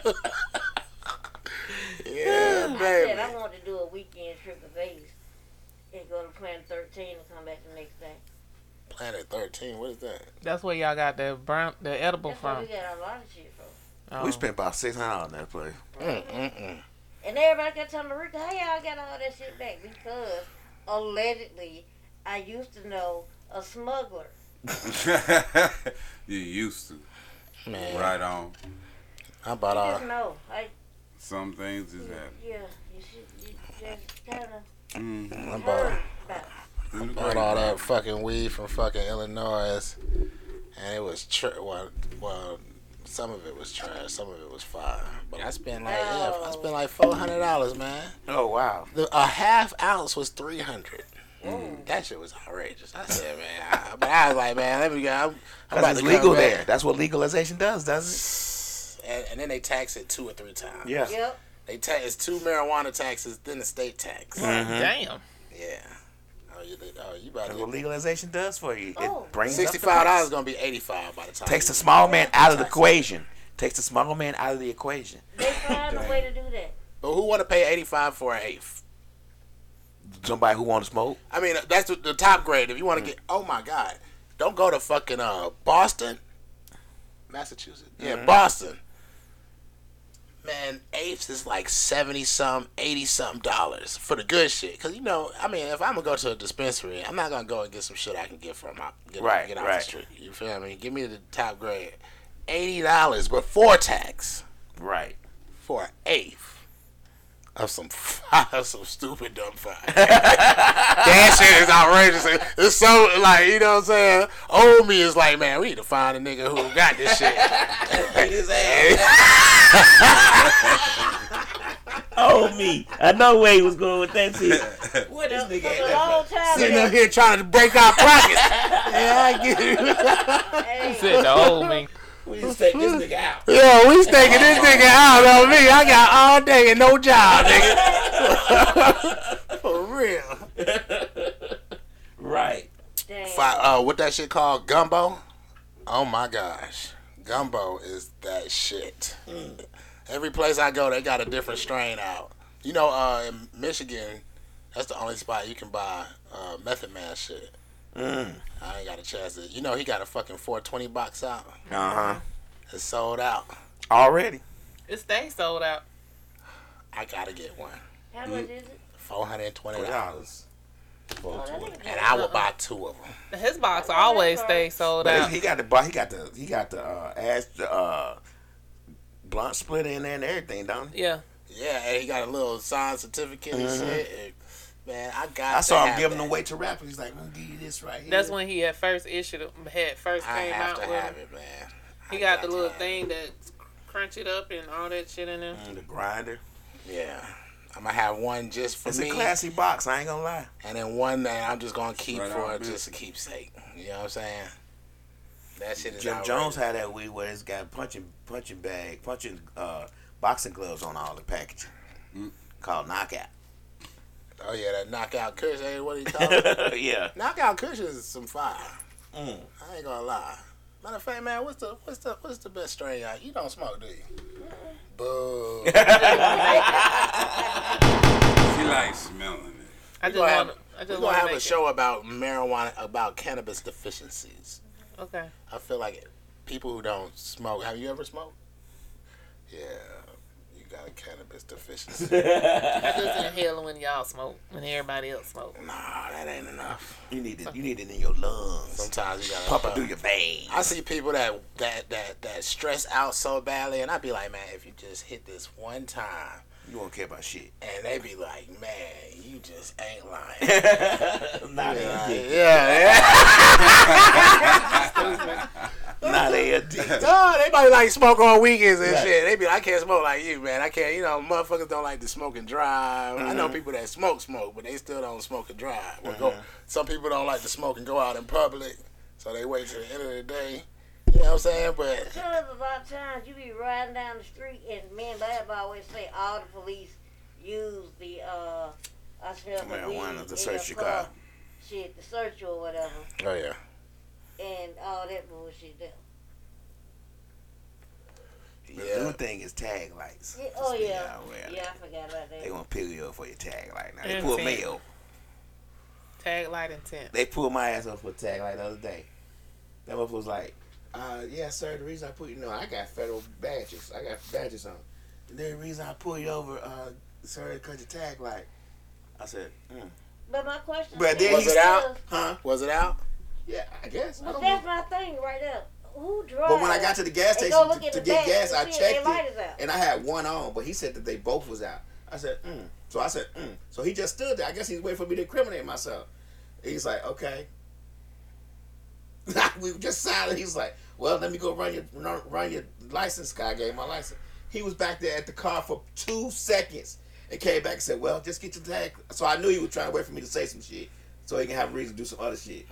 S2: yeah,
S6: said
S2: baby.
S6: I want to do a weekend trip to Vegas and go to Planet 13 and come back the next day.
S2: Planet 13, what is that?
S8: That's where y'all got the brown, the edible
S6: That's where
S8: from.
S6: we got a lot of shit from.
S8: Oh.
S5: We spent about six hundred on that place.
S2: Mm-mm-mm.
S6: And everybody got telling me, Rick, how y'all got all that shit back? Because allegedly, I used to know a smuggler.
S3: you used to.
S2: Man,
S3: Right on.
S2: I bought
S6: You
S2: all.
S6: just know. I,
S3: Some things is happening.
S6: yeah, you should, you just kind of
S3: Mm.
S2: I bought,
S6: heard about it.
S3: It's
S2: bought
S3: great,
S2: all
S3: bro.
S2: that fucking weed from fucking Illinois, and it was tr- well, well, some of it was trash, some of it was fire. But I spent like yeah, I spent like four hundred dollars, man.
S5: Oh wow.
S2: The, a half ounce was three hundred.
S5: Mm.
S2: Mm, That shit was outrageous. I said, man, I, but I was like, man, let me go. I'm, I'm about
S5: That's
S2: to come
S5: it's legal
S2: back.
S5: there. That's what legalization does, doesn't
S2: And, and then they tax it two or three times.
S5: it? Yeah.
S6: Yep.
S2: They tax it's two marijuana taxes, then the state tax.
S5: Mm-hmm.
S8: Damn.
S2: Yeah. Oh, you, oh, you about
S5: That's what
S2: to.
S5: legalization does for you.
S6: Oh.
S5: It brings up the
S2: Sixty-five dollars
S5: price.
S2: is gonna be eighty-five by the time.
S5: Takes
S2: you-
S5: the small man out of the equation. Takes the small man out of the equation.
S6: They found a way to do that.
S2: But who want to pay eighty-five for an eighth?
S5: Somebody who want to smoke.
S2: I mean, that's the, the top grade. If you
S5: Mm.
S2: want to get, oh my God, don't go to fucking uh Boston, Massachusetts. Yeah,
S5: Mm-hmm.
S2: Boston. Man, apes is like seventy some, eighty some dollars for the good shit. Cause you know, I mean, if I'm gonna go to a dispensary, I'm not gonna go and get some shit I can get from out, get,
S5: Right,
S2: get out
S5: right.
S2: the street. You feel me? Give me the top grade, eighty dollars before tax
S5: Right.
S2: for an eighth of some of some stupid dumb fire. that shit is outrageous. It's so like you know what I'm saying. Old me is like, man, we need to find a nigga who got this shit.
S9: Oh me, I know where he was going with that shit.
S5: What is
S6: It was a long time
S2: Sitting up
S6: ago.
S2: here trying to break our pockets. yeah, I get it.
S6: Hey,
S8: Said the old me.
S5: We just take this nigga out.
S2: Yo, we staking this nigga out on me. I got all day and no job, nigga. For real.
S5: Right.
S6: damn.
S2: Fi uh, what that shit called gumbo? Oh my gosh, gumbo is that shit.
S5: Mm.
S2: Every place I go, they got a different strain out. You know, uh, in Michigan, that's the only spot you can buy uh, Method Man shit.
S5: Mm.
S2: I ain't got a chance to. You know, he got a fucking 420 box out.
S5: Uh huh.
S2: It's sold out.
S5: Already.
S8: It stays sold out.
S2: I gotta get one.
S6: How much is it?
S2: Four hundred twenty dollars,
S5: dollars.
S6: Oh, that ain't
S2: and I will buy two of them.
S8: His box always stays sold
S5: But
S8: out.
S5: he got the bar. He got the. He got the uh, ass. The uh, blunt splitter in there and everything, don't he?
S8: Yeah.
S2: Yeah, and he got a little signed certificate and shit. And, man, I got.
S5: Mm-hmm. I
S2: to
S5: saw him
S2: have
S5: giving
S2: that.
S5: away to rappers. He's like, "I'm gonna give you this right here."
S8: That's when he had first issued, had first
S2: I
S8: came
S2: have
S8: out
S2: to
S8: with.
S2: have
S8: it.
S2: it, man.
S8: He
S2: I
S8: got the
S2: to
S8: little
S2: have it.
S8: thing that crunch it up and all that shit in there.
S5: Mm, the grinder.
S2: Yeah. I'm gonna have one just for
S5: It's
S2: me,
S5: a classy box. I ain't gonna lie.
S2: and then one that I'm just gonna keep
S3: Right
S2: for
S3: on, bitch.
S2: just a keepsake. You know what I'm saying? That shit is
S5: Jim
S2: outrageous.
S5: Jones had that weed where it's got punching punching bag, punching uh, boxing gloves on all the packaging.
S2: Mm.
S5: Called knockout.
S2: Oh yeah, that knockout cushion. Hey, what he talking?
S5: yeah.
S2: knockout cushion is some fire.
S5: Mm.
S2: I ain't gonna lie. Matter of fact, man, what's the what's the what's the best strain out? You don't smoke, do you? Boo.
S3: She likes smelling it.
S8: I just
S2: gonna have-
S8: want. I
S2: We're
S8: just
S2: gonna
S8: want to
S2: have
S8: make
S2: a show about marijuana about cannabis deficiencies.
S8: It. Okay.
S2: I feel like people who don't smoke. Have you ever smoked? Yeah, you got a cannabis deficiency.
S8: I just inhale when y'all smoke, when everybody else smoke.
S2: nah, that ain't enough.
S5: You need it. You need it in your lungs.
S2: Sometimes you gotta uh,
S5: Pump it through your veins.
S2: I see people that that that that stress out so badly, and I be like, man, if you just hit this one time,
S5: You won't care about shit.
S2: and they be like, man, you just ain't lying.
S5: Nah,
S2: yeah, yeah.
S5: not ALT.
S2: No, they might like smoke on weekends and shit. They be like, I can't smoke like you, man. I can't, you know, motherfuckers don't like to smoke and drive. I
S5: Mm-hmm.
S2: know people that smoke, smoke, but they still don't smoke and drive. Or go, some people don't like to smoke and go out in public, so they wait till the end of the day. You know what I'm saying? But
S6: Tell us about times you be riding down the street and me and Bab always say all the police use the uh I smell the
S5: Marijuana
S6: weed
S5: to
S6: in
S5: search your
S6: car.
S5: car.
S6: Shit, to search you or whatever
S2: oh yeah,
S6: and all that bullshit there.
S5: The new thing is tag lights.
S6: Yeah, oh
S5: Just be
S6: yeah.
S5: aware.
S6: Yeah, I forgot about that.
S5: They gonna pill you up for your tag light now. They
S7: Yeah,
S5: pull
S7: tag.
S5: mail.
S7: Tag light intent.
S5: They pulled my ass up for tag light the other day. That motherfucker was like, uh, yeah, sir, the reason I put you no, I got federal badges. I got badges on. The reason I pulled you over, uh, sir, because your tag light. I said, mm.
S6: But my question
S5: But then
S6: is,
S5: he-
S2: was it out?
S5: huh?
S2: Was it out?
S5: Yeah, I guess. I
S6: But
S5: don't
S6: that's
S5: know.
S6: my thing right there. Who drives?
S5: But when I got to the gas
S6: They
S5: station
S6: go look
S5: to,
S6: at
S5: to
S6: the back
S5: get gas,
S6: to
S5: I
S6: see if their
S5: checked
S6: light is
S5: it,
S6: out.
S5: and I had one on, but he said that they both was out. I said, mm. so I said, mm. so he just stood there. I guess he's waiting for me to incriminate myself. He's like, okay. we were just silent. He's like, well, let me go run your run, run your license. Guy gave my license. He was back there at the car for two seconds and came back and said, well, just get your tag. So I knew he was trying to wait for me to say some shit so he can have a reason to do some other shit.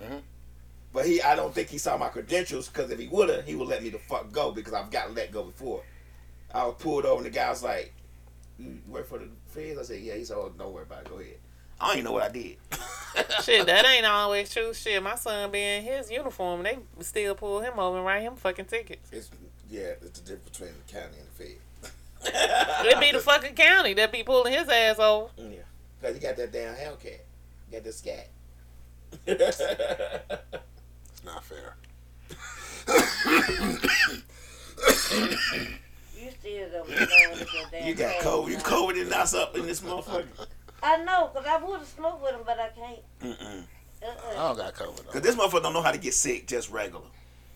S5: But he, I don't think he saw my credentials because if he woulda, he would let me the fuck go because I've gotten let go before. I was pulled over and the guy was like, "You work for the feds?" I said, "Yeah." He said, "Oh, don't worry about it. Go ahead." I don't even know what I did.
S7: Shit, that ain't always true. Shit, my son be in his uniform, they still pull him over and write him fucking tickets.
S5: It's yeah, it's the difference between the county and the fed.
S7: It be the fucking county that be pulling his ass over.
S5: Yeah, because you got that damn Hellcat, you got the scat.
S2: It's not fair.
S6: You still gonna be going with your damn
S5: you got
S6: tag
S5: COVID. You
S6: light.
S5: COVIDed and us up in this motherfucker.
S6: I know, cause I would have smoked with him, but I can't.
S5: Mm-mm.
S2: I
S6: Uh-uh.
S2: don't got COVID.
S5: Cause this motherfucker don't know how to get sick just regular.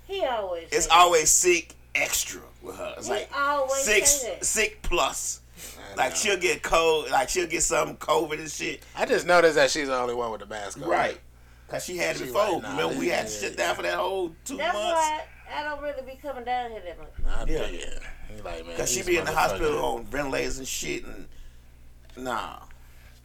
S6: He always.
S5: It's
S6: say that.
S5: always sick extra with her. It's
S6: He
S5: like
S6: always
S5: six
S6: say that.
S5: sick plus. Like she'll get cold, like she'll get some COVID and shit.
S2: I just noticed that she's the only one with the mask on.
S5: Right. Cause she had it
S2: She
S5: before.
S2: like, nah,
S5: Remember we
S2: yeah,
S5: had to
S2: yeah,
S5: shut down for that whole two
S6: That's
S5: months.
S6: why I don't really be coming down here that much.
S2: I
S5: Yeah.
S2: yeah. He's like, man,
S5: Cause she
S2: these
S5: be in the
S2: motherfuckers-
S5: hospital on ventilators and shit and nah.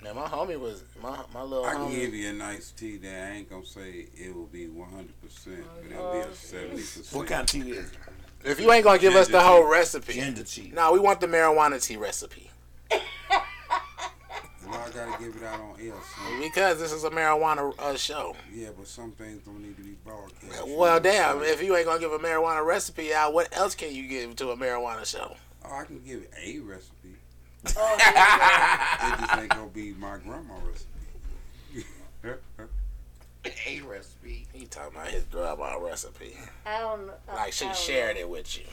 S2: Now my homie was my my little
S3: I
S6: Um,
S3: can
S2: homie.
S3: give you a nice tea that I ain't gonna say it will be 100, percent but it'll be
S6: Uh,
S3: a 70. percent
S5: What kind of tea is it?
S2: If you ain't gonna give us the
S3: Ginger
S2: whole
S3: tea.
S2: recipe,
S5: Ginger tea.
S2: no, we want the marijuana tea recipe
S3: Well, I gotta give it out on air. son.
S2: because this is a marijuana uh, show.
S3: Yeah, but some things don't need to be broadcast.
S2: Well, damn, if you ain't gonna give a marijuana recipe out, what else can you give to a marijuana show?
S3: Oh, I can give a recipe.
S6: Oh, yeah.
S3: It just ain't gonna be my grandma recipe.
S5: A recipe.
S2: He talking about his grandma recipe,
S6: I don't know. uh,
S2: like she
S6: I don't
S2: shared it with you.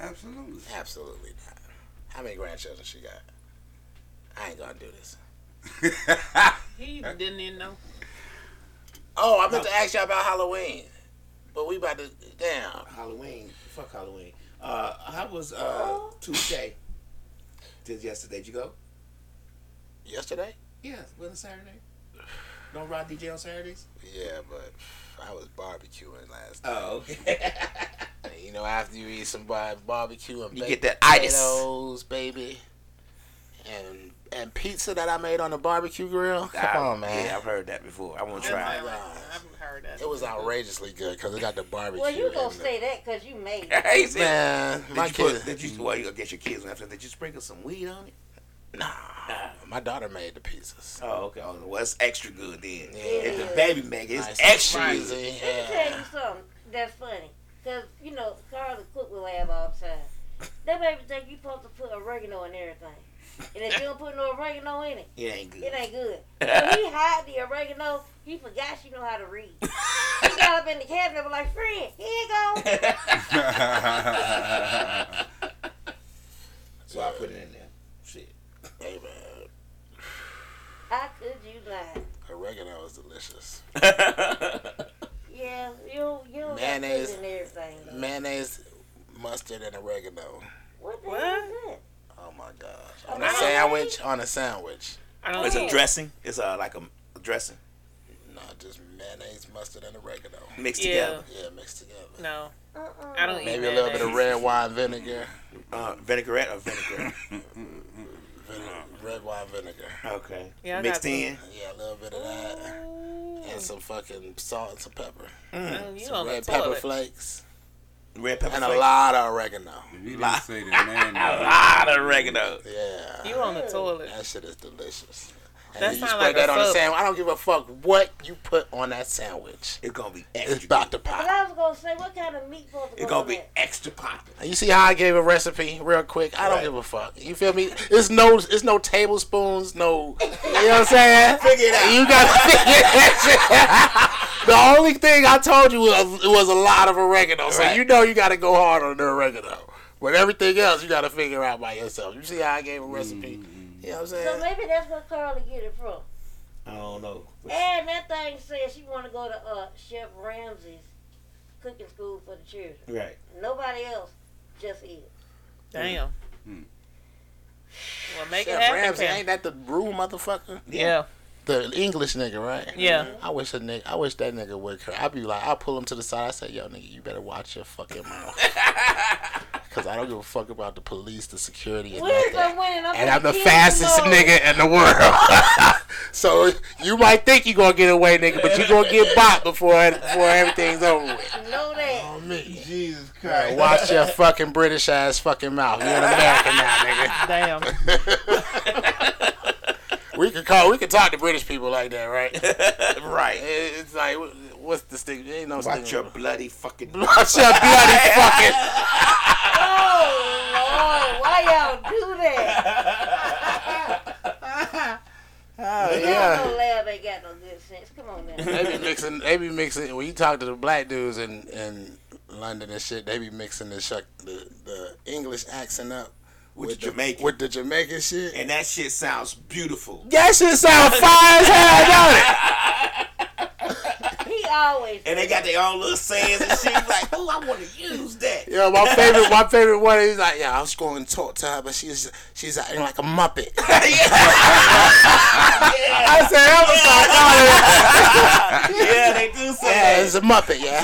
S3: Absolutely.
S2: Absolutely not. How many grandchildren she got? I ain't gonna do this.
S8: He didn't even know.
S2: Oh, I meant to ask y'all about Halloween, but we about to damn.
S5: Halloween. Fuck Halloween. Uh how was uh
S6: Oh.
S5: Tuesday? Just yesterday. Did you go?
S2: Yesterday?
S5: Yeah, was it Saturday? Don't ride DJ on Saturdays?
S2: Yeah, but I was barbecuing last
S5: Oh, okay.
S2: And, You know, after you eat some bar- barbecue and
S5: You
S2: baked
S5: get that itis.
S2: potatoes, baby, and and pizza that I made on the barbecue grill. Come on, man.
S5: Yeah, I've heard that before. I want
S8: That's
S5: to try
S8: all
S5: it.
S8: right. I've heard that.
S2: It was outrageously good because it got the barbecue.
S6: Well, you
S2: in
S6: gonna
S2: it.
S6: say that because you made it.
S5: Hey, said-
S2: Man,
S5: Did
S2: my
S5: you put,
S2: kids.
S5: did you, well, you gonna get your kids after. Did you sprinkle some weed on it?
S2: Nah, my daughter made the pizzas.
S5: Oh, okay. Oh, well, it's extra good then. If the
S6: Yeah.
S5: baby make it, it's
S2: Nice and
S5: extra
S2: spicy,
S5: good.
S6: Let me tell
S2: Yeah.
S6: you something that's funny. Because, you know, Carla Cook will laugh all the time. That baby think you supposed to put oregano in everything. And if you don't put no oregano in it,
S5: It ain't good.
S6: it ain't good. When he hide the oregano, he forgot she know how to read. He got up in the cabinet and was like, friend, here you go.
S5: so I put it in there. Shit.
S2: Hey, man,
S6: How could you lie?
S2: oregano is delicious.
S6: Yeah, you you don't got
S2: Mayonnaise.
S6: food in everything.
S2: Mayonnaise, mustard, and oregano.
S6: What the
S7: What?
S6: hell is that?
S2: Oh my gosh! On
S6: I
S2: a
S6: don't
S2: sandwich. On a sandwich.
S7: I don't
S5: It's a
S7: know.
S5: dressing. It's uh, like a dressing.
S2: No, just mayonnaise, mustard, and oregano.
S5: mixed
S7: Yeah.
S5: together.
S2: Yeah, mixed together.
S7: No,
S6: Uh-uh.
S7: I don't
S2: Maybe
S7: eat
S2: a little bit of
S7: mayonnaise.
S2: red wine vinegar.
S5: Uh, vinaigrette or vinegar?
S2: Vin- red wine vinegar.
S5: okay.
S7: Yeah, I
S5: mixed
S7: got
S5: in.
S2: Yeah, a little bit of that. And some fucking salt and some pepper.
S7: Mm, you on the
S2: Red pepper
S7: toilet.
S2: flakes.
S5: Red pepper
S2: And a
S5: flakes.
S2: lot of oregano.
S3: He didn't say the man.
S5: A lot of oregano.
S2: Yeah.
S7: You on the toilet.
S2: That shit is delicious. And
S7: That
S2: then you
S7: sound
S2: spread
S7: like a
S2: that on the
S7: sub.
S2: sandwich. I don't give a fuck what you put on that sandwich.
S5: It's gonna be
S2: It's
S5: extra.
S2: about to
S6: But
S2: pop.
S6: I was gonna say, what kind of meatballs
S5: It's
S6: gonna
S5: gonna be extra popping.
S2: You see how I gave a recipe real quick? I don't
S5: Right.
S2: give a fuck. You feel me? It's no, it's no tablespoons, no. You know what I'm saying?
S5: Figure it out.
S2: You gotta figure that shit out. The only thing I told you was, was a lot of oregano. So
S5: Right.
S2: you know you gotta go hard on the oregano. But everything else you gotta figure out by yourself. You see how I gave a recipe?
S5: Mm.
S2: You know what I'm
S6: So
S2: saying?
S6: maybe that's where Carla get it from.
S5: I don't know.
S6: And that thing says she want to go to uh, Chef Ramsay's cooking school for the children.
S5: Right.
S6: Nobody else, just it.
S7: Damn. Well, make it
S2: Hmm. Chef
S7: happen.
S2: Ramsay,
S7: Pam.
S2: ain't that the brew motherfucker?
S7: Yeah,
S2: The English nigga, right?
S7: yeah.
S2: I wish a nigga, I wish that nigga would. cur- I'd be like, I'll pull him to the side. I say, yo, nigga, you better watch your fucking mouth. Cause I don't give a fuck about the police, the security, and
S6: Where's
S2: nothing.
S6: the winning?
S2: And I'm the fastest nigga in the world. so you might think you gonna get away, nigga, but you gonna get bought before before everything's over with.
S6: Know that.
S2: On me.
S9: Jesus Christ.
S2: Watch your fucking British ass fucking mouth. You're an American now, nigga.
S7: Damn.
S2: We could call, we could talk to British people like that, right? It-
S5: right.
S2: It's like, wh- what's the stick? Ain't no
S5: Watch
S2: stigma.
S5: your bloody fucking.
S2: Watch your bloody fucking.
S6: Oh, Lord, why y'all do that?
S2: Oh,
S6: Y'all
S2: yeah.
S6: know Lab ain't got no good sense. Come on now.
S2: They be mixing. They be mixing. When you talk to the black dudes in, in London and shit, they be mixing the shuck, the, the English accent up
S5: With the Jamaican.
S2: with the Jamaican shit.
S5: and that shit sounds beautiful.
S2: that shit sound fire as hell, don't it?
S6: He always.
S5: And they got their own little sayings and shit. Like, oh, I want to use that.
S2: Yeah, my favorite, my favorite one is like, yeah, I was going to talk to her, but she's she's acting like a muppet. I said, that was so funny.
S5: yeah, they do say
S2: Yeah,
S5: that.
S2: it's a muppet. Yeah.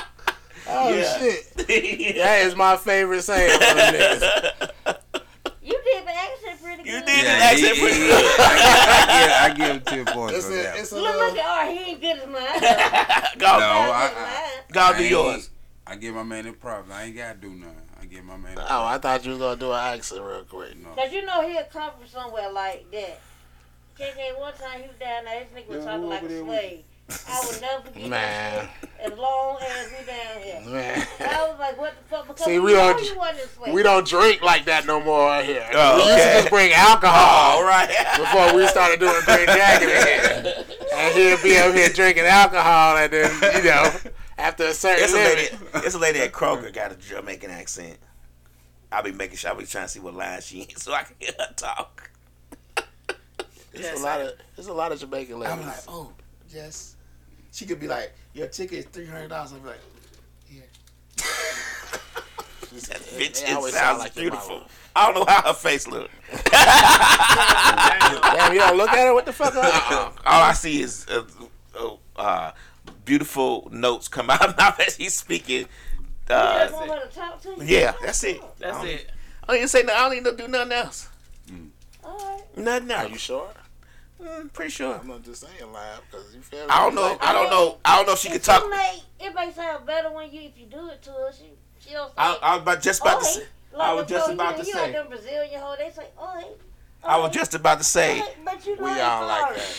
S2: oh
S5: Yeah.
S2: shit. That is my favorite saying from the niggas.
S6: You did the accent pretty good.
S5: You did
S3: Yeah,
S5: it actually
S3: he-
S5: pretty
S3: he-
S5: good.
S3: I, give, I give him ten points
S2: It's
S3: for that.
S2: a, it's a
S6: Look,
S2: little,
S6: look at R. He ain't good as mine.
S5: Go,
S3: No.
S6: Not
S3: I-
S6: good
S3: I-
S6: as mine.
S5: go
S3: I
S5: do
S3: ain't-
S5: yours.
S3: I give my man a props. I ain't gotta do nothing. I give my man. A,
S2: Oh, I thought you was gonna do an accent real quick.
S3: no.
S6: Cause you know he'll come from somewhere like that. KK, one time he was down there, this nigga was talking like a slave. I will never forget that
S2: Man,
S6: shit. As long as we down here.
S2: man.
S6: I was like, what the fuck? Because
S2: See,
S6: we
S2: we
S6: know
S2: don't-
S6: you wasn't a slave.
S2: We don't drink like that no more out here.
S5: Oh,
S2: we used to
S5: okay.
S2: just bring
S5: All
S2: alcohol
S5: right.
S2: before we started doing Green Jacket here. And he'd be up here drinking alcohol, and then you know, after a certain
S5: It's a lady.
S2: limit,
S5: It's a lady at Kroger got a Jamaican accent. I'll be making sure I'll be trying to see what line she in so I can hear her talk.
S2: there's a lot of there's a lot of Jamaican ladies.
S9: I'm like, oh, yes. She could be like, your ticket is three hundred dollars. I'd be like,
S5: That bitch,
S2: they
S5: it
S2: always
S5: sounds
S2: sound like your
S5: beautiful.
S2: mama.
S5: I don't know how her face look.
S2: Damn, you don't look at it. What the fuck?
S5: Uh-uh. All I see is uh, uh, uh, beautiful notes come out of my mouth as he's speaking.
S6: You
S5: Uh,
S6: just want her to talk to you?
S5: yeah, that's it. I
S7: That's
S9: Um,
S5: don't-
S7: it.
S5: I don't even say no. I don't even do nothing else.
S6: Alright.
S5: Nothing
S2: Are
S5: else.
S2: you sure?
S5: Mm, pretty sure.
S2: I'm not just saying live because you feel me.
S5: I don't know. I don't know. I don't know if she
S6: It
S5: could talk.
S6: may, it may sound better when you if you do it to her. She she'll say,
S5: I, I was about, just about to
S6: "Oi."
S5: say.
S6: Like
S5: I was
S6: them
S5: just
S6: girls,
S5: about
S6: you,
S5: to
S6: you
S5: say.
S6: Like them Brazilian hoe, they say, "Oi."
S5: I was
S6: oi,
S5: just about to say.
S6: oi," But you know
S2: We
S6: it's
S2: all like
S6: foreign.
S2: that.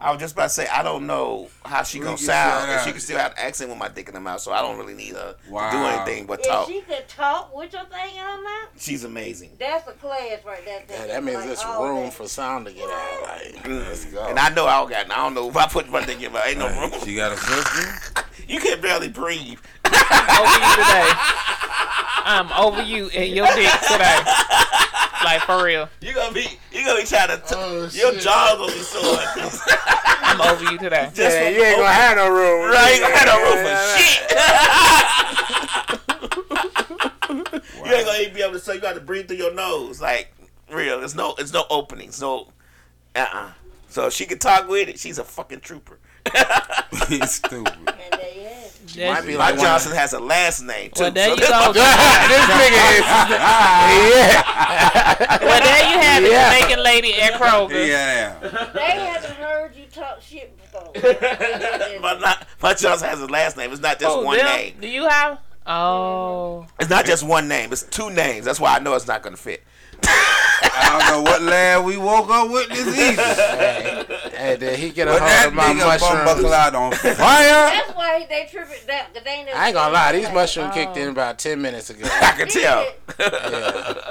S5: I was just about to say. I don't know how she
S3: We
S5: gonna
S3: can
S5: sound.
S3: shout
S5: And
S3: out.
S5: she can still have an accent with my dick in her mouth, so I don't really need her to do
S3: Wow.
S5: anything but
S6: If
S5: talk.
S6: she could talk with your thing in her mouth,
S5: She's amazing.
S6: that's a class right there.
S2: Yeah, that means
S6: Like,
S2: it's
S6: all
S2: room
S6: that.
S2: for sound to get out. Like, let's go.
S5: And I know I don't got. I don't know if I put my dick in my. Ain't no room.
S3: She got a sister.
S5: You can barely breathe.
S7: Over you today. I'm over you and your dick today. Like for real,
S5: You gonna be. You gonna be trying to. T-
S9: Oh,
S5: your
S9: shit.
S5: jaw gonna be sore. just
S7: I'm over you today.
S2: yeah,
S5: from-
S2: you ain't gonna have no room.
S5: Right, you ain't gonna have no roof
S2: Yeah,
S5: for shit. You ain't gonna even be able to. So you got to breathe through your nose. Like real. There's no. It's no openings. No. Uh-uh. So if she can talk with it, she's a fucking trooper.
S3: He's stupid.
S6: And there you have it.
S2: Might be
S5: Mike
S2: like one-
S5: Johnson has a last name too.
S8: Well, there
S5: so
S8: you
S5: that's
S8: go.
S5: why-
S2: this nigga is. yeah.
S8: Well, there you have
S2: Yeah.
S8: it, making lady at Kroger.
S3: Yeah.
S6: They haven't heard you talk shit before. But
S5: But not Mike Johnson has a last name. It's not just
S8: Oh,
S5: one
S8: them-
S5: name.
S8: Do you have? Oh,
S5: It's not just one name. It's two names. That's why I know it's not gonna fit.
S3: I don't know what lad we woke up with this evening.
S2: Hey, did he get a
S3: But
S2: hold
S3: that
S2: of my
S3: nigga bum buckle
S2: mushrooms?
S3: out on fire.
S2: Fire!
S6: that's why they tripping that. 'cause They ain't never
S2: I ain't gonna lie, these
S6: tripped.
S2: mushrooms kicked in about ten minutes ago.
S5: I can tell.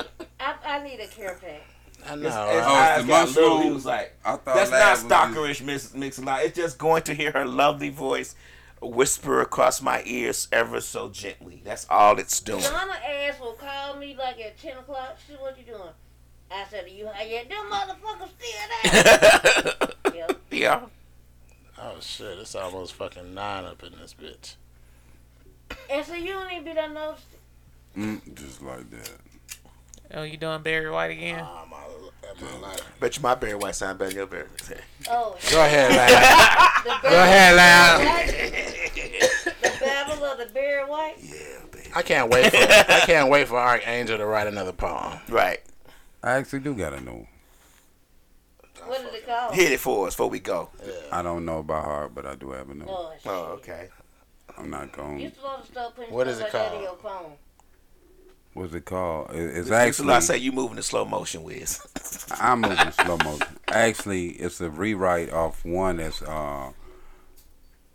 S2: Yeah.
S6: I, I need a care pack.
S2: I know.
S5: His
S2: Right?
S3: Oh, it's
S5: eyes
S3: the
S5: got
S3: mushroom.
S5: little. He was like,
S3: I thought
S5: "That's
S3: lad
S5: not
S3: was just-
S5: stalkerish, Miss Mix a lot. It's just going to hear her lovely voice whisper across my ears ever so gently. That's all it's doing."
S6: Donna ass will call me like at 10 o'clock. She said, what you doing? I said, are you high yet? Them motherfuckers still there. yep.
S5: yeah.
S2: Oh shit, it's almost fucking nine up in this bitch.
S6: And so you don't even be done noticed.
S3: Mm, just like that.
S8: oh, you doing Barry White again?
S2: Oh, my, my life.
S5: Bet you my Barry White sound better than your Barry.
S6: Oh,
S2: Go ahead, Larry.
S6: the
S2: Go ahead, Larry.
S6: the battle of the bear and white.
S5: yeah, baby.
S2: I can't wait. For, I can't wait for Archangel to write another poem.
S5: Right.
S3: I actually do gotta know.
S6: What is it called?
S5: Hit it for us before we go.
S3: I don't know by heart, but I do have a know.
S6: Oh, shit.
S5: Oh, okay.
S3: I'm not
S6: You
S3: going.
S6: supposed to start putting
S2: What is
S6: stuff
S2: it
S6: like that in your
S2: called?
S6: phone.
S3: What's it called? It- It's
S5: Thanks a
S3: actually.
S5: lot. Say you moving in slow motion, Wiz.
S3: I'm moving slow motion. Actually, it's a rewrite of one that's uh,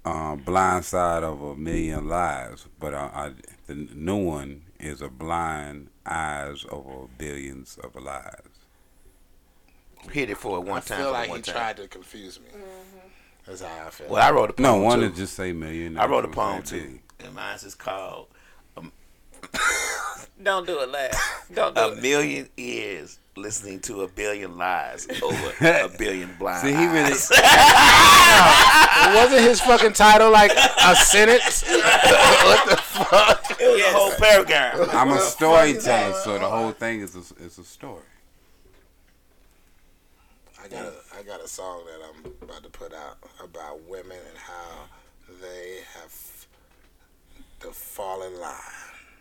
S3: uh, blind side of a million lives, but I, I, the new one is a blind eyes over billions of lives.
S5: Hit it for it one
S2: I
S5: time.
S2: feel
S5: for
S2: like
S5: one
S2: he
S5: time.
S2: tried to confuse me. That's how I feel.
S5: Well, I wrote a poem.
S3: No, one
S5: too.
S3: is just say million.
S5: I wrote a
S3: others
S5: poem
S3: say
S5: too, and mine's is called
S7: Don't do it, lad. Don't do
S2: Uh,
S5: "A
S7: it.
S5: Million Ears Listening to a Billion Lies Over a Billion Blind."
S3: See, he really-
S5: Eyes."
S2: wasn't his fucking title like a sentence? what the fuck?
S5: it was a whole paragraph.
S3: billion. I'm a storyteller, so the whole thing is a, is a story.
S2: I got a, I got a song that I'm about to put out about women and how they have the fallen line.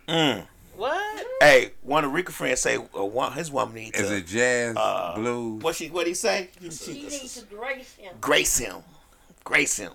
S5: Mm.
S7: What?
S5: Hey, one of Rico friends say uh, one, his woman needs
S3: Is
S5: to.
S3: it jazz, blues?
S5: Uh, What she? What he say? He-
S6: You
S5: she-
S6: need to grace him.
S5: grace him, grace him.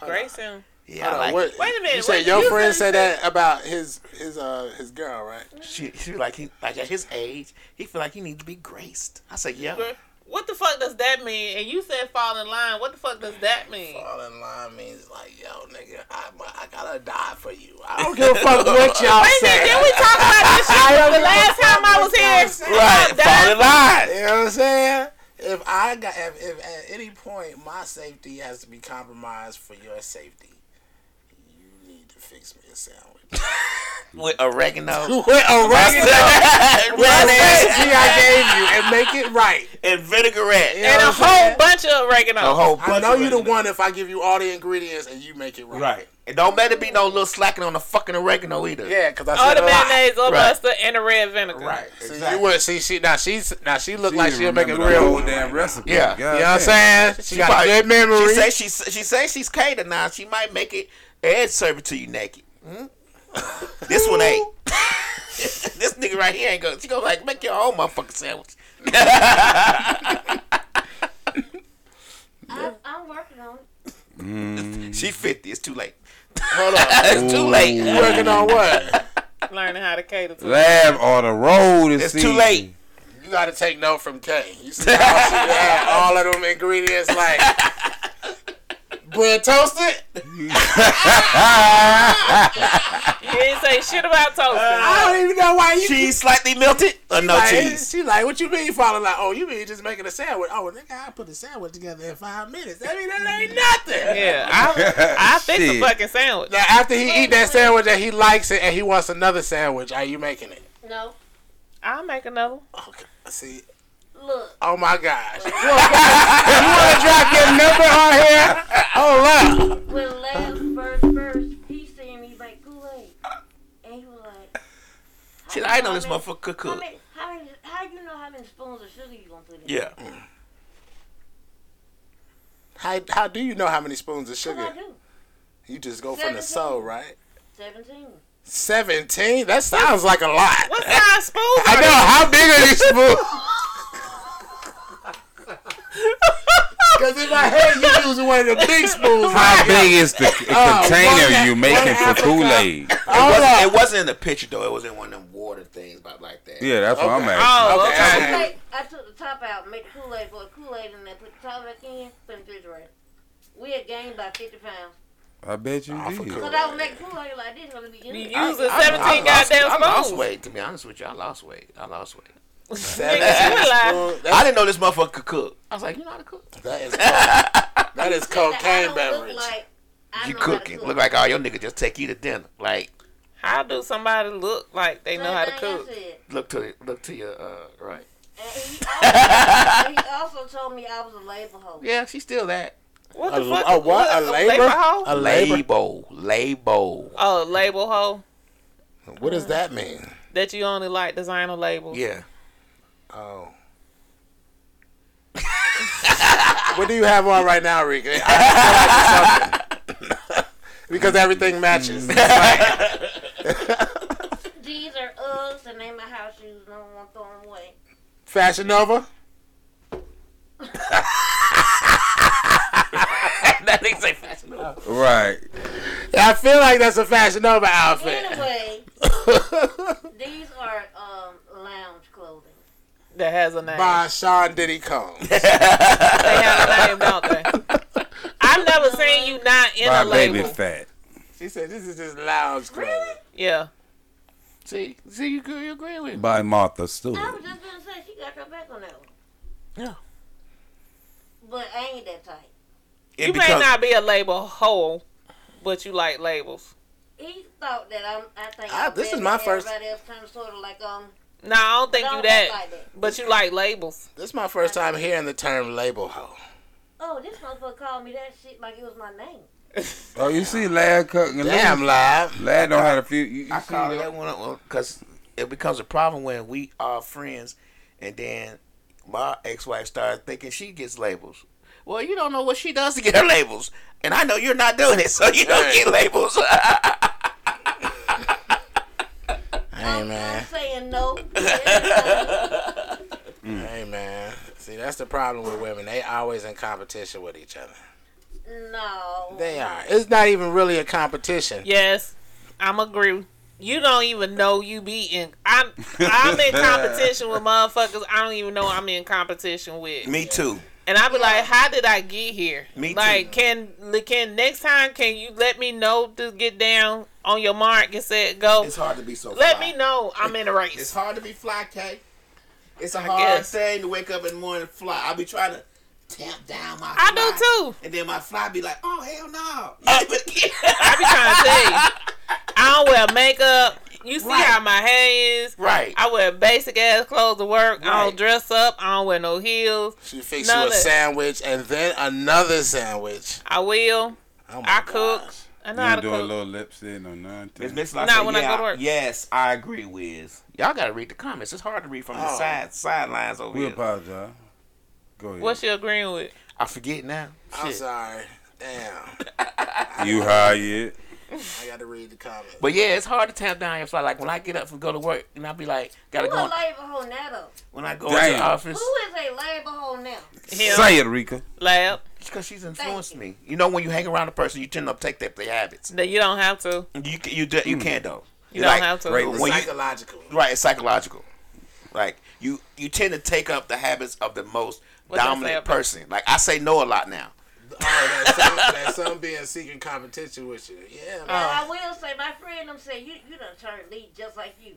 S7: Grayson.
S5: Yeah, I like
S2: what,
S7: Wait a minute,
S2: You
S7: what
S2: said
S7: did
S2: your
S7: you
S2: friend
S7: say?
S2: said that about his his uh his girl, right?
S5: she. She like he like at his age, he feel like he needs to be graced. I said, yeah.
S7: What the fuck does that mean? And you said fall in line. What the fuck does that mean?
S2: Fallen line means like, yo, nigga, I, I gotta die for you. I don't give a fuck what y'all
S7: Wait a minute,
S2: say.
S7: did we talk about this shit the last time I was here?
S5: Right, fall in line.
S2: You know what I'm saying? If I got, if, if at any point my safety has to be compromised for your safety, you need to fix me a sandwich.
S5: with oregano.
S2: With oregano,
S5: Red
S2: recipe I gave you, and make it right.
S5: and vinaigrette.
S2: You know
S7: And
S2: what
S7: a
S2: I'm saying?
S7: whole bunch of oregano.
S5: A whole bunch
S2: I know
S5: of
S2: you the
S5: oregano.
S2: one if I give you all the ingredients and you make it right.
S5: Right. And don't let it be no little slacking on the fucking oregano either.
S2: Yeah, because I
S7: All
S2: said a
S7: the
S2: lot.
S7: mayonnaise, all
S5: Right.
S7: mustard, and the red vinegar.
S5: Right.
S2: See,
S5: exactly.
S2: you would see she now she's now she looked like she'll make
S3: remember
S2: it
S3: the
S2: real.
S3: whole
S2: one.
S3: damn recipe.
S5: Yeah.
S2: You
S3: God
S2: know what
S3: damn.
S2: I'm saying? She, got
S5: probably-
S2: a good memory.
S5: She say she's she say she's catered now. She might make it and serve it to you naked. Hmm? this one ain't. this nigga right here ain't gonna. She gonna like make your own motherfucking sandwich.
S6: I, I'm working on it.
S5: She fifty. It's too late.
S2: Hold on.
S5: It's too
S2: You
S5: late.
S2: working on what?
S7: Learning how to cater to
S3: Lab on the road is
S5: It's too late.
S2: You got to take note from Kay. You see how she had all of them ingredients like bread toasted.
S3: Ah!
S7: You didn't say shit about toasting.
S2: Uh, I don't even know why you.
S5: Cheese slightly melted or no
S2: like,
S5: cheese?
S2: She like, what you mean falling like? Oh, you mean just making a sandwich? Oh, nigga, I put the sandwich together in five minutes. I mean, that ain't nothing.
S7: yeah, I, I fix a
S3: Shit.
S7: fucking sandwich.
S2: Now after he eat that sandwich and he likes it and he wants another sandwich, are you making it?
S6: No.
S7: I'll make another. one.
S2: Okay. See,
S6: Look.
S2: Oh my gosh. You want to drop your number on here? Hold up.
S6: When last first first, he seen me make Kool-Aid. And he was like,
S5: Shit, I know this motherfucker could
S6: how
S5: cook.
S6: many, how many, how you know how many spoons of sugar you gonna put in?
S5: Yeah.
S2: How how do you know how many spoons of
S6: What I
S2: sugar?
S6: do?
S2: You just go from the
S6: Seventeen.
S2: soul, right?
S6: Seventeen.
S2: Seventeen. That sounds like a lot.
S8: What size spoon?
S2: I know. How big are these spoons? Because in my head, you using one of the big spoons.
S3: How big is the c-
S2: Uh,
S3: container
S2: one-
S3: you making for
S2: Africa.
S3: Kool Aid?
S2: Hold
S5: wasn't,
S2: up.
S5: it wasn't in the picture though. It was in one of them water things, about like that.
S3: Yeah, that's what I'm
S2: Okay.
S3: asking.
S8: Oh,
S2: Okay,
S8: okay.
S2: okay.
S6: Like, I took the top out, made Kool Aid for Kool Aid, and then put the top back in, put it in the refrigerator. We had gained by fifty pounds.
S3: I bet you
S2: Oh, for
S3: did.
S2: Kool-
S6: Cause I was making Kool Aid like this from the beginning.
S8: You
S6: I,
S8: using
S5: I- I-
S8: seventeen
S5: I lost- I
S8: goddamn
S5: lost
S8: spoons.
S5: weight. To be honest with you, I lost weight. I lost weight.
S8: Nigga, you lie.
S2: Spoon,
S5: I
S2: that,
S5: didn't know this motherfucker could cook. I was like, you know how to cook?
S2: that is co- that is
S6: I
S2: cocaine
S6: don't look
S2: beverage.
S6: like I
S5: You
S6: know how to
S5: cooking?
S6: cook.
S5: Look like all your niggas just take you to dinner. Like
S8: How do somebody look like they know how to
S6: Same thing I
S8: cook?
S6: said.
S5: look to look to your uh right.
S6: And he also, he also told me I was a labor hoe.
S5: Yeah, she's still that.
S8: What
S2: A,
S8: the fuck?
S2: a what? A labor?
S8: hoe?
S2: A labor?
S5: Label, label.
S8: Oh, label hoe.
S2: What does that mean?
S8: That you only like designer labels.
S5: Yeah.
S2: Oh. what do you have on right now, Rick? I- I feel like it's something. because everything matches.
S6: These are Uggs, and they my house shoes. and I don't want to throw them away.
S2: Fashion Nova.
S5: that nigga say fast enough.
S3: Right.
S2: I feel like that's a Fashion Nova outfit.
S6: Anyway, these are um lounge clothing.
S8: That has a name.
S2: By Sean Diddy Combs.
S8: They have a name, don't they? I've never seen you not in
S3: My
S8: a
S3: baby
S8: label.
S3: fat.
S2: She said, "This is just lounge clothing."
S8: Yeah.
S5: See, see, you agree, you agree with me.
S3: By Martha
S6: I
S3: Stewart.
S6: was just gonna say she got her back on that one,
S5: Yeah.
S6: but I ain't that type.
S5: It
S8: you may
S5: becomes-
S8: not be a label hoe, but you like labels.
S6: He thought that I'm. I think
S2: Ah,
S6: I'm
S2: this is
S6: better
S2: my
S6: than
S2: first-
S6: Everybody else kind of sort of like um.
S8: No, I don't think
S6: don't
S8: you
S6: act
S8: that.
S6: Like that.
S8: But you like labels.
S2: This is my first time hearing the term label hoe.
S6: Oh, this motherfucker called me that shit like it was my name.
S3: Oh, you see, Lad cooking.
S2: Damn, live.
S3: Lad don't have a few. You, you
S5: I
S3: see
S5: call
S3: that?
S5: that one up because it becomes a problem when we are friends, and then my ex-wife starts thinking she gets labels. Well, you don't know what she does to get her labels, and I know you're not doing it, so you don't get labels.
S2: Hey
S6: I'm
S2: man,
S6: saying no. to everything.
S2: hey man. See, that's the problem with women. They always in competition with each other.
S6: no.
S2: They are. It's not even really a competition.
S8: Yes, I'm agree. You don't even know you be in. I'm I'm in competition with motherfuckers. I don't even know I'm in competition with.
S5: Me too.
S8: And I be like, how did I get here?
S5: Me too.
S8: like, can can next time can you let me know to get down on your mark, get set, go?
S10: It's hard to be so.
S8: Let
S10: fly.
S8: me know I'm in a
S10: It's
S8: race.
S10: hard to be fly, Kay. It's a hard
S8: guess.
S10: thing to wake up in the morning and fly. I be trying to tap down my.
S8: I
S10: fly,
S8: do too.
S10: And then my fly be like, "Oh hell no!"
S8: I
S5: Uh,
S8: be trying to tell you. I don't wear makeup. You see
S10: Right.
S8: how my hair is.
S5: Right.
S8: I wear basic ass clothes to work. I
S10: Right.
S8: don't dress up. I don't wear no heels.
S2: She fixed
S8: None
S2: you a
S8: of it.
S2: sandwich and then another sandwich.
S8: I will.
S2: Oh my
S8: I cook.
S2: gosh.
S8: I know
S3: You
S8: how
S3: ain't
S8: to
S3: doing a
S8: cook.
S3: little lipstick or
S5: It's
S3: nothing.
S5: Miss Lisa.
S8: Not when I
S5: yeah,
S8: go to work.
S5: Yes, I agree with. Y'all gotta read the comments. It's hard to read from the
S2: Oh.
S5: side sidelines over
S3: We
S5: here.
S3: apologize. Go ahead.
S8: What you agreeing with?
S5: I forget now.
S2: I'm
S5: Shit.
S2: sorry. Damn.
S3: you high yet?
S2: I got to read the comments.
S5: But yeah, it's hard to tap down your fly. Like when I get up and go to work, and I be like, gotta
S6: Who
S5: go.
S6: a
S5: on-
S6: labor hoe now though?
S5: When I go
S3: Damn.
S5: to the office,
S6: Who is a labor hoe now?
S8: Him,
S3: Say it, Rika.
S8: lab.
S5: because she's influenced
S6: you.
S5: me. You know, when you hang around a person, you tend to take their, their habits.
S8: That you don't have to.
S5: You c- you do, you
S10: Hmm.
S5: can though.
S8: You
S5: Like,
S8: don't have to.
S3: Great.
S5: When you,
S2: Psychological.
S5: right, it's psychological. Like you you tend to take up the habits of the most
S8: What that say
S5: dominant
S8: about-
S5: person. Like I say no a lot now.
S2: oh, that some, that some being seeking competition with you.
S8: Uh,
S2: Yeah. man.
S5: Oh.
S6: Now I will say my friend them say you you done turned lead just like you.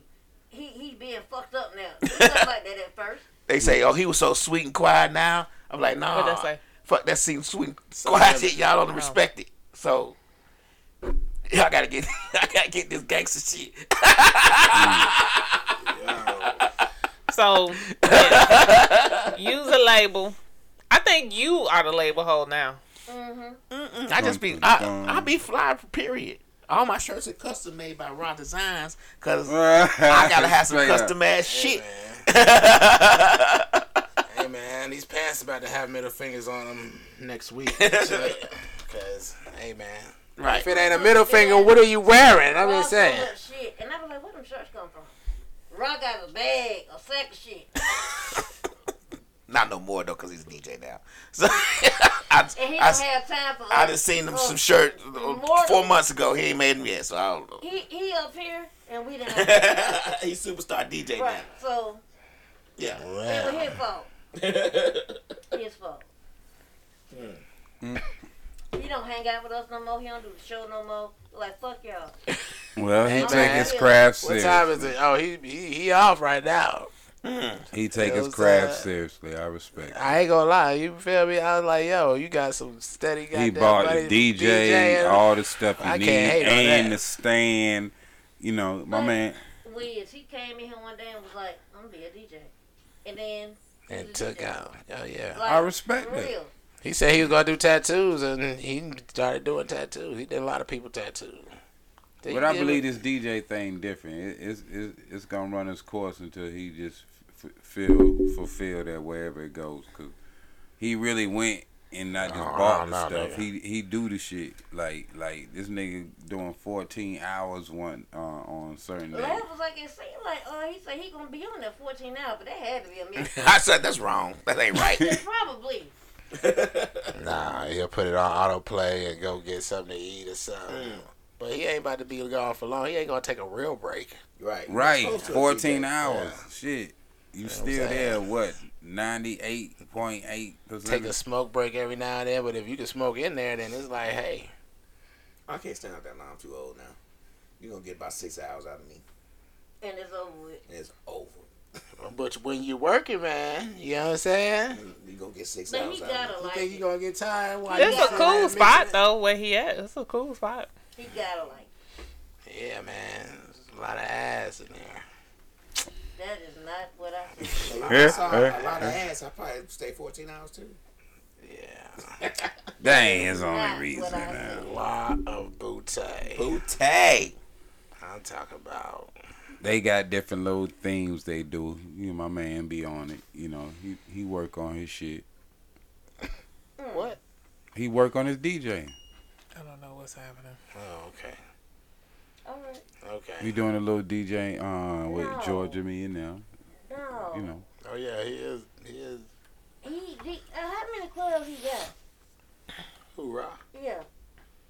S6: He he being fucked up now. He wasn't like that at first.
S5: They say, oh, he was so sweet and quiet now. I'm like, nah.
S8: What that say? Oh.
S5: Fuck that seems sweet and quiet shit. Y'all don't respect it. So y'all gotta get I gotta get this gangster shit.
S8: So yeah. use a label. I think you are the label hole now.
S5: I just be I, I be fly. Period. All my shirts are custom made by Raw Designs because I gotta have some custom ass shit.
S2: Hey, man. man, these pants about to have middle fingers on them next week. Because, hey, man.
S5: Right.
S2: If it ain't a middle finger, what are you wearing? I'm
S6: All
S2: just saying.
S6: so much shit. And I was like, where them shirts come from? Rock out a bag, a sack of shit.
S5: Not no more though, cause he's DJ now. So I,
S6: And he
S5: I,
S6: don't have time for
S5: I
S6: us.
S5: just seen him
S6: Oh,
S5: some shirt uh,
S6: immortal.
S5: four months ago. He ain't made him yet, so I don't know.
S6: He, he up here, and we done have
S5: he's superstar DJ
S6: Right, so
S5: now.
S6: it was his fault.
S5: Yeah.
S6: His fault.
S5: Hmm.
S6: He don't hang out with us no more. He don't do the show no more. Like, fuck y'all.
S3: Well, he
S2: Hey,
S3: take
S2: man.
S3: his craft
S2: What time
S3: seriously.
S2: is it? Oh, he, he he off right now.
S3: He take his
S2: Those,
S3: craft
S2: uh,
S3: seriously. I respect. it.
S2: I ain't gonna lie. You feel me? I was like, yo, you got some steady guy.
S3: He bought the DJ, all the stuff you
S2: I
S3: need,
S2: can't hate on
S3: and
S2: that.
S3: the stand. You know, my
S6: But-
S3: man.
S6: Wiz, he came in here one day and was like, I'm gonna be a DJ. And then
S2: and took out. Oh yeah.
S6: like,
S3: I respect
S6: for
S3: that.
S6: real.
S2: He said he was gonna do tattoos, and he started doing tattoos. He did a lot of people tattoos. Did
S3: But
S2: you
S3: I
S2: get
S3: believe
S2: it?
S3: this DJ thing different. It, it's, it's it's gonna run its course until he just f- feel fulfilled at wherever it goes. Cause he really went and not just
S2: No,
S3: bought
S2: no,
S3: the
S2: Oh, no,
S3: stuff.
S2: nigga.
S3: He he do the shit like like this nigga doing fourteen hours one uh, on certain days.
S6: Laugh was like, it seemed like, uh, he said he gonna be on there 14 hours, but that had to be a minute.
S5: I said that's wrong. That ain't right.
S6: Probably.
S2: Nah, he'll put it on autoplay and go get something to eat or something. But he ain't about to be gone for long. He ain't gonna take a real break.
S9: Right.
S3: Right,
S9: Close to a
S3: fourteen
S9: DJ.
S3: hours. Shit, you still
S2: saying.
S3: there? What ninety eight point eight
S2: Take a
S3: percent?
S2: smoke break every now and then. But if you can smoke in there, then it's like, hey,
S9: I can't stand out that long. I'm too old now. You're going to get about six hours out of me.
S6: And it's over with.
S9: And it's over.
S2: but when you working, man, you know what I'm saying?
S9: You're going to get six
S6: But
S9: hours
S6: he
S9: out of me.
S6: gotta
S2: You
S6: like
S2: think you
S6: it.
S2: gonna get tired? Why
S6: This
S2: you
S6: is
S7: It's a
S2: sitting there
S7: cool
S2: mixing
S7: spot
S2: it?
S7: though where he at. It's a cool spot.
S6: He gotta like it.
S2: Yeah, man, There's a lot of ass in there.
S6: That is not what I said.
S9: If I saw a lot of ass, I probably stay 14 hours too.
S2: Yeah,
S3: That ain't his only
S6: Not
S3: reason.
S6: what I
S3: man.
S2: a lot of booty.
S5: Bootay.
S2: I'm talking about.
S3: they got different little things they do. You know, my man be on it. You know, he he work on his shit.
S6: Mm.
S2: What?
S3: He work on his DJ.
S8: I don't know what's happening.
S2: Oh, okay,
S6: All right.
S2: okay.
S3: He doing a little DJ uh with
S6: No.
S3: Georgia me and them.
S6: No.
S3: You know,
S2: Oh yeah, he is. He is.
S6: He, he uh, how many clubs he got?
S2: Hoorah.
S6: Yeah.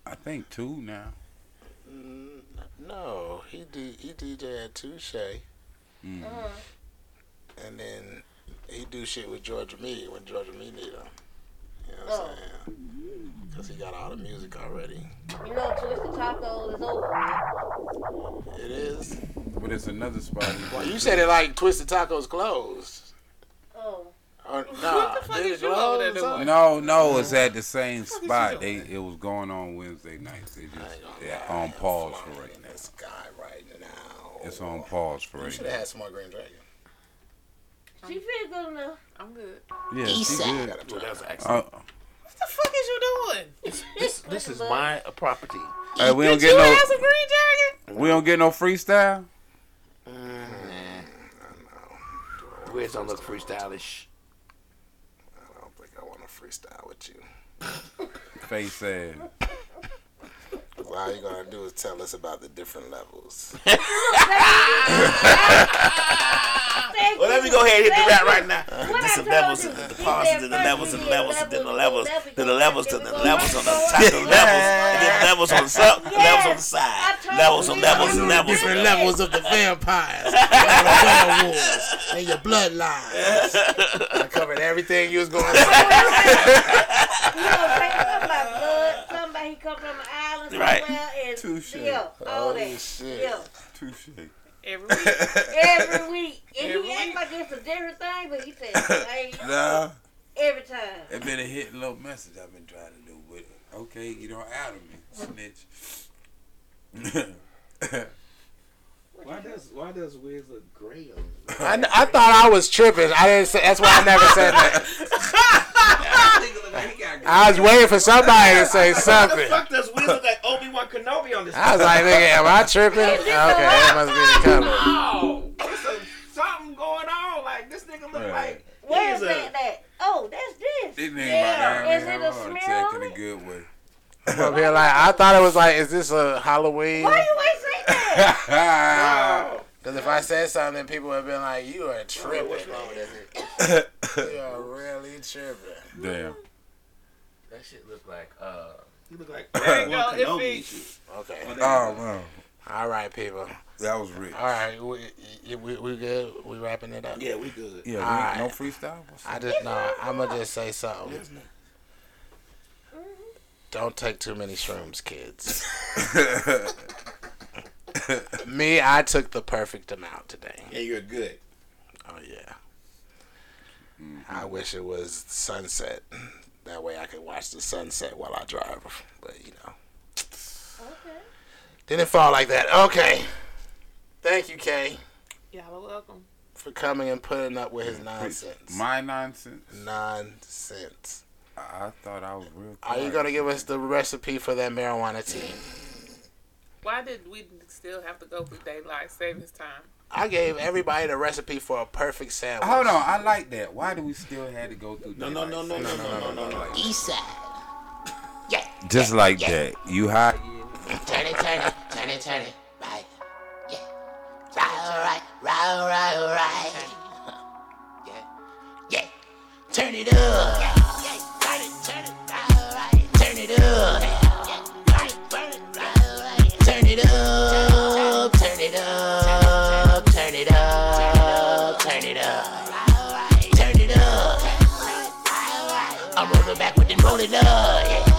S3: I think two now.
S2: Mm, No, he d he DJ at Touche,
S3: Mm.
S6: Uh-huh.
S2: and then he do shit with Georgia Me when Georgia Me need him. You know what
S6: Oh.
S2: I'm saying? Cause he got all the music already.
S6: You know, Twisted Taco is over with.
S2: It is.
S3: But it's another spot. he
S2: Well,
S3: do
S2: you
S3: too.
S2: said it like Twisted Tacos closed.
S6: Oh.
S2: Or, nah,
S7: What the fuck
S2: did
S7: is
S2: it
S7: you over there
S2: close?
S7: doing?
S3: No, no, it's at the same spot. They it was going on Wednesday nights. They
S2: I
S3: just
S2: ain't gonna
S3: yeah,
S2: lie,
S3: on
S2: I'm
S3: pause for
S2: flying
S3: right
S2: in
S3: now.
S2: This guy right now.
S3: It's on pause for
S2: You
S3: right
S2: should have
S3: now.
S2: had some more Green Dragon.
S6: She feel good enough.
S7: I'm good.
S3: Yeah, she good.
S5: Well, that was excellent.
S3: Uh,
S7: What the fuck is you doing?
S5: This, this is my uh, property.
S3: hey, we don't
S7: Did you
S3: get
S7: have some
S3: no
S7: green dragon?
S3: we don't get no freestyle.
S5: Wiz don't look freestylish.
S2: I don't think I want to freestyle with you.
S3: Face said.
S2: Cause all you gonna do is tell us about the different levels.
S6: Thank
S5: Well, let me
S6: you.
S5: go ahead and hit the
S6: Thank
S5: rap
S6: you.
S5: right now.
S6: What
S5: This
S6: I
S5: the levels,
S6: told
S5: and
S6: you.
S5: the
S6: He
S5: pauses,
S6: said
S5: and the
S6: first
S5: levels,
S6: we
S5: and the
S6: did
S5: levels, and then the levels,
S6: levels,
S5: then the levels,
S6: then
S5: and
S6: we
S5: then
S6: go
S5: the levels on the
S6: right
S5: top, the
S6: forward.
S5: levels, and then the levels on the sub, the
S6: Yes.
S5: levels on the side,
S6: I told
S5: levels
S6: you.
S5: on levels, and levels.
S6: Different
S2: levels of the vampires, and the werewolves, and your bloodlines. I covered everything you was going to
S6: You know, like, something about blood, somebody he come from an island somewhere
S5: Right.
S6: and
S3: Touche.
S6: yo, all
S2: Holy
S6: that.
S2: shit.
S6: Yo,
S3: Touche.
S7: Every week.
S6: every week. And
S7: Every
S6: he act
S7: week.
S6: like it's a different thing, but he said, hey,
S3: Nah,
S6: every time.
S3: it been a hidden little message I've been trying to do, but okay, you don't out of me, snitch.
S9: Why does why does Wiz look gray on me?
S2: I, I thought I was tripping. I didn't say. That's why I never said that. I was waiting for somebody to say something.
S9: Fuck does Wiz look like Obi Wan Kenobi on this?
S2: I was like, nigga, am I tripping? Okay, that must be the color.
S9: Oh, there's a- something going on. Like this nigga look
S3: Right.
S9: like
S6: Where
S9: he's
S6: is that? Oh,
S9: a
S6: that? did a smear on
S3: in a
S6: it?
S3: good way.
S2: Up here, like I thought it was like, is this a Halloween?
S6: Why you ain't say that?
S2: Because if I said something, people would have been like, you are tripping. you are really tripping.
S3: Damn.
S11: That shit look like uh.
S9: You look like
S8: There you
S11: Obi-Wan
S8: go. It
S11: Kenobi and
S8: fits.
S11: shit.
S2: Okay.
S11: Oh,
S3: Oh man,
S2: All right, people.
S3: that was rich.
S2: All right, we y- we, we good. We wrapping it up.
S5: Yeah, we good.
S3: Yeah,
S2: All right.
S3: we, no freestyle. What's
S2: I just no. I'm gonna just say something. Don't take too many shrooms, kids. Me, I took the perfect amount today.
S5: Yeah, you're good.
S2: Oh yeah. I wish it was sunset. That way I could watch the sunset while I drive. But you know,
S6: Okay.
S2: didn't fall like that. Okay. Thank you, Kay,
S8: Y'all are welcome.
S2: for coming and putting up with his nonsense.
S3: My nonsense.
S2: nonsense.
S3: I thought I was real.
S2: Are you
S3: quiet.
S2: gonna give us the recipe for that marijuana tea?
S7: Why did we still have to go through daylight savings time?
S2: I gave everybody the recipe for a perfect sandwich.
S3: Hold on, I like that. Why do we still have to go through?
S5: No, no, no, no, no, no, no, no, no.
S1: East side. Yeah.
S3: Just like that, you hot.
S1: Turn it, turn it, turn it, turn it. Right. Yeah. Roll right, roll right, right. Yeah. Yeah. Turn it up. Yeah, yeah. Turn it, turn it, roll right. Turn it up. Yeah, yeah. Burn it, burn it, roll right. Turn it up. Turn it up. Turn it up. Turn it up. Turn it up. I'm rolling back with it, roll it up. Yeah.